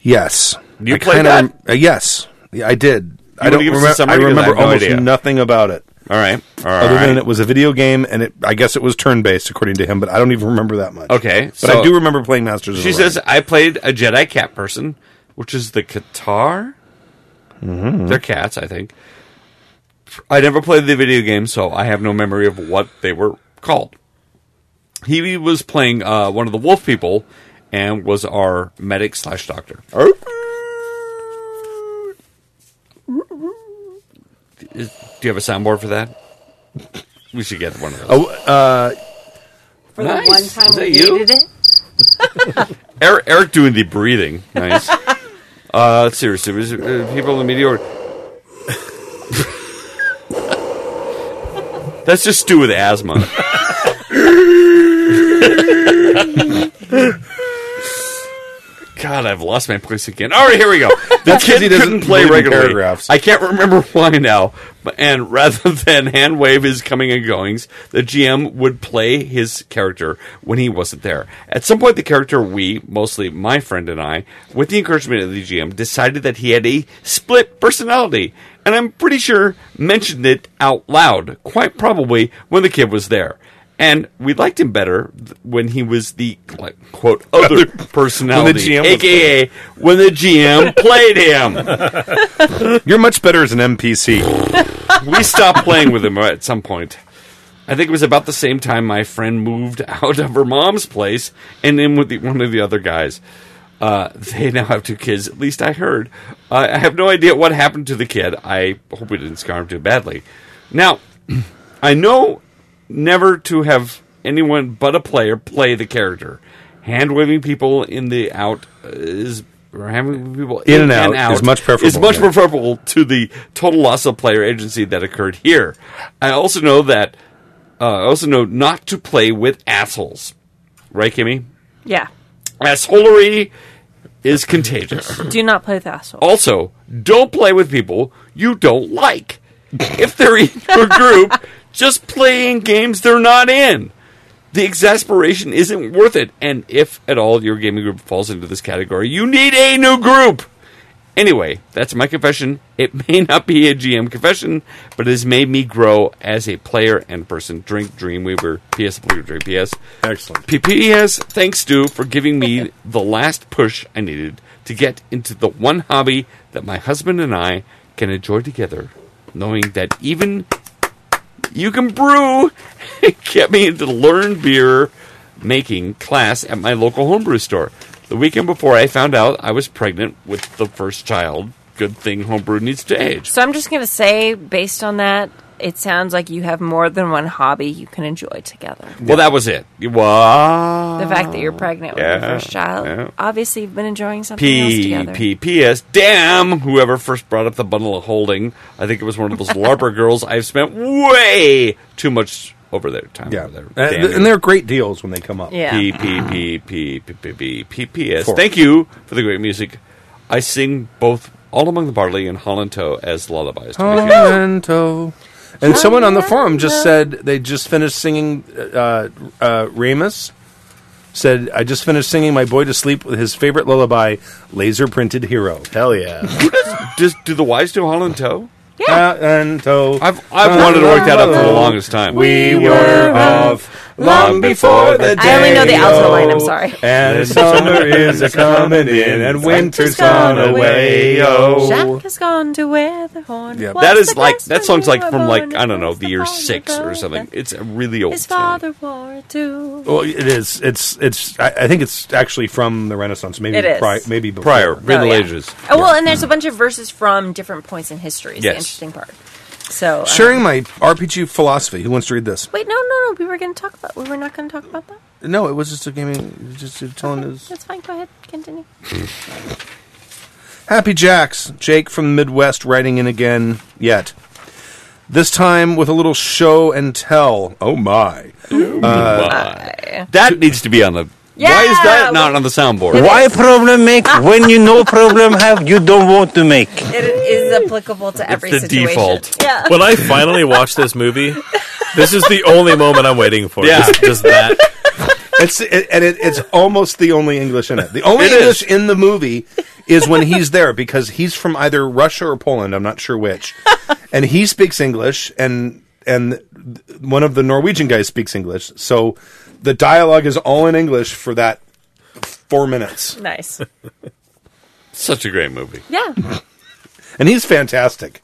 [SPEAKER 3] Yes.
[SPEAKER 5] You
[SPEAKER 3] I
[SPEAKER 5] played
[SPEAKER 3] kinda
[SPEAKER 5] that?
[SPEAKER 3] rem- uh, yes, Yeah, I did. I
[SPEAKER 5] wanna
[SPEAKER 3] don't
[SPEAKER 5] give us a
[SPEAKER 3] remember.
[SPEAKER 5] summary? 'Cause
[SPEAKER 3] I
[SPEAKER 5] I
[SPEAKER 3] remember
[SPEAKER 5] have no
[SPEAKER 3] almost
[SPEAKER 5] idea.
[SPEAKER 3] nothing about it,
[SPEAKER 5] All right, all
[SPEAKER 3] other
[SPEAKER 5] right.
[SPEAKER 3] than it was a video game, and it, I guess it was turn-based, according to him. But I don't even remember that much.
[SPEAKER 5] Okay,
[SPEAKER 3] but
[SPEAKER 5] so-
[SPEAKER 3] I do remember playing Masters. of
[SPEAKER 5] She
[SPEAKER 3] Orion.
[SPEAKER 5] says, I played a Jedi cat person, which is the Qatar.
[SPEAKER 3] Mm-hmm.
[SPEAKER 5] They're cats, I think. I never played the video game, so I have no memory of what they were called. He was playing uh, one of the wolf people and was our medic slash doctor. Is- Do you have a soundboard for that? We should get one of those.
[SPEAKER 3] Oh, uh,
[SPEAKER 6] For
[SPEAKER 5] Nice.
[SPEAKER 6] the one time
[SPEAKER 5] Is that
[SPEAKER 6] we
[SPEAKER 5] you?
[SPEAKER 6] needed it.
[SPEAKER 5] Eric, Eric doing the breathing. Nice. uh, seriously, was, uh, people in the media. Are... That's just Stu with asthma. God, I've lost my place again. All right, here we go. The
[SPEAKER 3] That's 'cause
[SPEAKER 5] kid
[SPEAKER 3] he doesn't
[SPEAKER 5] couldn't play
[SPEAKER 3] believe in
[SPEAKER 5] regularly.
[SPEAKER 3] paragraphs.
[SPEAKER 5] I can't remember why now. but- And rather than hand wave his coming and goings, the GM would play his character when he wasn't there. At some point, the character we, mostly my friend and I, with the encouragement of the GM, decided that he had a split personality, and I'm pretty sure mentioned it out loud, quite probably when the kid was there. And we liked him better th- when he was the like, quote other personality,
[SPEAKER 3] GM was-
[SPEAKER 5] aka when the GM played him.
[SPEAKER 3] you're much better as an NPC.
[SPEAKER 5] we stopped playing with him at some point. I think it was about the same time my friend moved out of her mom's place and in with the, one of the other guys. Uh, they now have two kids. At least I heard. Uh, I have no idea what happened to the kid. I hope we didn't scar him too badly. Now, I know never to have anyone but a player play the character. Hand waving people in the out is or having people
[SPEAKER 3] In and out is much preferable,
[SPEAKER 5] Is much
[SPEAKER 3] yeah.
[SPEAKER 5] preferable to the total loss of player agency that occurred here. I also know that. Uh, I also know not to play with assholes. Right, Kimmy?
[SPEAKER 6] Yeah.
[SPEAKER 5] Assholery is contagious.
[SPEAKER 6] Do not play with assholes.
[SPEAKER 5] Also, don't play with people you don't like. if they're in your group, just playing games they're not in. The exasperation isn't worth it. And if at all your gaming group falls into this category, you need a new group. Anyway, that's my confession. It may not be a GM confession, but it has made me grow as a player and person. Drink Dreamweaver. P.S. Blue Dream. P.S.
[SPEAKER 3] Excellent.
[SPEAKER 5] P- P.S. Thanks, Stu, for giving me the last push I needed to get into the one hobby that my husband and I can enjoy together, knowing that even you can brew get me into the learn beer making class at my local homebrew store. The weekend before I found out I was pregnant with the first child. Good thing homebrew needs to age.
[SPEAKER 6] So I'm just going to say, based on that, it sounds like you have more than one hobby you can enjoy together.
[SPEAKER 5] Well, that was it. Wow.
[SPEAKER 6] The fact that you're pregnant with
[SPEAKER 5] yeah,
[SPEAKER 6] your first child,
[SPEAKER 5] yeah.
[SPEAKER 6] obviously you've been enjoying something else
[SPEAKER 5] P E
[SPEAKER 6] together.
[SPEAKER 5] P P S. Damn! Whoever first brought up the bundle of holding, I think it was one of those LARPer girls. I've spent way too much over their time.
[SPEAKER 3] Yeah,
[SPEAKER 5] over
[SPEAKER 3] Uh,
[SPEAKER 5] there.
[SPEAKER 3] th- and they're great deals when they come up.
[SPEAKER 6] Yeah.
[SPEAKER 5] P P P P P P P P P S.
[SPEAKER 3] Four.
[SPEAKER 5] Thank you for the great music. I sing both "All Among the Barley" and "Hollanto" as lullabies.
[SPEAKER 4] Oh,
[SPEAKER 5] To make you-
[SPEAKER 3] Memento. And someone on the forum just said they just finished singing uh, uh, Ramus. Said, I just finished singing my boy to sleep with his favorite lullaby, Laser Printed Hero. Hell yeah.
[SPEAKER 5] Does do the wives do "Hollanto"?
[SPEAKER 3] yeah. and so
[SPEAKER 5] I've I've
[SPEAKER 4] Oh,
[SPEAKER 5] wanted to work that up for the longest time.
[SPEAKER 3] we were off long before the day.
[SPEAKER 6] I only know the alto line, I'm
[SPEAKER 3] oh.
[SPEAKER 6] sorry.
[SPEAKER 3] And summer is a coming in, and winter's
[SPEAKER 6] gone
[SPEAKER 3] gone away. Oh.
[SPEAKER 6] Jack has gone to where the horn.
[SPEAKER 3] Yeah.
[SPEAKER 6] was
[SPEAKER 5] that is
[SPEAKER 6] the
[SPEAKER 5] like
[SPEAKER 6] last
[SPEAKER 5] that
[SPEAKER 6] when
[SPEAKER 5] song's
[SPEAKER 6] you
[SPEAKER 5] like
[SPEAKER 6] were
[SPEAKER 5] from like
[SPEAKER 6] born,
[SPEAKER 5] I don't know
[SPEAKER 6] across
[SPEAKER 5] the year
[SPEAKER 6] pond
[SPEAKER 5] six
[SPEAKER 6] above
[SPEAKER 5] or
[SPEAKER 6] the-
[SPEAKER 5] something. It's a really old.
[SPEAKER 6] His
[SPEAKER 5] song.
[SPEAKER 6] father wore it too.
[SPEAKER 3] Well, it is. It's. It's. I, I think it's actually from the Renaissance. Maybe.
[SPEAKER 6] It is.
[SPEAKER 3] Pri- maybe before.
[SPEAKER 5] prior Middle
[SPEAKER 6] yeah.
[SPEAKER 5] Ages.
[SPEAKER 6] Oh, well, and there's a bunch of verses from different points in history. Is
[SPEAKER 5] Yes.
[SPEAKER 6] the interesting part. So um,
[SPEAKER 3] Sharing my RPG philosophy. Who wants to read this?
[SPEAKER 6] Wait, no, no, no. We were going to talk about. We were not going to talk about that.
[SPEAKER 3] No, it was just a gaming. Just telling us.
[SPEAKER 6] That's fine. Go ahead. Continue.
[SPEAKER 3] Happy Jacks, Jake from the Midwest writing in again yet. This time with a little show and tell. Oh my.
[SPEAKER 4] Uh,
[SPEAKER 5] That needs to be on the. why is
[SPEAKER 6] Yeah,
[SPEAKER 5] that not on the soundboard?
[SPEAKER 8] Why problem make when you no problem have you don't want to make?
[SPEAKER 10] It is applicable to every
[SPEAKER 5] the
[SPEAKER 10] situation.
[SPEAKER 5] default.
[SPEAKER 10] Yeah.
[SPEAKER 4] When I finally watch this movie, this is the only moment I'm waiting for.
[SPEAKER 5] Yeah.
[SPEAKER 4] Just, just that.
[SPEAKER 3] It's it, and it, it's almost the only English in it. The only English in the movie is when he's there because he's from either Russia or Poland. I'm not sure which, and he speaks English, and and th- one of the Norwegian guys speaks English. So the dialogue is all in English for that four minutes,
[SPEAKER 6] Nice.
[SPEAKER 5] Such a great movie.
[SPEAKER 6] Yeah.
[SPEAKER 3] and he's fantastic.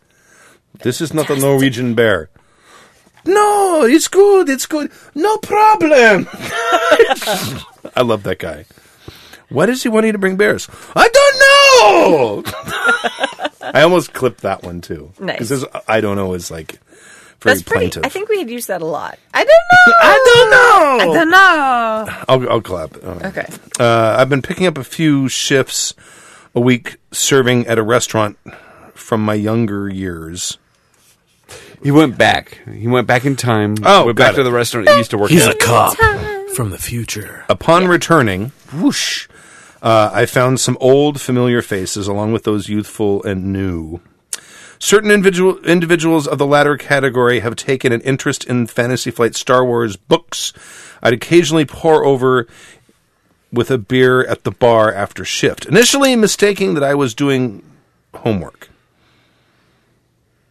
[SPEAKER 3] This is not a Norwegian bear. No, it's good. It's good. No problem. I love that guy. Why does he want you to bring bears? I don't know. I almost clipped that one too.
[SPEAKER 6] Nice.
[SPEAKER 3] Because I don't know is like very
[SPEAKER 6] That's pretty.
[SPEAKER 3] plaintive.
[SPEAKER 6] I think we had used that a lot. I don't know.
[SPEAKER 3] I don't know.
[SPEAKER 6] know.
[SPEAKER 3] I'll, I'll clap. All right.
[SPEAKER 6] Okay.
[SPEAKER 3] Uh, I've been picking up a few shifts a week serving at a restaurant from my younger years.
[SPEAKER 5] He went back. He went back in time.
[SPEAKER 3] Oh,
[SPEAKER 5] went
[SPEAKER 3] got
[SPEAKER 5] back
[SPEAKER 3] it.
[SPEAKER 5] to the restaurant he used to work
[SPEAKER 4] He's a
[SPEAKER 5] at.
[SPEAKER 4] cop from the future.
[SPEAKER 3] Upon returning, whoosh, uh, I found some old familiar faces along with those youthful and new. Certain individual, individuals of the latter category have taken an interest in Fantasy Flight Star Wars books I'd occasionally pour over with a beer at the bar after shift, initially mistaking that I was doing homework.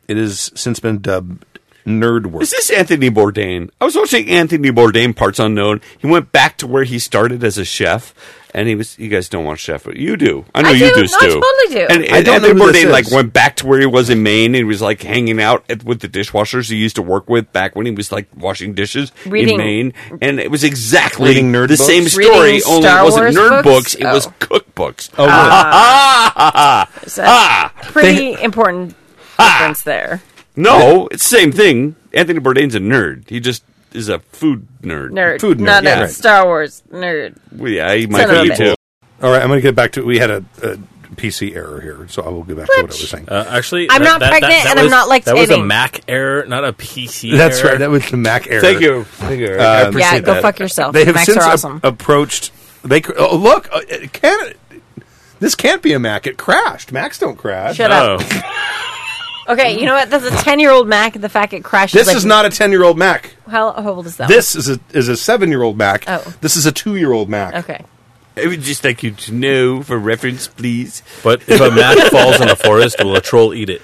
[SPEAKER 3] It has since been dubbed nerd work.
[SPEAKER 5] Is this Anthony Bourdain? I was watching Anthony Bourdain Parts Unknown. He went back to where he started as a chef, and he was. You guys don't watch Chef, but you do. I know
[SPEAKER 10] I
[SPEAKER 5] you
[SPEAKER 10] do. No,
[SPEAKER 5] do,
[SPEAKER 10] I
[SPEAKER 5] Stu.
[SPEAKER 10] totally do.
[SPEAKER 5] And, and
[SPEAKER 3] I don't know
[SPEAKER 5] Anthony
[SPEAKER 3] who this
[SPEAKER 5] Bourdain like
[SPEAKER 3] is.
[SPEAKER 5] went back to where he was in Maine, and he was like hanging out at, with the dishwashers he used to work with back when he was like washing dishes
[SPEAKER 6] Reading-
[SPEAKER 5] in Maine, and it was exactly
[SPEAKER 3] Reading nerd
[SPEAKER 5] the same
[SPEAKER 3] books?
[SPEAKER 5] story.
[SPEAKER 6] Reading
[SPEAKER 5] only
[SPEAKER 6] Star
[SPEAKER 5] it wasn't
[SPEAKER 6] Wars
[SPEAKER 5] nerd books;
[SPEAKER 6] books?
[SPEAKER 5] it was
[SPEAKER 6] Oh.
[SPEAKER 5] cookbooks.
[SPEAKER 3] oh, really?
[SPEAKER 6] So
[SPEAKER 5] Ah!
[SPEAKER 6] that's pretty important difference there.
[SPEAKER 5] No, it's the same thing. Anthony Bourdain's a nerd. He just is a food nerd.
[SPEAKER 6] Nerd.
[SPEAKER 3] Food nerd,
[SPEAKER 6] Not
[SPEAKER 3] yeah.
[SPEAKER 6] a
[SPEAKER 3] Right.
[SPEAKER 6] Star Wars nerd.
[SPEAKER 5] Well, yeah, he might
[SPEAKER 6] Son of
[SPEAKER 5] be
[SPEAKER 6] a
[SPEAKER 5] too.
[SPEAKER 3] All right, I'm going to get back to. We had a, a PC error here, so I will get back to what I was saying.
[SPEAKER 4] Uh, actually,
[SPEAKER 10] I'm not pregnant and I'm
[SPEAKER 4] was-
[SPEAKER 10] not
[SPEAKER 4] That was a
[SPEAKER 10] lactating.
[SPEAKER 4] Mac error, not a PC.
[SPEAKER 3] That's
[SPEAKER 4] error.
[SPEAKER 3] right. That was the Mac error. Um,
[SPEAKER 5] Thank you. Thank you. Eric. I appreciate
[SPEAKER 6] Yeah, go
[SPEAKER 5] that.
[SPEAKER 6] fuck yourself.
[SPEAKER 3] They have
[SPEAKER 6] Macs
[SPEAKER 3] since
[SPEAKER 6] are
[SPEAKER 3] ap-
[SPEAKER 6] awesome.
[SPEAKER 3] approached. They cr- oh, look. uh, It can't. This can't be a Mac. It crashed. Macs don't crash.
[SPEAKER 6] Shut up.
[SPEAKER 4] Oh,
[SPEAKER 6] Okay, you know what? That's a ten-year-old Mac, and the fact it crashes.
[SPEAKER 3] Oh. This
[SPEAKER 6] like,
[SPEAKER 3] is not a ten-year-old Mac.
[SPEAKER 6] How, how old is that?
[SPEAKER 3] This is a is a seven-year-old Mac.
[SPEAKER 6] Oh.
[SPEAKER 3] This is a two-year-old Mac.
[SPEAKER 6] One? Okay.
[SPEAKER 9] I would just like you to know, for reference, please.
[SPEAKER 4] but if a Mac falls in a forest, will a troll eat it?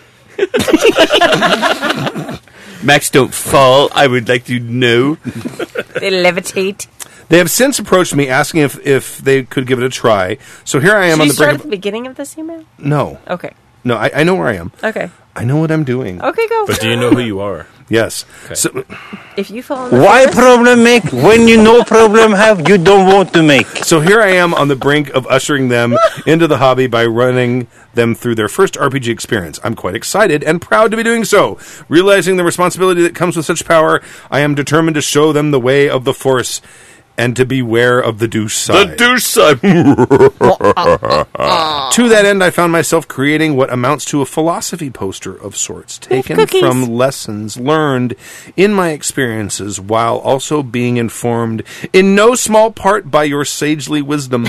[SPEAKER 9] Max, don't fall. I would like to know.
[SPEAKER 6] They levitate.
[SPEAKER 3] They have since approached me asking if if they could give it a try. So here I am
[SPEAKER 6] Should
[SPEAKER 3] on
[SPEAKER 6] you
[SPEAKER 3] the
[SPEAKER 6] start
[SPEAKER 3] brink.
[SPEAKER 6] at
[SPEAKER 3] Of,
[SPEAKER 6] the beginning of this email?
[SPEAKER 3] no,
[SPEAKER 6] Okay. Oh.
[SPEAKER 3] no. I, I know where I am.
[SPEAKER 6] Okay.
[SPEAKER 3] I know what I'm doing.
[SPEAKER 6] Okay, go.
[SPEAKER 4] But do you know who you are?
[SPEAKER 3] Yes. So,
[SPEAKER 6] if you fall in the
[SPEAKER 8] Why
[SPEAKER 6] forest-
[SPEAKER 8] problem make when you no problem have you don't want to make?
[SPEAKER 3] So here I am on the brink of ushering them into the hobby by running them through their first RPG experience. I'm quite excited and proud to be doing so. Realizing the responsibility that comes with such power, I am determined to show them the way of the Force and to beware of the douche
[SPEAKER 5] The
[SPEAKER 3] side.
[SPEAKER 5] douche side.
[SPEAKER 3] to that end, I found myself creating what amounts to a philosophy poster of sorts, taken
[SPEAKER 6] cookies.
[SPEAKER 3] from lessons learned in my experiences while also being informed in no small part by your sagely wisdom.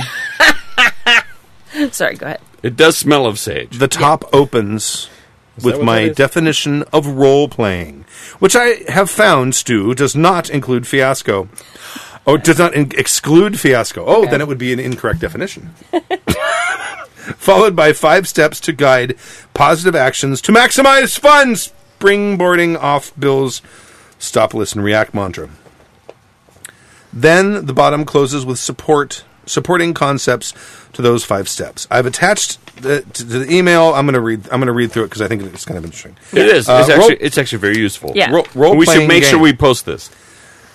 [SPEAKER 6] Sorry, go ahead.
[SPEAKER 5] It does smell of sage.
[SPEAKER 3] The top opens with
[SPEAKER 4] what
[SPEAKER 3] my
[SPEAKER 4] that is?
[SPEAKER 3] definition of role playing, which I have found, Stu, does not include fiasco. Oh, it does not in- exclude fiasco. Oh, then it would be an incorrect definition. Followed by five steps to guide positive actions to maximize fun, springboarding off Bill's stop, listen, react mantra. Then the bottom closes with support supporting concepts to those five steps. I've attached the, to, to the email. I'm going to read. I'm going to read through it because I think it's kind of interesting.
[SPEAKER 5] It is.
[SPEAKER 3] Uh,
[SPEAKER 5] it's
[SPEAKER 3] role-
[SPEAKER 5] actually it's actually very useful.
[SPEAKER 6] Yeah.
[SPEAKER 3] Ro- role
[SPEAKER 5] we should
[SPEAKER 3] playing
[SPEAKER 5] make sure
[SPEAKER 3] game.
[SPEAKER 5] we post this.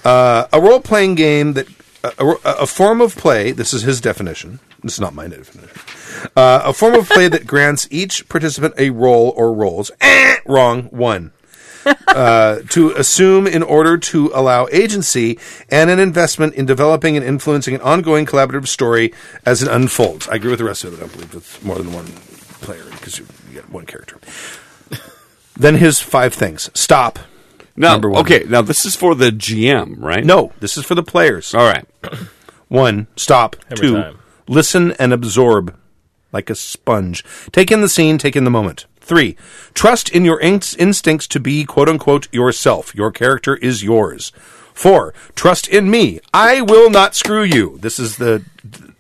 [SPEAKER 3] a role playing game that a, a, a form of play. This is his definition. This is not my definition. Uh, a form of play that grants each participant a role or roles. Eh, wrong one. uh, to assume in order to allow agency and an investment in developing and influencing an ongoing collaborative story as it unfolds. I agree with the rest of it. I don't believe it's more than one player because you get one character. then his five things. Stop.
[SPEAKER 5] No, okay. Now this is for the GM, right?
[SPEAKER 3] No, this is for the players.
[SPEAKER 5] All right.
[SPEAKER 3] One, stop.
[SPEAKER 4] Every
[SPEAKER 3] Two,
[SPEAKER 4] time.
[SPEAKER 3] listen and absorb like a sponge. Take in the scene, take in the moment. Three, trust in your inst- instincts to be quote unquote yourself. Your character is yours. Four, trust in me. I will not screw you. This is the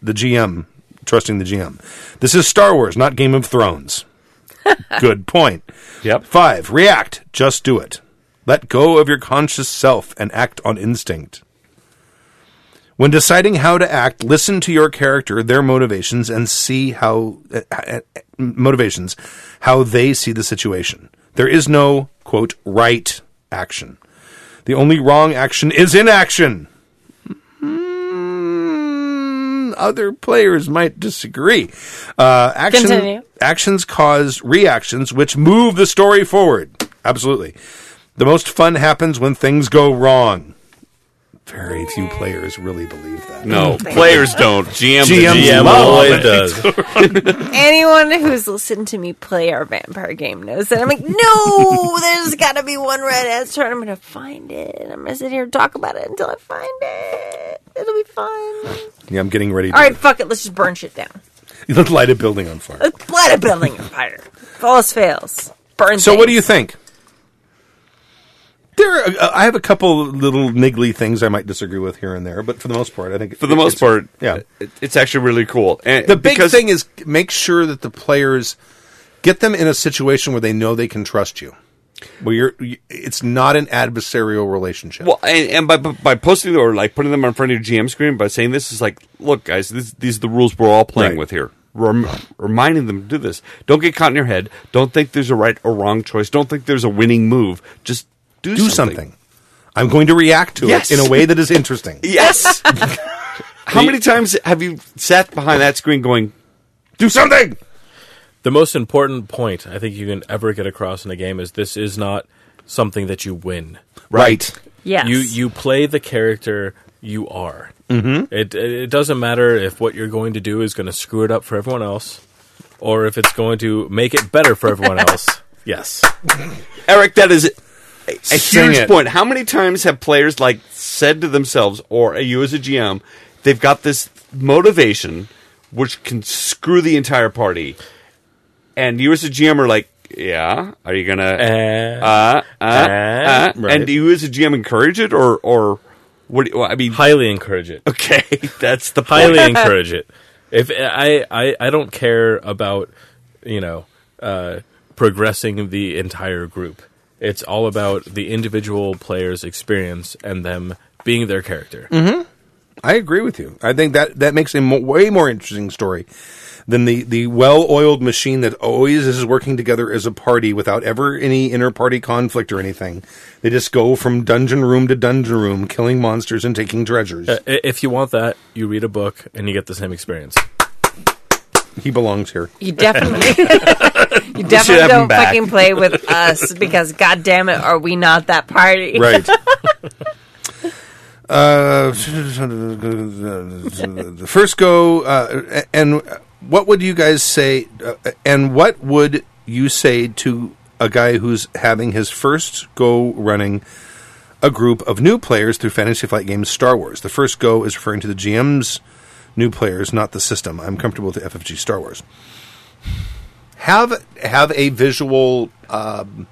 [SPEAKER 3] the GM trusting the GM. This is Star Wars, not Game of Thrones. Good point.
[SPEAKER 5] Yep.
[SPEAKER 3] Five, react. Just do it. Let go of your conscious self and act on instinct. When deciding how to act, listen to your character, their motivations, and see how uh, uh, motivations, how they see the situation. There is no quote right action. The only wrong action is inaction. Mm, Other players might disagree. Uh, action,
[SPEAKER 6] Continue.
[SPEAKER 3] Actions cause reactions, which move the story forward. Absolutely. The most fun happens when things go wrong. Very few players really believe that.
[SPEAKER 5] No, players don't. GM, the
[SPEAKER 3] GM
[SPEAKER 5] GM
[SPEAKER 3] love
[SPEAKER 5] always
[SPEAKER 4] it does.
[SPEAKER 6] Anyone who's listened to me play our vampire game knows that I'm like, no, there's got to be one red answer, and I'm going to find it. I'm going to sit here and talk about it until I find it. It'll be fun.
[SPEAKER 3] Yeah, I'm getting ready to
[SPEAKER 6] All right, Uh, fuck it. Let's just burn shit down.
[SPEAKER 3] let's light a building on fire.
[SPEAKER 6] Let's light a building on fire. If all else fails, burn.
[SPEAKER 3] So, what do you
[SPEAKER 6] things.
[SPEAKER 3] think? There, are, uh, I have a couple little niggly things I might disagree with here and there, but for the most part, I think
[SPEAKER 5] For the most
[SPEAKER 3] it's-
[SPEAKER 5] part,
[SPEAKER 3] yeah.
[SPEAKER 5] it- it's actually really cool. And
[SPEAKER 3] The big
[SPEAKER 5] because-
[SPEAKER 3] thing is make sure that the players get them in a situation where they know they can trust you. Where you're, you- it's not an adversarial relationship.
[SPEAKER 5] Well, and, and by by posting or like putting them in front of your GM screen by saying this is like, look, guys, this, these are the rules we're all playing
[SPEAKER 3] Right.
[SPEAKER 5] with here. Rem- reminding them to do this. Don't get caught in your head. Don't think there's a right or wrong choice. Don't think there's a winning move. Just do,
[SPEAKER 3] do something. I'm going to react to
[SPEAKER 5] Yes.
[SPEAKER 3] it in a way that is interesting.
[SPEAKER 5] Yes. How many times have you sat behind that screen going,
[SPEAKER 3] do something.
[SPEAKER 4] the most important point I think you can ever get across in a game is this is not something that you win.
[SPEAKER 3] Right.
[SPEAKER 6] Yes.
[SPEAKER 4] You you play the character you are. Mm-hmm. It it doesn't matter if what you're going to do is going to screw it up for everyone else, or if it's going to make it better for everyone else. Yes.
[SPEAKER 5] Eric, that is a, a
[SPEAKER 3] Sing
[SPEAKER 5] huge
[SPEAKER 3] it.
[SPEAKER 5] point. How many times have players like said to themselves, or you as a GM, they've got this motivation which can screw the entire party, and you as a GM are like, yeah, are you gonna?
[SPEAKER 4] And
[SPEAKER 5] uh, uh, uh,
[SPEAKER 4] right.
[SPEAKER 5] And do you as a GM encourage it, or or what? do you- well, I mean,
[SPEAKER 4] highly encourage it.
[SPEAKER 5] okay, that's the point.
[SPEAKER 4] highly encourage it. If I, I I don't care about you know uh, progressing the entire group. It's all about the individual player's experience and them being their character.
[SPEAKER 3] I agree with you. I think that that makes a mo- way more interesting story than the the well-oiled machine that always is working together as a party without ever any inter-party conflict or anything. They just go from dungeon room to dungeon room, killing monsters and taking treasures.
[SPEAKER 4] I- If you want that, you read a book and you get the same experience.
[SPEAKER 3] he belongs here.
[SPEAKER 6] You definitely, you definitely
[SPEAKER 5] have him
[SPEAKER 6] don't
[SPEAKER 5] back.
[SPEAKER 6] fucking play with us because, goddamn it, are we not that party?
[SPEAKER 3] Right. uh, the first go, uh, and what would you guys say? Uh, and what would you say to a guy who's having his first go running a group of new players through Fantasy Flight Games Star Wars? The first go is referring to the GM's new players, not the system. I'm comfortable with the FFG Star Wars. Have have a visual um,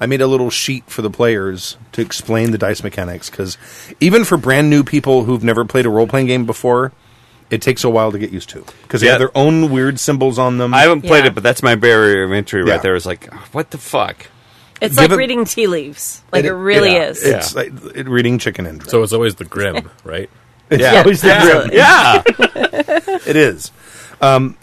[SPEAKER 3] I made a little sheet for the players to explain the dice mechanics because even for brand new people who've never played a role playing game before, it takes a while to get used to because they
[SPEAKER 5] Yeah.
[SPEAKER 3] have their own weird symbols on them.
[SPEAKER 5] I haven't played
[SPEAKER 6] Yeah.
[SPEAKER 5] it, but that's my barrier of entry
[SPEAKER 3] Yeah.
[SPEAKER 5] right there. Is like, what the fuck?
[SPEAKER 6] It's
[SPEAKER 3] Give
[SPEAKER 6] like
[SPEAKER 3] it-
[SPEAKER 6] reading tea leaves. Like it, really
[SPEAKER 5] yeah,
[SPEAKER 6] is.
[SPEAKER 3] It's like it, reading chicken and
[SPEAKER 4] So it's always the grim, right?
[SPEAKER 5] Yeah,
[SPEAKER 6] always the grim. absolutely.
[SPEAKER 5] Yeah,
[SPEAKER 3] it is. Um,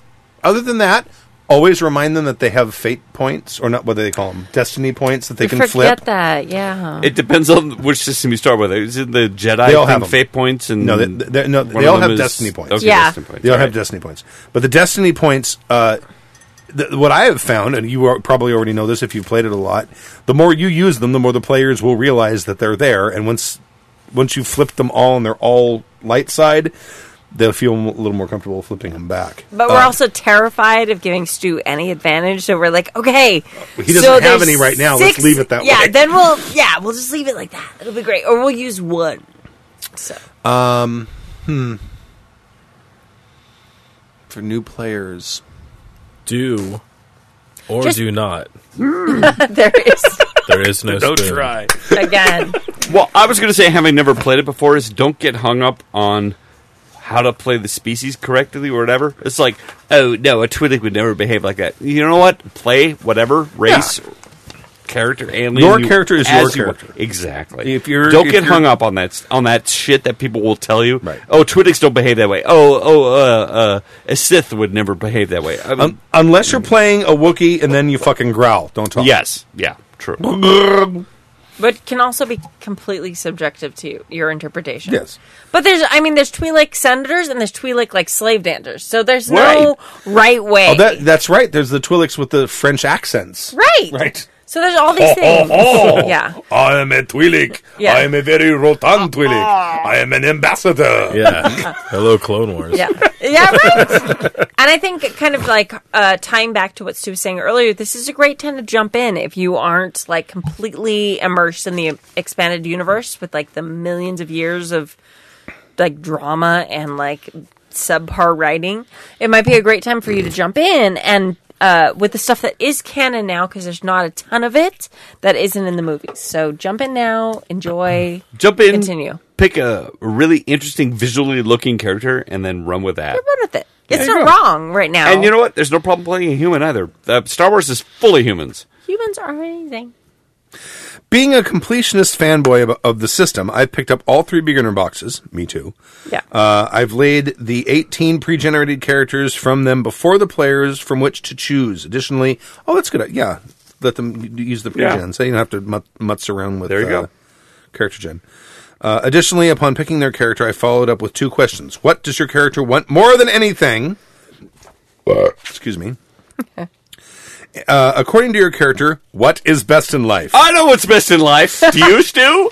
[SPEAKER 3] other than that, always remind them that they have fate points or not. What do they call them? Destiny points that they can flip.
[SPEAKER 6] that. Yeah.
[SPEAKER 5] It depends on which system you start with. Is it the Jedi
[SPEAKER 3] They all
[SPEAKER 5] thing,
[SPEAKER 3] have 'em.
[SPEAKER 5] fate points and
[SPEAKER 3] No, they, they, no,
[SPEAKER 5] one
[SPEAKER 3] they
[SPEAKER 5] of
[SPEAKER 3] all
[SPEAKER 5] them
[SPEAKER 3] have
[SPEAKER 5] is-
[SPEAKER 3] destiny points.
[SPEAKER 5] Okay,
[SPEAKER 6] Yeah.
[SPEAKER 5] destiny points.
[SPEAKER 3] They don't
[SPEAKER 5] all
[SPEAKER 3] have destiny points, but the destiny points. Uh, th- what I have found, and you are, probably already know this if you've played it a lot, the more you use them, the more the players will realize that they're there. And once once you flip them all and they're all light side, they'll feel a little more comfortable flipping him back.
[SPEAKER 6] But we're
[SPEAKER 3] Uh,
[SPEAKER 6] also terrified of giving Stu any advantage, so we're like, okay,
[SPEAKER 3] He doesn't
[SPEAKER 6] so
[SPEAKER 3] have
[SPEAKER 6] there's
[SPEAKER 3] any right now, let's
[SPEAKER 6] six-
[SPEAKER 3] leave it that
[SPEAKER 6] yeah,
[SPEAKER 3] way.
[SPEAKER 6] then we'll yeah, we'll just leave it like that. It'll be great, or we'll use one. So
[SPEAKER 2] Um, hmm. For new players,
[SPEAKER 4] do or
[SPEAKER 6] Just-
[SPEAKER 4] do not.
[SPEAKER 6] there is
[SPEAKER 4] There is no
[SPEAKER 5] No
[SPEAKER 4] spoon.
[SPEAKER 5] try.
[SPEAKER 6] again.
[SPEAKER 5] Well, I was going to say, having never played it before, is don't get hung up on how to play the species correctly or whatever. It's like, oh no, a Twi'lek would never behave like that. You know what? Play whatever race, character, alien.
[SPEAKER 3] Your
[SPEAKER 5] you-
[SPEAKER 3] character is
[SPEAKER 5] as
[SPEAKER 3] your
[SPEAKER 5] you are.
[SPEAKER 3] character.
[SPEAKER 5] Exactly.
[SPEAKER 3] If you're-
[SPEAKER 5] don't
[SPEAKER 3] if
[SPEAKER 5] get
[SPEAKER 3] you're-
[SPEAKER 5] hung up on that on that shit that people will tell you. Right. Oh, Twi'leks don't behave that way. Oh, oh, uh, uh, a Sith would never behave that way. I mean,
[SPEAKER 3] Um, unless you're playing a Wookiee and then you fucking growl. Don't talk.
[SPEAKER 5] yes. Yeah. True.
[SPEAKER 6] But can also be completely subjective to your interpretation.
[SPEAKER 3] Yes.
[SPEAKER 6] But there's, I mean, there's Twi'lek senators and there's Twi'lek like slave dancers. So there's
[SPEAKER 3] Right.
[SPEAKER 6] no right way.
[SPEAKER 3] Oh, that, that's right. There's the Twi'leks with the French accents.
[SPEAKER 6] right.
[SPEAKER 3] Right. Oh,
[SPEAKER 6] So there's all these things. Yeah.
[SPEAKER 3] I am a Twi'lek.
[SPEAKER 6] Yeah. Uh-huh.
[SPEAKER 3] I am a very rotund Twi'lek. I am an ambassador.
[SPEAKER 4] Yeah. Hello, Clone Wars.
[SPEAKER 6] Yeah. Yeah, right. and I think kind of like uh, tying back to what Stu was saying earlier, this is a great time to jump in if you aren't like completely immersed in the expanded universe with like the millions of years of like drama and like subpar writing. It might be a great time for you to jump in and uh, with the stuff that is canon now because there's not a ton of it that isn't in the movies. So jump in now, enjoy.
[SPEAKER 5] Jump in.
[SPEAKER 6] Continue.
[SPEAKER 5] Pick a really interesting, visually looking character, and then run with that.
[SPEAKER 6] Run with it. It's
[SPEAKER 5] you
[SPEAKER 6] not
[SPEAKER 5] go.
[SPEAKER 6] wrong right now.
[SPEAKER 5] And you know what? There's no problem playing a human either. Uh, Star Wars is full of humans.
[SPEAKER 6] humans are amazing.
[SPEAKER 3] Being a completionist fanboy of, of the system, I've picked up all three beginner boxes. Me too.
[SPEAKER 6] Yeah.
[SPEAKER 3] Uh, I've laid the 18 pre generated characters from them before the players from which to choose. Additionally, oh, that's good. Yeah. Let them use the pre gens. They don't have to mut- mutz around with
[SPEAKER 5] There you
[SPEAKER 3] uh,
[SPEAKER 5] go.
[SPEAKER 3] character gen. Uh, additionally, upon picking their character, I followed up with two questions. What does your character want more than anything? Excuse me. uh, according to your character, what is best in life?
[SPEAKER 5] I know what's best in life. Do you, Stu?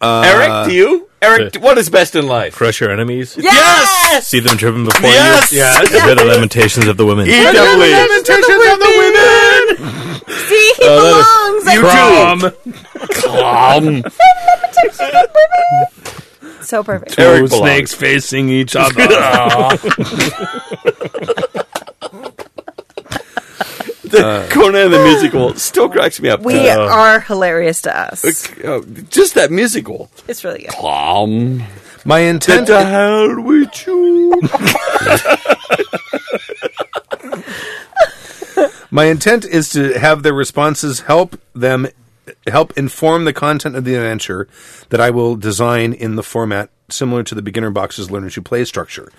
[SPEAKER 5] Uh, Eric, do you? Eric, what is best in life?
[SPEAKER 4] Crush your enemies.
[SPEAKER 5] Yes!
[SPEAKER 4] See them driven before
[SPEAKER 5] Yes!
[SPEAKER 4] you. Hear the lamentations of the women.
[SPEAKER 5] Eat them, Lee.
[SPEAKER 3] Lamentations of the women!
[SPEAKER 6] See,
[SPEAKER 3] Oh,
[SPEAKER 6] he belongs.
[SPEAKER 5] You too. Calm.
[SPEAKER 6] so perfect.
[SPEAKER 5] Eric snakes.
[SPEAKER 4] facing each other.
[SPEAKER 5] Conan the musical still cracks me up.
[SPEAKER 6] We are hilarious to us.
[SPEAKER 5] Uh, just that musical.
[SPEAKER 6] It's really good.
[SPEAKER 5] Calm.
[SPEAKER 3] My
[SPEAKER 5] What
[SPEAKER 3] intent.
[SPEAKER 5] the hell with you?
[SPEAKER 3] My intent is to have their responses help them help inform the content of the adventure that I will design in the format similar to the beginner box's learn as you play structure.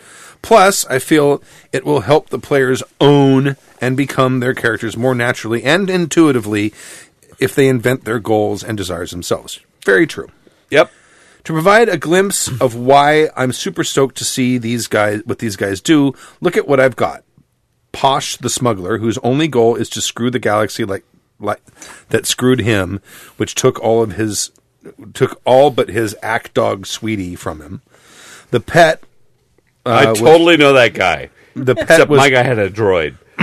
[SPEAKER 3] Plus, I feel it will help the players own and become their characters more naturally and intuitively if they invent their goals and desires themselves. Very true
[SPEAKER 5] Yep.
[SPEAKER 3] to provide a glimpse of why I'm super stoked to see these guys what these guys do. Look at what I've got. Posh the smuggler, whose only goal is to screw the galaxy like, like that screwed him, which took all of his took all but his act dog sweetie from him. The pet
[SPEAKER 5] I
[SPEAKER 3] was-
[SPEAKER 5] totally know that guy.
[SPEAKER 3] the pet
[SPEAKER 5] Except
[SPEAKER 3] was
[SPEAKER 5] my guy had a droid.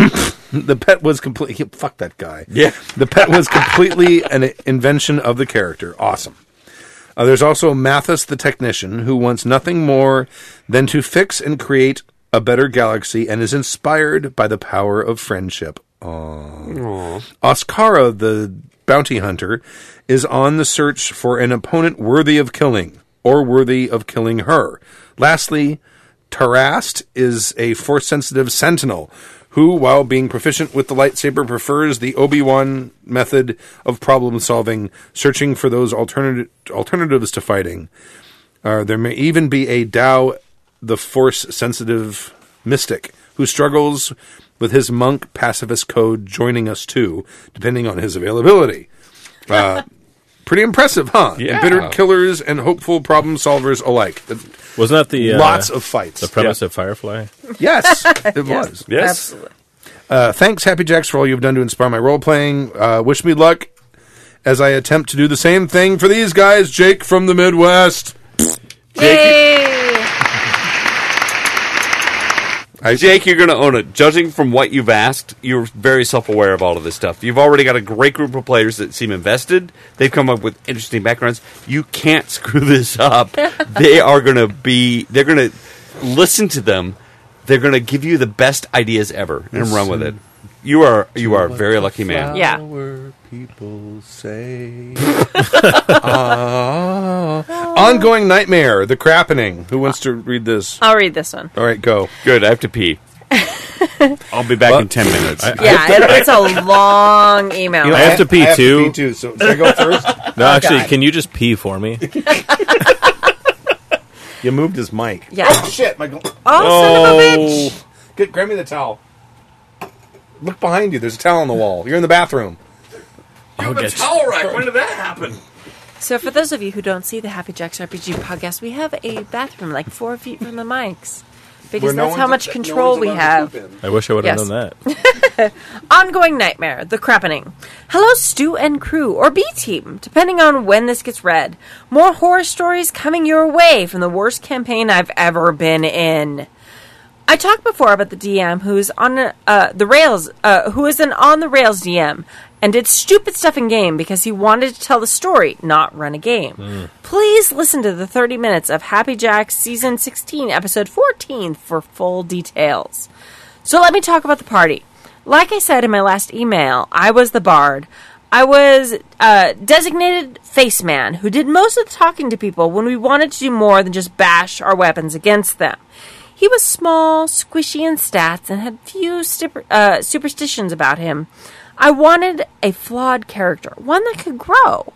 [SPEAKER 3] the pet was completely fuck that guy.
[SPEAKER 5] Yeah.
[SPEAKER 3] the pet was completely an invention of the character. Awesome. Uh, there's also Mathis the technician who wants nothing more than to fix and create a better galaxy and is inspired by the power of friendship. Oscara the bounty hunter is on the search for an opponent worthy of killing or worthy of killing her. Lastly, Tarast is a force sensitive sentinel who, while being proficient with the lightsaber, prefers the Obi Wan method of problem solving, searching for those alternati- alternatives to fighting. Uh, there may even be a Dao, the force sensitive mystic, who struggles with his monk pacifist code joining us too, depending on his availability. Uh, pretty impressive, huh?
[SPEAKER 5] Yeah.
[SPEAKER 3] Embittered killers and hopeful problem solvers alike. The-
[SPEAKER 4] Wasn't that the uh,
[SPEAKER 3] Lots of fights.
[SPEAKER 4] the premise of Firefly?
[SPEAKER 3] yes, it was.
[SPEAKER 5] Yes.
[SPEAKER 6] Absolutely.
[SPEAKER 3] Uh, thanks, Happy Jacks, for all you've done to inspire my role playing. Uh, wish me luck as I attempt to do the same thing for these guys, Jake from the Midwest.
[SPEAKER 6] Yay!
[SPEAKER 5] Jake, you're going to own it. Judging from what you've asked, you're very self aware of all of this stuff. You've already got a great group of players that seem invested. They've come up with interesting backgrounds. You can't screw this up. they are going to be, they're going to listen to them. They're going to give you the best ideas ever and run with it. You are you are a very lucky man.
[SPEAKER 6] Yeah.
[SPEAKER 3] People say. Ah. ongoing nightmare. The crappening. Who wants to read this?
[SPEAKER 6] I'll read this one.
[SPEAKER 3] All right, go.
[SPEAKER 5] Good. I have to pee. I'll be back in ten minutes.
[SPEAKER 6] Yeah, it, it's a long email.
[SPEAKER 4] I have to pee
[SPEAKER 3] I have
[SPEAKER 4] too.
[SPEAKER 3] To pee too. So should I go first?
[SPEAKER 5] Oh,
[SPEAKER 4] No, actually, can you just pee for me?
[SPEAKER 2] You moved his mic.
[SPEAKER 6] Yeah.
[SPEAKER 3] Shit, my. gl-
[SPEAKER 6] Oh, son of a bitch.
[SPEAKER 3] Get, grab me the towel. Look behind you. There's a towel on the wall. You're in the bathroom.
[SPEAKER 4] I'll get you.
[SPEAKER 5] When did that happen?
[SPEAKER 6] So, for those of you who don't see the Happy Jacks RPG podcast, we have a bathroom like four feet from the mics because
[SPEAKER 3] Where no
[SPEAKER 6] that's how
[SPEAKER 3] one's-
[SPEAKER 6] much
[SPEAKER 3] no
[SPEAKER 6] control
[SPEAKER 3] one's
[SPEAKER 6] we
[SPEAKER 3] allowed to
[SPEAKER 6] have.
[SPEAKER 3] poop in.
[SPEAKER 4] I wish I would have
[SPEAKER 6] Yes.
[SPEAKER 4] known that.
[SPEAKER 6] Ongoing nightmare, the crappening. Hello, Stu and crew, or B team, depending on when this gets read. More horror stories coming your way from the worst campaign I've ever been in. I talked before about the DM who's on uh, the rails, uh, who is an on the rails DM and did stupid stuff in game because he wanted to tell the story, not run a game. Please listen to the 30 minutes of Happy Jack season 16, episode 14 for full details. So let me talk about the party. Like I said in my last email, I was the bard. I was uh, designated face man who did most of the talking to people when we wanted to do more than just bash our weapons against them. He was small, squishy in stats, and had few stip- uh, superstitions about him. I wanted a flawed character, one that could grow.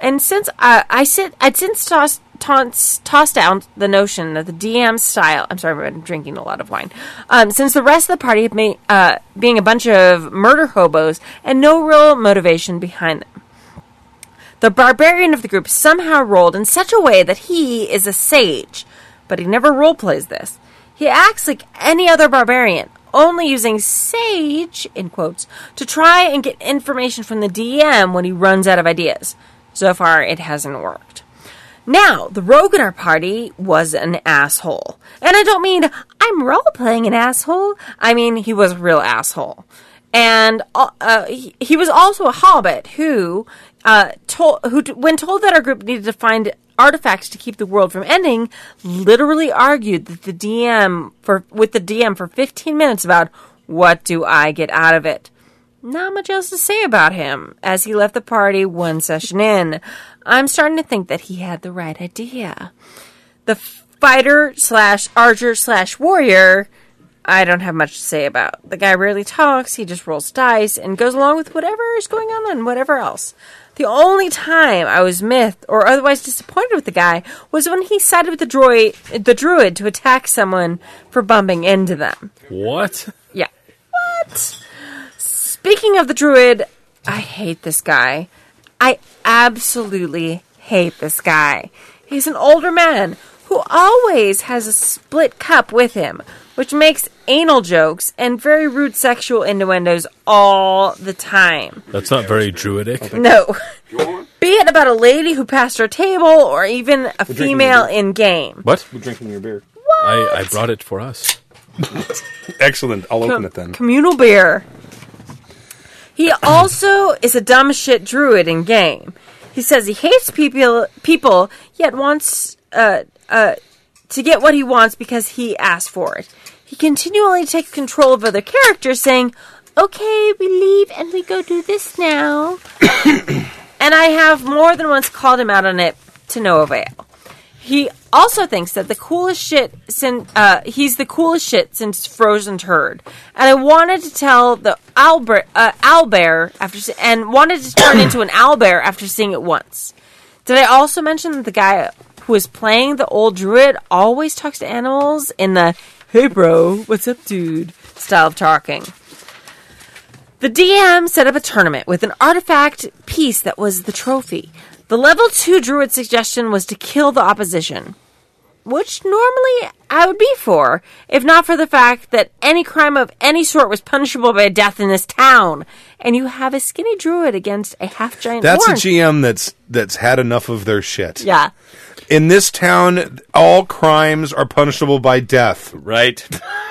[SPEAKER 6] And since I, I sit, I'd since tossed, taunts, tossed out the notion that the DM style. I'm sorry, I've been drinking a lot of wine. Um, since the rest of the party may, uh, being a bunch of murder hobos and no real motivation behind them. The barbarian of the group somehow rolled in such a way that he is a sage, but he never roleplays this. He acts like any other barbarian, only using sage, in quotes, to try and get information from the DM when he runs out of ideas. So far, it hasn't worked. Now, the rogue in our party was an asshole. And I don't mean I'm role playing an asshole. I mean, he was a real asshole. And uh, uh, he, he was also a hobbit who, uh, told, who, d- when told that our group needed to find artifacts to keep the world from ending, literally argued that the DM for with the DM for 15 minutes about what do I get out of it not much else to say about him as he left the party one session in. I'm starting to think that he had the right idea. The fighter slash archer slash warrior, I don't have much to say about. The guy rarely talks, he just rolls dice and goes along with whatever is going on and whatever else. The only time I was myth or otherwise disappointed with the guy was when he sided with the droid, the druid to attack someone for bumping into them.
[SPEAKER 4] What?
[SPEAKER 6] Yeah. What? Speaking of the druid, I hate this guy. I absolutely hate this guy. He's an older man who always has a split cup with him, which makes anal jokes and very rude sexual innuendos all the time.
[SPEAKER 4] That's not very druidic.
[SPEAKER 6] No. Be it about a lady who passed her table or even a female in game.
[SPEAKER 4] What?
[SPEAKER 3] Drinking your beer.
[SPEAKER 4] I, I brought it for us.
[SPEAKER 3] Excellent. I'll open it then.
[SPEAKER 6] Communal beer. He also is a dumb shit druid in game. He says he hates people, people yet wants uh, uh, to get what he wants because he asked for it. He continually takes control of other characters, saying, "Okay, we leave and we go do this now." and I have more than once called him out on it to no avail. He also thinks that the coolest shit since uh, he's the coolest shit since Frozen Turd, and I wanted to tell the Albert uh, Owlbear after se- and wanted to turn into an owlbear after seeing it once. Did I also mention that the guy who is playing the old druid always talks to animals in the "Hey bro, what's up, dude?" style of talking? The DM set up a tournament with an artifact piece that was the trophy. The level 2 druid's suggestion was to kill the opposition, which normally I would be for, if not for the fact that any crime of any sort was punishable by death in this town, and you have a skinny druid against a half giant.
[SPEAKER 3] That's a GM that's that's had enough of their shit.
[SPEAKER 6] Yeah.
[SPEAKER 3] In this town, all crimes are punishable by death.
[SPEAKER 5] Right.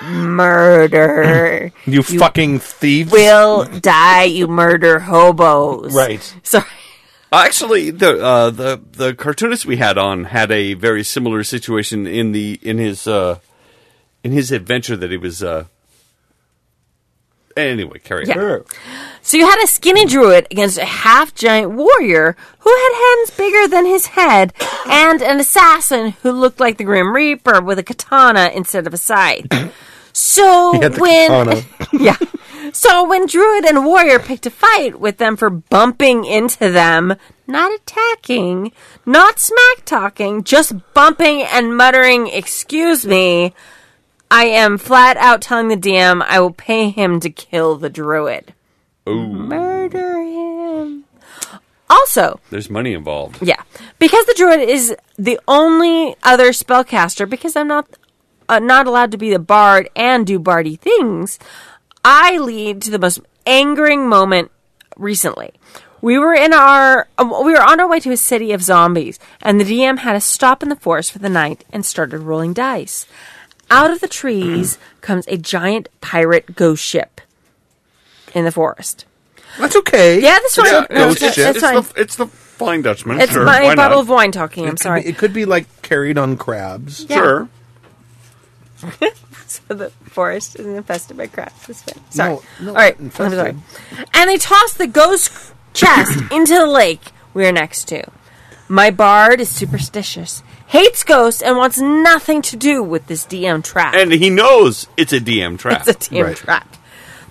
[SPEAKER 6] Murder.
[SPEAKER 3] You, fucking thieves.
[SPEAKER 6] will die. You murder hobos.
[SPEAKER 3] Right.
[SPEAKER 6] Sorry.
[SPEAKER 5] Actually, the uh, the the cartoonist we had on had a very similar situation in the in his uh, in his adventure that he was. Uh, anyway, carry
[SPEAKER 6] Yeah.
[SPEAKER 5] on.
[SPEAKER 6] So you had a skinny druid against a half giant warrior who had hands bigger than his head, and an assassin who looked like the Grim Reaper with a katana instead of a scythe. So
[SPEAKER 3] He had the
[SPEAKER 6] when
[SPEAKER 3] katana.
[SPEAKER 6] yeah. So when druid and warrior picked a fight with them for bumping into them, not attacking, not smack talking, just bumping and muttering, "Excuse me." I am flat out telling the DM I will pay him to kill the druid. Murder him. Also,
[SPEAKER 5] There's money involved.
[SPEAKER 6] yeah, because the druid is the only other spellcaster, because I'm not uh, not allowed to be the bard and do bardy things, I lead to the most angering moment recently. We were in our um, we were on our way to a city of zombies, and the DM had us stop in the forest for the night and started rolling dice. Out of the trees comes a giant pirate ghost ship in the forest.
[SPEAKER 3] That's okay.
[SPEAKER 6] Yeah, that's fine.
[SPEAKER 3] It's a
[SPEAKER 6] No,
[SPEAKER 3] ghost
[SPEAKER 6] it's-
[SPEAKER 3] ship.
[SPEAKER 6] it's- fine.
[SPEAKER 5] the it's the Flying Dutchman.
[SPEAKER 6] It's
[SPEAKER 5] sure,
[SPEAKER 6] my
[SPEAKER 5] why
[SPEAKER 6] bottle
[SPEAKER 5] not?
[SPEAKER 6] of wine talking. I'm sorry.
[SPEAKER 3] It could be like carried on crabs.
[SPEAKER 6] Yeah.
[SPEAKER 5] Sure.
[SPEAKER 6] so the forest is infested by crabs. This way. Sorry.
[SPEAKER 3] no,
[SPEAKER 6] All right. I'm
[SPEAKER 3] infested.
[SPEAKER 6] sorry. And they toss the ghost chest into the lake we are next to. My bard is superstitious, hates ghosts, and wants nothing to do with this DM trap.
[SPEAKER 5] And he knows it's a DM trap.
[SPEAKER 6] it's a DM
[SPEAKER 3] Right.
[SPEAKER 6] trap.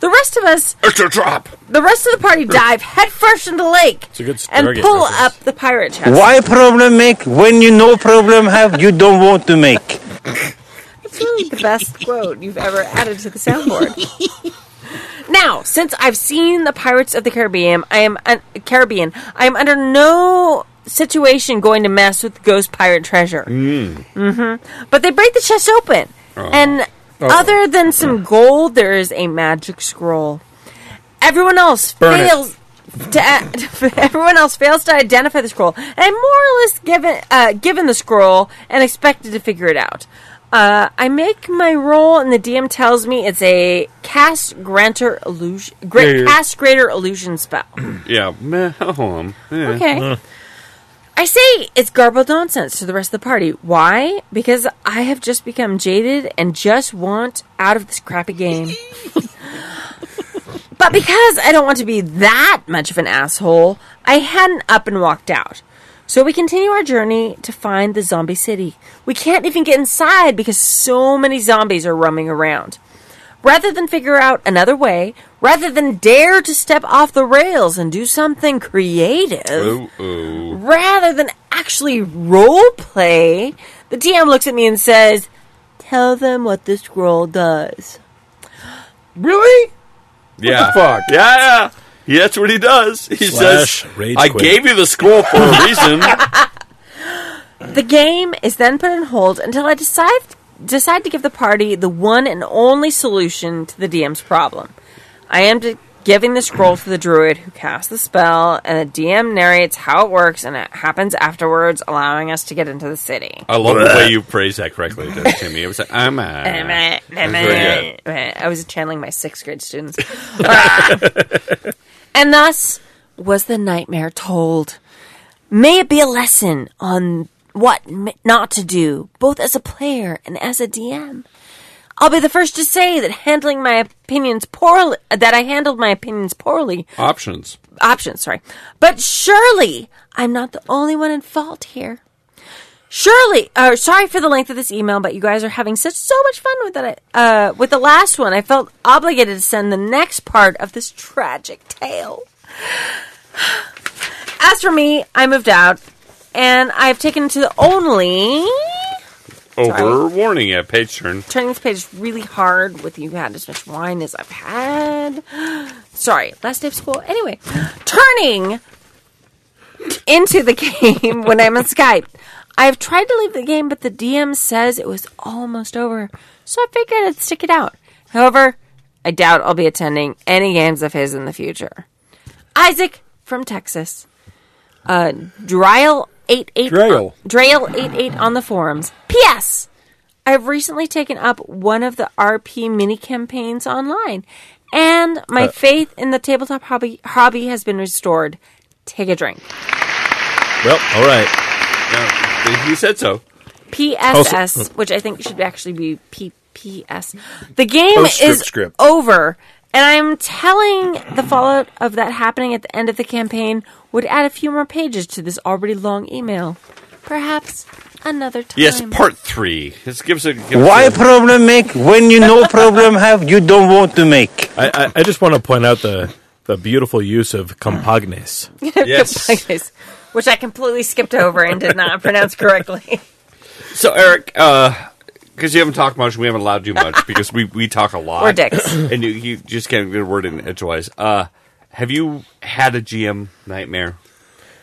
[SPEAKER 6] The rest of us,
[SPEAKER 5] It's a trap.
[SPEAKER 6] the rest of the party, dive headfirst into the lake
[SPEAKER 4] a good
[SPEAKER 6] and
[SPEAKER 4] Stargate
[SPEAKER 6] pull
[SPEAKER 4] reference.
[SPEAKER 6] up the pirate chest.
[SPEAKER 8] Why problem make when you no problem have you don't want to make?
[SPEAKER 6] It's really the best quote you've ever added to the soundboard. now, since I've seen the Pirates of the Caribbean, I am un- Caribbean. I am under no situation going to mess with ghost pirate treasure. Mm. hmm But they break the chest open,
[SPEAKER 3] Oh.
[SPEAKER 6] and other than some gold, there is a magic scroll. Everyone else
[SPEAKER 3] Burn it.
[SPEAKER 6] fails. To, a- everyone else fails to identify the scroll, and I'm more or less given uh, given the scroll and expected to figure it out. Uh, I make my roll, and the DM tells me it's a cast granter illusion, gra-
[SPEAKER 5] yeah.
[SPEAKER 6] cast greater illusion spell.
[SPEAKER 5] Yeah. Meh, um, yeah.
[SPEAKER 6] Okay. I say it's garbled nonsense to the rest of the party. Why? Because I have just become jaded and just want out of this crappy game. but because I don't want to be that much of an asshole, I hadn't up and walked out. So we continue our journey to find the zombie city. We can't even get inside because so many zombies are roaming around. Rather than figure out another way, rather than dare to step off the rails and do something creative, rather than actually role play, the DM looks at me and says, Tell them what the scroll does.
[SPEAKER 3] Really?
[SPEAKER 5] Yeah.
[SPEAKER 3] fuck?
[SPEAKER 5] Yeah, yeah. Yeah, that's what he does. He
[SPEAKER 4] Slash
[SPEAKER 5] says,
[SPEAKER 4] rage
[SPEAKER 5] "I
[SPEAKER 4] quit."
[SPEAKER 5] gave you the scroll for a reason."
[SPEAKER 6] The game is then put on hold until I decide decide to give the party the one and only solution to the DM's problem. I am to giving the scroll to the druid who casts the spell, and the DM narrates how it works and it happens afterwards, allowing us to get into the city.
[SPEAKER 5] I love the way you phrase that correctly, there, Timmy. It was like, "I'm a." very
[SPEAKER 6] I was channeling my sixth grade students. Ah. and thus was the nightmare told. May it be a lesson on what m- not to do, both as a player and as a DM. I'll be the first to say that handling my opinions poorly, that I handled my opinions poorly,
[SPEAKER 5] Options.
[SPEAKER 6] options, sorry. But surely I'm not the only one in fault here. Surely, uh, sorry for the length of this email, but you guys are having such so much fun with it. Uh, with the last one, I felt obligated to send the next part of this tragic tale. As for me, I moved out, and I have taken to the only.
[SPEAKER 5] Over warning, yeah, page turn.
[SPEAKER 6] Turning this page really hard with you had as much wine as I've had. Sorry, last day of school. Anyway, turning into the game when I'm on Skype. I've tried to leave the game, but the DM says it was almost over, so I figured I'd stick it out. However, I doubt I'll be attending any games of his in the future. Isaac from Texas. Uh, Dryl eight eight
[SPEAKER 3] Drail.
[SPEAKER 6] Drail eight eight on the forums. P.S. I've recently taken up one of the RP mini campaigns online, and my
[SPEAKER 4] Uh.
[SPEAKER 6] faith in the tabletop hobby hobby has been restored. Take a drink.
[SPEAKER 4] Well, all right.
[SPEAKER 9] Yeah, you said so.
[SPEAKER 6] PSS,
[SPEAKER 4] Also-
[SPEAKER 6] which I think should actually be PPS. The game
[SPEAKER 3] Oh, script,
[SPEAKER 6] is
[SPEAKER 3] script.
[SPEAKER 6] over, and I'm telling the fallout of that happening at the end of the campaign would add a few more pages to this already long email. Perhaps another time.
[SPEAKER 5] Yes, part three. This gives a give us
[SPEAKER 8] Why
[SPEAKER 5] a-
[SPEAKER 8] problem make when you no problem have you don't want to make?
[SPEAKER 4] I, I, I just want to point out the the beautiful use of compagnes.
[SPEAKER 5] yes.
[SPEAKER 6] which I completely skipped over and did not pronounce correctly.
[SPEAKER 5] So Eric, because you haven't talked much, we haven't allowed you much because we we talk a lot.
[SPEAKER 6] We're dicks.
[SPEAKER 5] and you, you just can't get a word in edgewise. Uh, have you had a GM nightmare?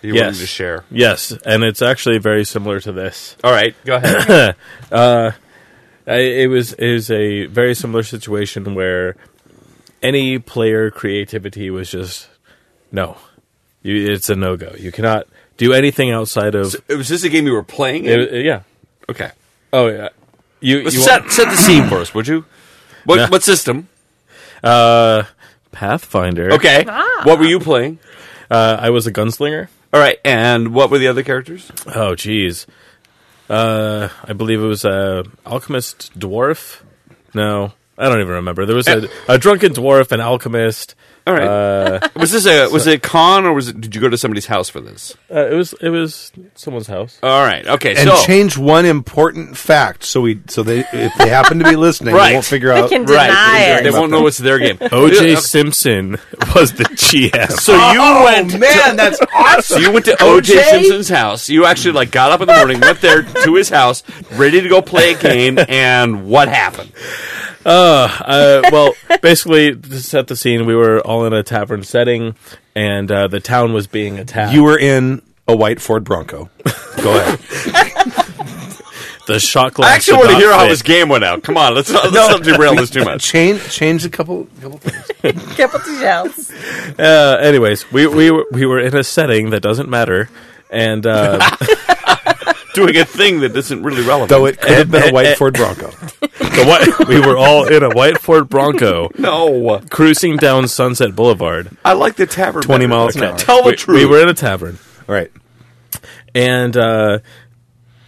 [SPEAKER 5] that You wanted to share.
[SPEAKER 4] Yes, and it's actually very similar to this.
[SPEAKER 5] All right, go ahead.
[SPEAKER 4] I, it was is a very similar situation where any player creativity was just no. You, it's a no go. You cannot do anything outside of
[SPEAKER 5] Was this a game you were playing? in?
[SPEAKER 4] it- yeah.
[SPEAKER 5] okay.
[SPEAKER 4] Oh yeah. You, you
[SPEAKER 5] set set the scene for us, would you? What
[SPEAKER 4] No.
[SPEAKER 5] what system?
[SPEAKER 4] uh, Pathfinder.
[SPEAKER 5] Okay.
[SPEAKER 6] Ah.
[SPEAKER 5] What were you playing?
[SPEAKER 4] Uh, I was a gunslinger.
[SPEAKER 5] All right, and what were the other characters?
[SPEAKER 4] Oh, jeez. Uh, I believe it was a alchemist dwarf. No, I don't even remember. There was a, a drunken dwarf, an alchemist.
[SPEAKER 5] All right.
[SPEAKER 4] Uh,
[SPEAKER 5] was this a was it a con or was it, did you go to somebody's house for this?
[SPEAKER 4] uh, it was it was someone's house.
[SPEAKER 5] All right. Okay.
[SPEAKER 3] and
[SPEAKER 5] so
[SPEAKER 3] change one important fact so we so they if they happen to be listening,
[SPEAKER 5] Right.
[SPEAKER 3] they won't figure out.
[SPEAKER 6] can
[SPEAKER 5] right,
[SPEAKER 6] deny
[SPEAKER 5] they
[SPEAKER 6] it.
[SPEAKER 5] won't know it's their game.
[SPEAKER 4] OJ Oh, Simpson was the GS.
[SPEAKER 5] So you went.
[SPEAKER 3] Oh, Man, that's
[SPEAKER 5] So you went to OJ Simpson's house. You actually like got up in the morning, went there to his house, ready to go play a game, and what happened?
[SPEAKER 4] uh, well, basically, to set the scene, we were all in a tavern setting, and uh, the town was being attacked.
[SPEAKER 3] you were in a white Ford Bronco. Go ahead.
[SPEAKER 4] the shot glass.
[SPEAKER 5] I actually
[SPEAKER 4] did
[SPEAKER 5] want to
[SPEAKER 4] not
[SPEAKER 5] hear how
[SPEAKER 4] fit.
[SPEAKER 5] this game went out. Come on, let's not, let's not derail this too much.
[SPEAKER 3] Change change a couple couple things.
[SPEAKER 6] Couple details.
[SPEAKER 4] Uh, anyways, we we were, we were in a setting that doesn't matter, and. Uh,
[SPEAKER 5] Doing a thing that isn't really relevant.
[SPEAKER 3] Though it could have been a white Ford Bronco.
[SPEAKER 4] The white, we were all in a white Ford Bronco
[SPEAKER 5] no,
[SPEAKER 4] cruising down Sunset Boulevard,
[SPEAKER 5] I like the tavern.
[SPEAKER 4] twenty
[SPEAKER 5] better.
[SPEAKER 4] miles an hour.
[SPEAKER 5] Tell the
[SPEAKER 4] we,
[SPEAKER 5] truth.
[SPEAKER 4] We were in a tavern,
[SPEAKER 3] All right.
[SPEAKER 4] and uh,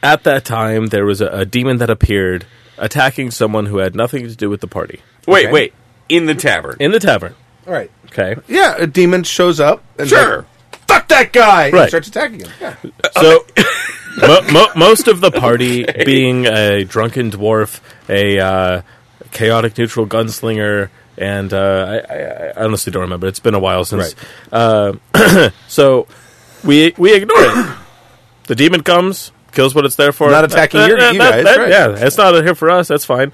[SPEAKER 4] at that time there was a, a demon that appeared attacking someone who had nothing to do with the party
[SPEAKER 5] Wait, wait. In the tavern.
[SPEAKER 4] in the tavern.
[SPEAKER 3] All right.
[SPEAKER 4] Okay,
[SPEAKER 3] Yeah, a demon shows up and
[SPEAKER 5] Sure.
[SPEAKER 3] like, fuck that guy and
[SPEAKER 4] Right.
[SPEAKER 3] starts attacking him. Yeah.
[SPEAKER 4] so mo- mo- most of the party, being a drunken dwarf, a uh, chaotic neutral gunslinger, and uh, I, I, I honestly don't remember. It's been a while since. Uh, so we we ignore it. The demon comes, kills what it's there for.
[SPEAKER 3] Not attacking
[SPEAKER 4] That-
[SPEAKER 3] your-
[SPEAKER 4] that-
[SPEAKER 3] you
[SPEAKER 4] that-
[SPEAKER 3] guys,
[SPEAKER 4] that-
[SPEAKER 3] right.
[SPEAKER 4] Yeah, it's not here for us. That's fine.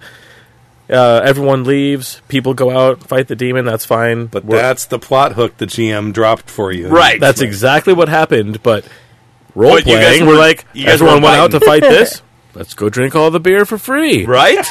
[SPEAKER 4] Uh, everyone leaves. People go out, fight the demon. That's fine.
[SPEAKER 3] But
[SPEAKER 4] We're-
[SPEAKER 3] that's the plot hook the GM dropped for you.
[SPEAKER 5] Right.
[SPEAKER 4] that's exactly what happened, but role
[SPEAKER 5] But you guys
[SPEAKER 4] playing,
[SPEAKER 5] were-
[SPEAKER 4] we're like,
[SPEAKER 5] you guys
[SPEAKER 4] everyone
[SPEAKER 5] were
[SPEAKER 4] went out to
[SPEAKER 5] fighting.
[SPEAKER 4] fight this. Let's go drink all the beer for free.
[SPEAKER 5] right.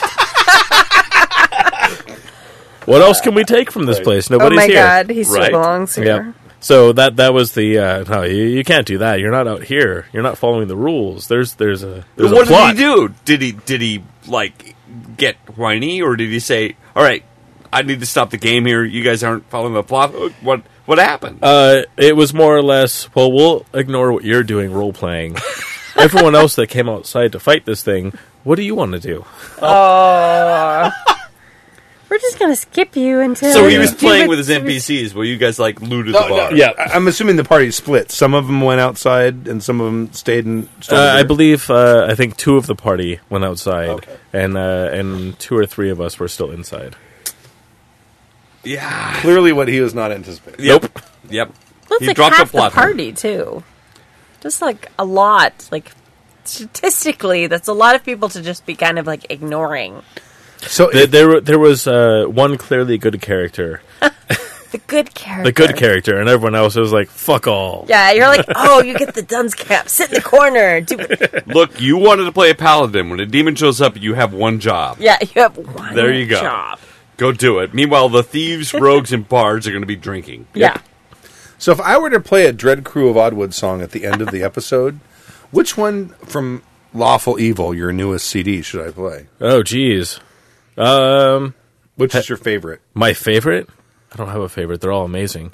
[SPEAKER 4] What else can we take from this place?
[SPEAKER 6] Oh
[SPEAKER 4] Nobody's
[SPEAKER 6] my
[SPEAKER 4] here.
[SPEAKER 6] god, he still
[SPEAKER 5] Right.
[SPEAKER 6] belongs here.
[SPEAKER 4] Yep. So that that was the uh, no. You, you can't do that. You're not out here. You're not following the rules. There's there's a there's
[SPEAKER 5] what
[SPEAKER 4] a plot.
[SPEAKER 5] did he do? Did he did he like get whiny or did he say, "All right, I need to stop the game here. You guys aren't following the plot." Uh, What what happened?
[SPEAKER 4] Uh, it was more or less. Well, we'll ignore what you're doing role playing. Everyone else that came outside to fight this thing. What do you want to do?
[SPEAKER 6] We're just gonna skip you until.
[SPEAKER 5] so he
[SPEAKER 6] you
[SPEAKER 5] was
[SPEAKER 6] do
[SPEAKER 5] playing
[SPEAKER 6] what
[SPEAKER 5] with his
[SPEAKER 6] you-
[SPEAKER 5] NPCs while you guys like looted the bar.
[SPEAKER 3] Yeah, I- I'm assuming the party split. Some of them went outside, and some of them stayed and.
[SPEAKER 4] Uh, I believe uh, I think two of the party went outside, and uh, and two or three of us were still inside.
[SPEAKER 5] Yeah.
[SPEAKER 3] clearly what he was not anticipating.
[SPEAKER 5] Yep. Yep.
[SPEAKER 6] That's
[SPEAKER 5] He
[SPEAKER 6] like
[SPEAKER 5] dropped
[SPEAKER 6] half
[SPEAKER 5] a plot
[SPEAKER 6] the
[SPEAKER 5] hole.
[SPEAKER 6] party too. Just like a lot, like statistically, that's a lot of people to just be kind of like ignoring
[SPEAKER 3] So
[SPEAKER 4] There there, were- there was uh, one clearly good character,
[SPEAKER 6] the good character.
[SPEAKER 4] the good character, and everyone else was like "fuck all."
[SPEAKER 6] Yeah, you're like, oh, you get the dunce cap. Sit in the corner. Do it.
[SPEAKER 5] Look, you wanted to play a paladin. When a demon shows up, you have one job.
[SPEAKER 6] Yeah, you have one
[SPEAKER 5] There you go.
[SPEAKER 6] job.
[SPEAKER 5] Go do it. Meanwhile, the thieves, rogues, and bards are going to be drinking.
[SPEAKER 6] Yeah.
[SPEAKER 3] So if I were to play a Dread Crew of Oddwood song at the end of the episode, which one from Lawful Evil, your newest CD, should I play?
[SPEAKER 4] Oh, geez. Um,
[SPEAKER 3] Which is your favorite?
[SPEAKER 4] my favorite? I don't have a favorite. They're all amazing.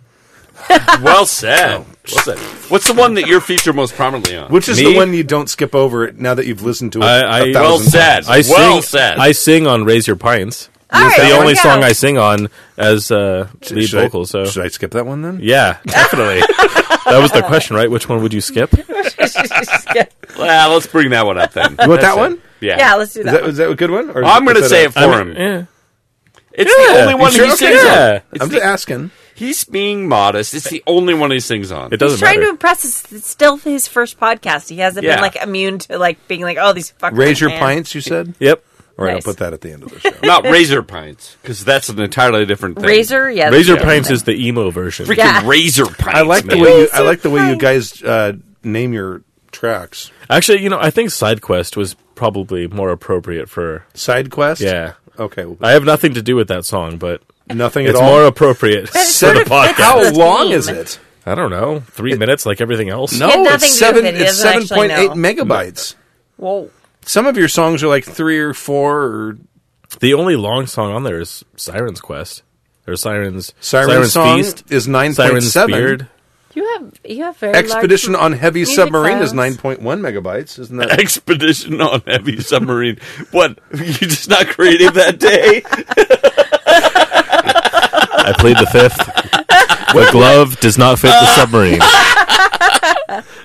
[SPEAKER 5] Well said. Well said. What's the one that you're featured most prominently on?
[SPEAKER 3] Which is
[SPEAKER 4] Me?
[SPEAKER 3] the one you don't skip over it now that you've listened to it
[SPEAKER 4] I-
[SPEAKER 3] a
[SPEAKER 4] I-
[SPEAKER 3] thousand
[SPEAKER 4] well
[SPEAKER 5] said.
[SPEAKER 3] times?
[SPEAKER 4] I sing.
[SPEAKER 5] Well said.
[SPEAKER 4] I sing on "Raise Your Pints."
[SPEAKER 6] All
[SPEAKER 4] it's
[SPEAKER 6] right,
[SPEAKER 4] the
[SPEAKER 6] there
[SPEAKER 4] only
[SPEAKER 6] we go.
[SPEAKER 4] song I sing on as uh, lead
[SPEAKER 3] Should I-
[SPEAKER 4] vocal. So
[SPEAKER 3] should I skip that one then?
[SPEAKER 4] yeah, definitely. that was the question, right? Which one would you skip?
[SPEAKER 5] Well, Ah, let's bring that one up then.
[SPEAKER 3] You want
[SPEAKER 5] That's
[SPEAKER 3] that
[SPEAKER 5] it.
[SPEAKER 3] one?
[SPEAKER 5] Yeah.
[SPEAKER 6] yeah, let's do
[SPEAKER 3] Is
[SPEAKER 6] that.
[SPEAKER 3] that, is that a good one? Or is
[SPEAKER 5] I'm going to
[SPEAKER 3] is that
[SPEAKER 5] say
[SPEAKER 3] a-
[SPEAKER 5] it for
[SPEAKER 4] I
[SPEAKER 5] him.
[SPEAKER 4] mean, yeah.
[SPEAKER 5] It's
[SPEAKER 4] Yeah.
[SPEAKER 5] the only
[SPEAKER 4] You
[SPEAKER 5] one
[SPEAKER 4] sure?
[SPEAKER 5] he
[SPEAKER 4] Okay.
[SPEAKER 5] sings
[SPEAKER 4] Yeah.
[SPEAKER 5] on. It's
[SPEAKER 3] I'm
[SPEAKER 5] the-
[SPEAKER 3] just asking.
[SPEAKER 5] he's being modest. It's the only one he sings on.
[SPEAKER 4] It doesn't
[SPEAKER 6] He's trying to
[SPEAKER 4] matter.
[SPEAKER 6] impress us. It's still his first podcast. He hasn't
[SPEAKER 5] Yeah.
[SPEAKER 6] been like immune to like being like, oh, these fuckers.
[SPEAKER 3] Raise your
[SPEAKER 6] man.
[SPEAKER 3] pints, you said?
[SPEAKER 4] Yep.
[SPEAKER 3] All right,
[SPEAKER 6] Nice.
[SPEAKER 3] I'll put that at the end of the show.
[SPEAKER 5] Not razor pints, because that's an entirely different thing.
[SPEAKER 6] Razor, yeah.
[SPEAKER 4] Raise Your
[SPEAKER 6] yeah.
[SPEAKER 4] Pints is the emo version.
[SPEAKER 5] Freaking
[SPEAKER 6] Yeah.
[SPEAKER 5] razor pints.
[SPEAKER 3] I like the
[SPEAKER 5] man.
[SPEAKER 3] way you, I like the way you guys uh, name your tracks.
[SPEAKER 4] Actually, you know, I think Side Quest was probably more appropriate for.
[SPEAKER 3] Side quest.
[SPEAKER 4] Yeah.
[SPEAKER 3] Okay. well,
[SPEAKER 4] I have nothing to do with that song, but
[SPEAKER 3] Nothing
[SPEAKER 4] it's
[SPEAKER 3] oh. at all.
[SPEAKER 4] more appropriate for
[SPEAKER 3] Seven-
[SPEAKER 4] the podcast.
[SPEAKER 3] How
[SPEAKER 6] the
[SPEAKER 3] long
[SPEAKER 6] theme.
[SPEAKER 3] is it?
[SPEAKER 4] I don't know, three minutes like everything else.
[SPEAKER 3] No,
[SPEAKER 6] had nothing to do
[SPEAKER 3] it's seven.
[SPEAKER 6] with it. He
[SPEAKER 3] It's
[SPEAKER 6] doesn't
[SPEAKER 3] seven
[SPEAKER 6] actually
[SPEAKER 3] point eight
[SPEAKER 6] know.
[SPEAKER 3] megabytes.
[SPEAKER 6] Whoa.
[SPEAKER 3] Some of your songs are like three or four or
[SPEAKER 4] The only long song on there is Siren's Quest or Siren's
[SPEAKER 3] Siren
[SPEAKER 4] Siren's
[SPEAKER 3] Song
[SPEAKER 4] Feast
[SPEAKER 3] is
[SPEAKER 4] Siren's
[SPEAKER 3] 9.7.
[SPEAKER 4] Beard.
[SPEAKER 10] You have you have very
[SPEAKER 3] Expedition on Heavy
[SPEAKER 10] music
[SPEAKER 3] Submarine is
[SPEAKER 10] files.
[SPEAKER 3] nine point one megabytes. Isn't that?
[SPEAKER 5] Expedition on heavy submarine. What? You just not creative that day?
[SPEAKER 4] I played the fifth. the glove does not fit
[SPEAKER 6] Uh.
[SPEAKER 4] the submarine.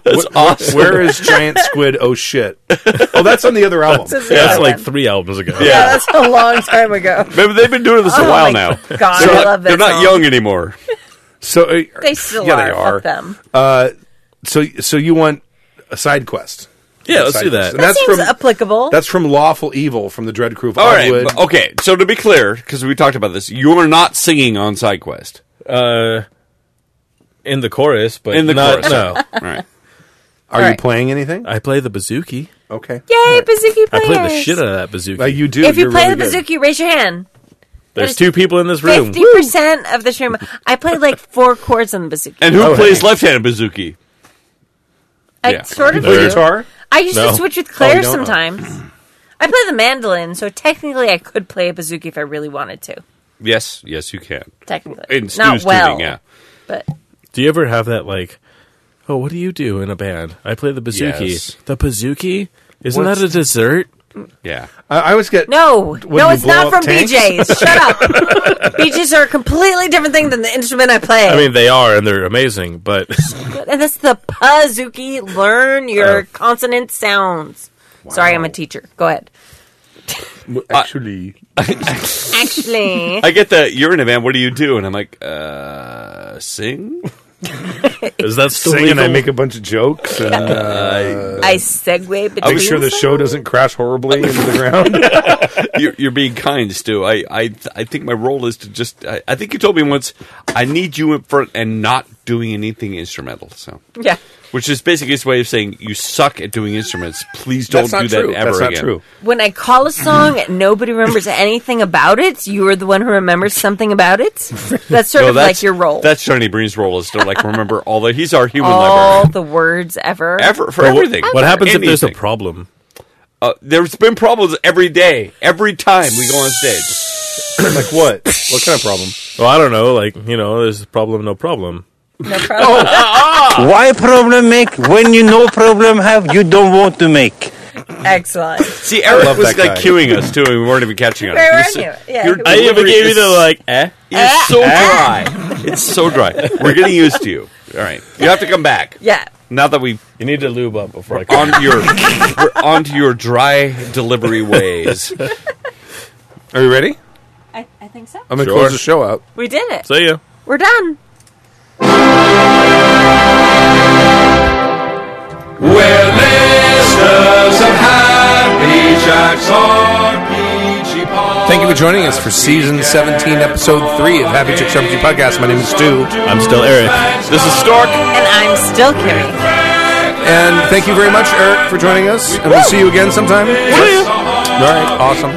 [SPEAKER 5] That's awesome.
[SPEAKER 3] Where is Giant Squid? Oh shit! Oh, that's on the other album.
[SPEAKER 4] That's like three albums ago.
[SPEAKER 6] Yeah, that's a long time ago.
[SPEAKER 5] Remember, they've been doing this a
[SPEAKER 6] Oh
[SPEAKER 5] while
[SPEAKER 6] my
[SPEAKER 5] now.
[SPEAKER 6] God, I
[SPEAKER 5] They're not-
[SPEAKER 6] love that
[SPEAKER 5] They're not
[SPEAKER 6] song.
[SPEAKER 5] young anymore.
[SPEAKER 3] So uh,
[SPEAKER 6] They still
[SPEAKER 3] yeah,
[SPEAKER 6] are.
[SPEAKER 3] They are.
[SPEAKER 6] Fuck them.
[SPEAKER 3] So so you want a side quest?
[SPEAKER 4] Yeah, let's
[SPEAKER 3] Side
[SPEAKER 4] do
[SPEAKER 3] quest.
[SPEAKER 4] that.
[SPEAKER 3] And that's
[SPEAKER 6] Seems
[SPEAKER 3] from
[SPEAKER 6] applicable.
[SPEAKER 3] that's from Lawful Evil from the Dread Crew of
[SPEAKER 5] All right.
[SPEAKER 3] Oddwood.
[SPEAKER 5] but- Okay. So to be clear, because we talked about this, you are not singing on SideQuest.
[SPEAKER 4] Uh, in the chorus, but
[SPEAKER 5] In the
[SPEAKER 4] not,
[SPEAKER 5] chorus.
[SPEAKER 4] No,
[SPEAKER 5] All right.
[SPEAKER 3] Are you
[SPEAKER 6] Alright.
[SPEAKER 3] playing anything?
[SPEAKER 4] I play the bazooki.
[SPEAKER 3] Okay.
[SPEAKER 6] Yay, bazooki
[SPEAKER 4] I
[SPEAKER 6] players!
[SPEAKER 4] play the shit out of that bazooki.
[SPEAKER 3] Uh, you do.
[SPEAKER 6] If you
[SPEAKER 3] You're
[SPEAKER 6] play
[SPEAKER 3] really
[SPEAKER 6] the
[SPEAKER 3] good.
[SPEAKER 6] bazooki, raise your hand.
[SPEAKER 4] There's two people in this room.
[SPEAKER 6] Fifty percent of the stream. I played like four chords on the bazooki.
[SPEAKER 5] And who
[SPEAKER 4] Oh,
[SPEAKER 5] plays left-handed bazooki?
[SPEAKER 6] I
[SPEAKER 5] yeah.
[SPEAKER 6] sort of
[SPEAKER 4] Play
[SPEAKER 6] do.
[SPEAKER 3] guitar.
[SPEAKER 6] I used
[SPEAKER 4] No.
[SPEAKER 6] to switch with
[SPEAKER 3] Oh,
[SPEAKER 6] Claire
[SPEAKER 3] you don't?
[SPEAKER 6] sometimes. I play the mandolin, so technically I could play a bazooki if I really wanted to.
[SPEAKER 5] Yes. Yes, you can.
[SPEAKER 6] Technically,
[SPEAKER 5] In Stu's
[SPEAKER 6] not well,
[SPEAKER 5] tuning, yeah.
[SPEAKER 6] but
[SPEAKER 4] Do you ever have that like, oh, what do you do in a band? I play the bazooki.
[SPEAKER 5] Yes.
[SPEAKER 4] The bazooki? Isn't
[SPEAKER 3] What's-
[SPEAKER 4] that a dessert?
[SPEAKER 5] Yeah.
[SPEAKER 3] I, I always get
[SPEAKER 6] no, no,
[SPEAKER 3] you
[SPEAKER 6] it's
[SPEAKER 3] blow
[SPEAKER 6] not
[SPEAKER 3] up
[SPEAKER 6] from
[SPEAKER 3] tanks?
[SPEAKER 6] BJ's. Shut up. BJ's are a completely different thing than the instrument I play.
[SPEAKER 4] I mean, they are and they're amazing, but
[SPEAKER 6] and that's the pazooki. Learn
[SPEAKER 3] Oh.
[SPEAKER 6] your consonant sounds. Sorry, I'm a teacher. Go ahead.
[SPEAKER 3] actually.
[SPEAKER 6] Actually,
[SPEAKER 5] I get the you're in a band. What do you do? And I'm like, uh, sing.
[SPEAKER 4] is that still
[SPEAKER 3] Sing and I
[SPEAKER 4] legal?
[SPEAKER 3] make a bunch of jokes, and uh,
[SPEAKER 6] I segue between.
[SPEAKER 3] make sure the show doesn't crash horribly into the ground.
[SPEAKER 5] You're, you're being kind, Stu. I, I, th- I think my role is to just. I, I think you told me once. I need you in front and not doing anything instrumental. So,
[SPEAKER 6] Yeah.
[SPEAKER 5] which is basically his way of saying you suck at doing instruments. Please don't
[SPEAKER 3] That's not
[SPEAKER 5] do that
[SPEAKER 3] true.
[SPEAKER 5] ever
[SPEAKER 3] That's not
[SPEAKER 5] again.
[SPEAKER 3] true.
[SPEAKER 6] When I call a song, and nobody remembers anything about it. You are the one who remembers something about it. That's sort
[SPEAKER 5] No, that's
[SPEAKER 6] of like your role.
[SPEAKER 5] That's Johnny Breen's role is to like remember all the. He's our human
[SPEAKER 6] all
[SPEAKER 5] librarian.
[SPEAKER 6] the words ever.
[SPEAKER 5] Ever for
[SPEAKER 4] But what-
[SPEAKER 5] everything.
[SPEAKER 4] What happens if there's a
[SPEAKER 5] Anything.
[SPEAKER 4] problem?
[SPEAKER 5] Uh, there's been problems every day, every time we go on stage.
[SPEAKER 3] like what? What kind of problem?
[SPEAKER 4] Well, I don't know. Like, you know, there's a problem, no problem.
[SPEAKER 6] No problem.
[SPEAKER 8] Why problem make when you no problem have you don't want to make?
[SPEAKER 3] Oh.
[SPEAKER 6] Excellent.
[SPEAKER 5] See, Eric
[SPEAKER 3] love
[SPEAKER 5] was
[SPEAKER 3] that
[SPEAKER 5] like
[SPEAKER 3] guy.
[SPEAKER 5] queuing us too, and we weren't even catching on.
[SPEAKER 6] Where
[SPEAKER 5] You're
[SPEAKER 6] were
[SPEAKER 5] so-
[SPEAKER 6] you? Yeah,
[SPEAKER 5] your
[SPEAKER 6] who-
[SPEAKER 4] I even
[SPEAKER 5] delivery
[SPEAKER 4] gave you
[SPEAKER 5] is
[SPEAKER 4] the, like, eh?
[SPEAKER 5] It's so dry. It's so dry. We're getting used to you. All right, you have to come back.
[SPEAKER 6] Yeah.
[SPEAKER 5] Now that we
[SPEAKER 4] You need to lube up before I come.
[SPEAKER 5] on your we're onto your dry delivery ways.
[SPEAKER 3] Are you ready?
[SPEAKER 6] I, I think so.
[SPEAKER 3] I'm gonna
[SPEAKER 4] Sure.
[SPEAKER 3] close the show out.
[SPEAKER 6] We did it.
[SPEAKER 4] See ya.
[SPEAKER 6] We're done.
[SPEAKER 2] We're listeners of Happy Jack's RPG Pod.
[SPEAKER 3] Thank you for joining us for season 17, episode 3 of Happy Chicks RPG Podcast. My name is Stu.
[SPEAKER 4] I'm still Eric.
[SPEAKER 5] This is Stork.
[SPEAKER 6] And I'm still Kimmy.
[SPEAKER 3] And thank you very much, Eric, for joining us. And we'll see you again sometime.
[SPEAKER 2] Yes.
[SPEAKER 3] All right, awesome.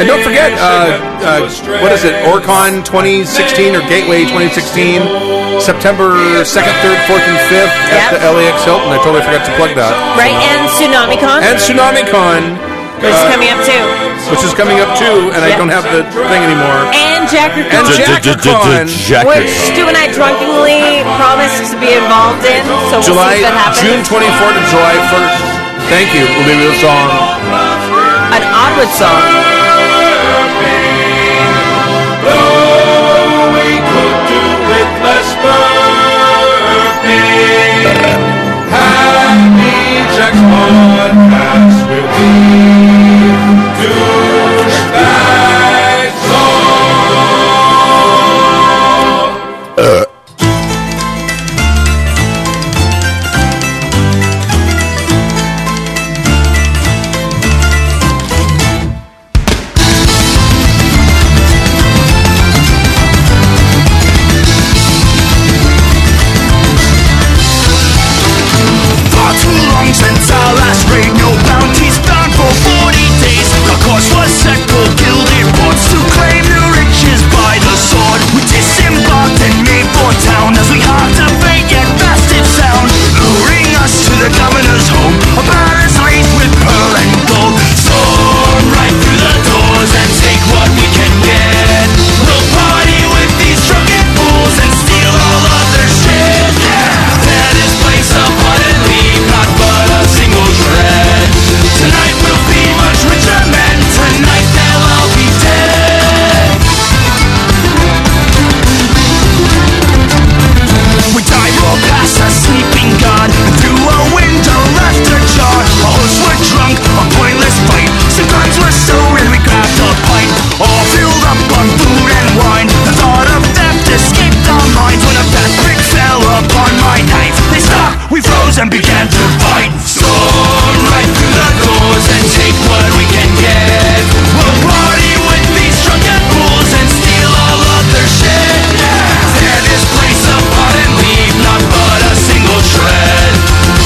[SPEAKER 3] And don't forget, uh, uh, what is it? Orcon 2016 or Gateway 2016, September 2nd, 3rd, 4th, and 5th at the LAX Hilton. I totally forgot to plug that.
[SPEAKER 6] Right, and TsunamiCon,
[SPEAKER 3] And uh, TsunamiCon,
[SPEAKER 6] which is coming up too.
[SPEAKER 3] which is coming up too, and I
[SPEAKER 6] Yeah.
[SPEAKER 3] don't have the thing anymore.
[SPEAKER 6] And Jacker
[SPEAKER 3] And JackerCon,
[SPEAKER 6] which Stu and I drunkenly promised to be involved in. So we'll
[SPEAKER 3] July,
[SPEAKER 6] see if that happens.
[SPEAKER 3] June 24th and July 1st. Thank you. We'll be with the song.
[SPEAKER 6] An Oddwood song.
[SPEAKER 11] Far too long since our last raid, no bounties bound for 40 days. The cause was set for gilded lords to claim the riches by the sword. We disembarked and made for town as we harked a vague yet festive sound, luring us to the governor's home. A palace laced with pearl and gold. Storm right through the doors and take what we can get. We'll party with these drunken fools and steal all of their shit. Yeah, that is place up suddenly, not but a single dread. Tonight we'll be much richer men. Tonight they'll all be dead. We dive all past a sleeping god and Through a window left ajar Our hosts were drunk, a pointless fight Some guns were stolen, we grabbed a pint All filled up on food and wine The thought of theft escaped our minds When a fat brick fell upon my knife They stopped, we froze and began to fight Storm right through the doors and take what we can get We'll party with these drunken fools and steal all of their shit Tear this place apart and leave not but a single shred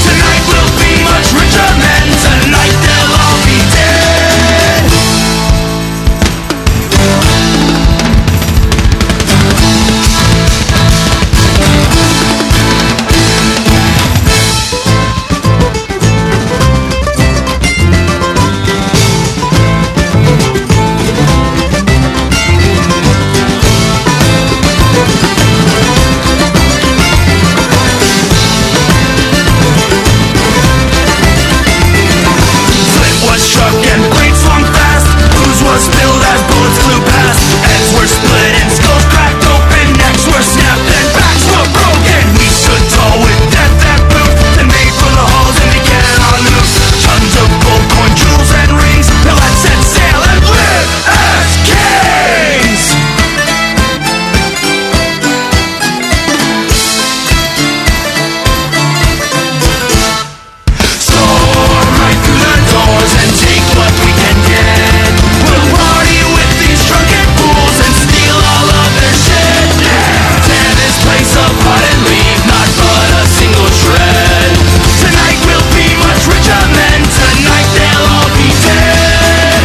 [SPEAKER 11] Tonight we'll be much richer men Tonight they'll all be dead Flint was struck and blades swung fast. Booze was spilled as bullets flew past. Heads were split and skulls cracked open. Necks were snapped and backs were broken. We stood tall with death at boot. Then made for the halls and began our loot. Tons of gold coin, jewels, and rings. Now let's set sail and live as kings. Storm right through the doors and take what we can get. We'll party with these drunken fools and steal all of their shit. Tear this place apart and leave not but a single shred. Tonight we'll be much richer men. Tonight they'll all be dead.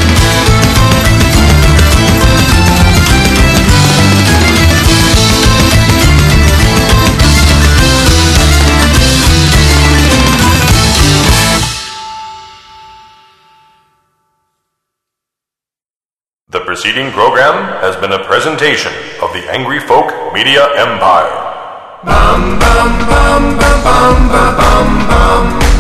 [SPEAKER 12] The preceding program has been a presentation of the Angry Folk Media Empire.
[SPEAKER 2] Bum, bum, bum, bum, bum, bum, bum, bum.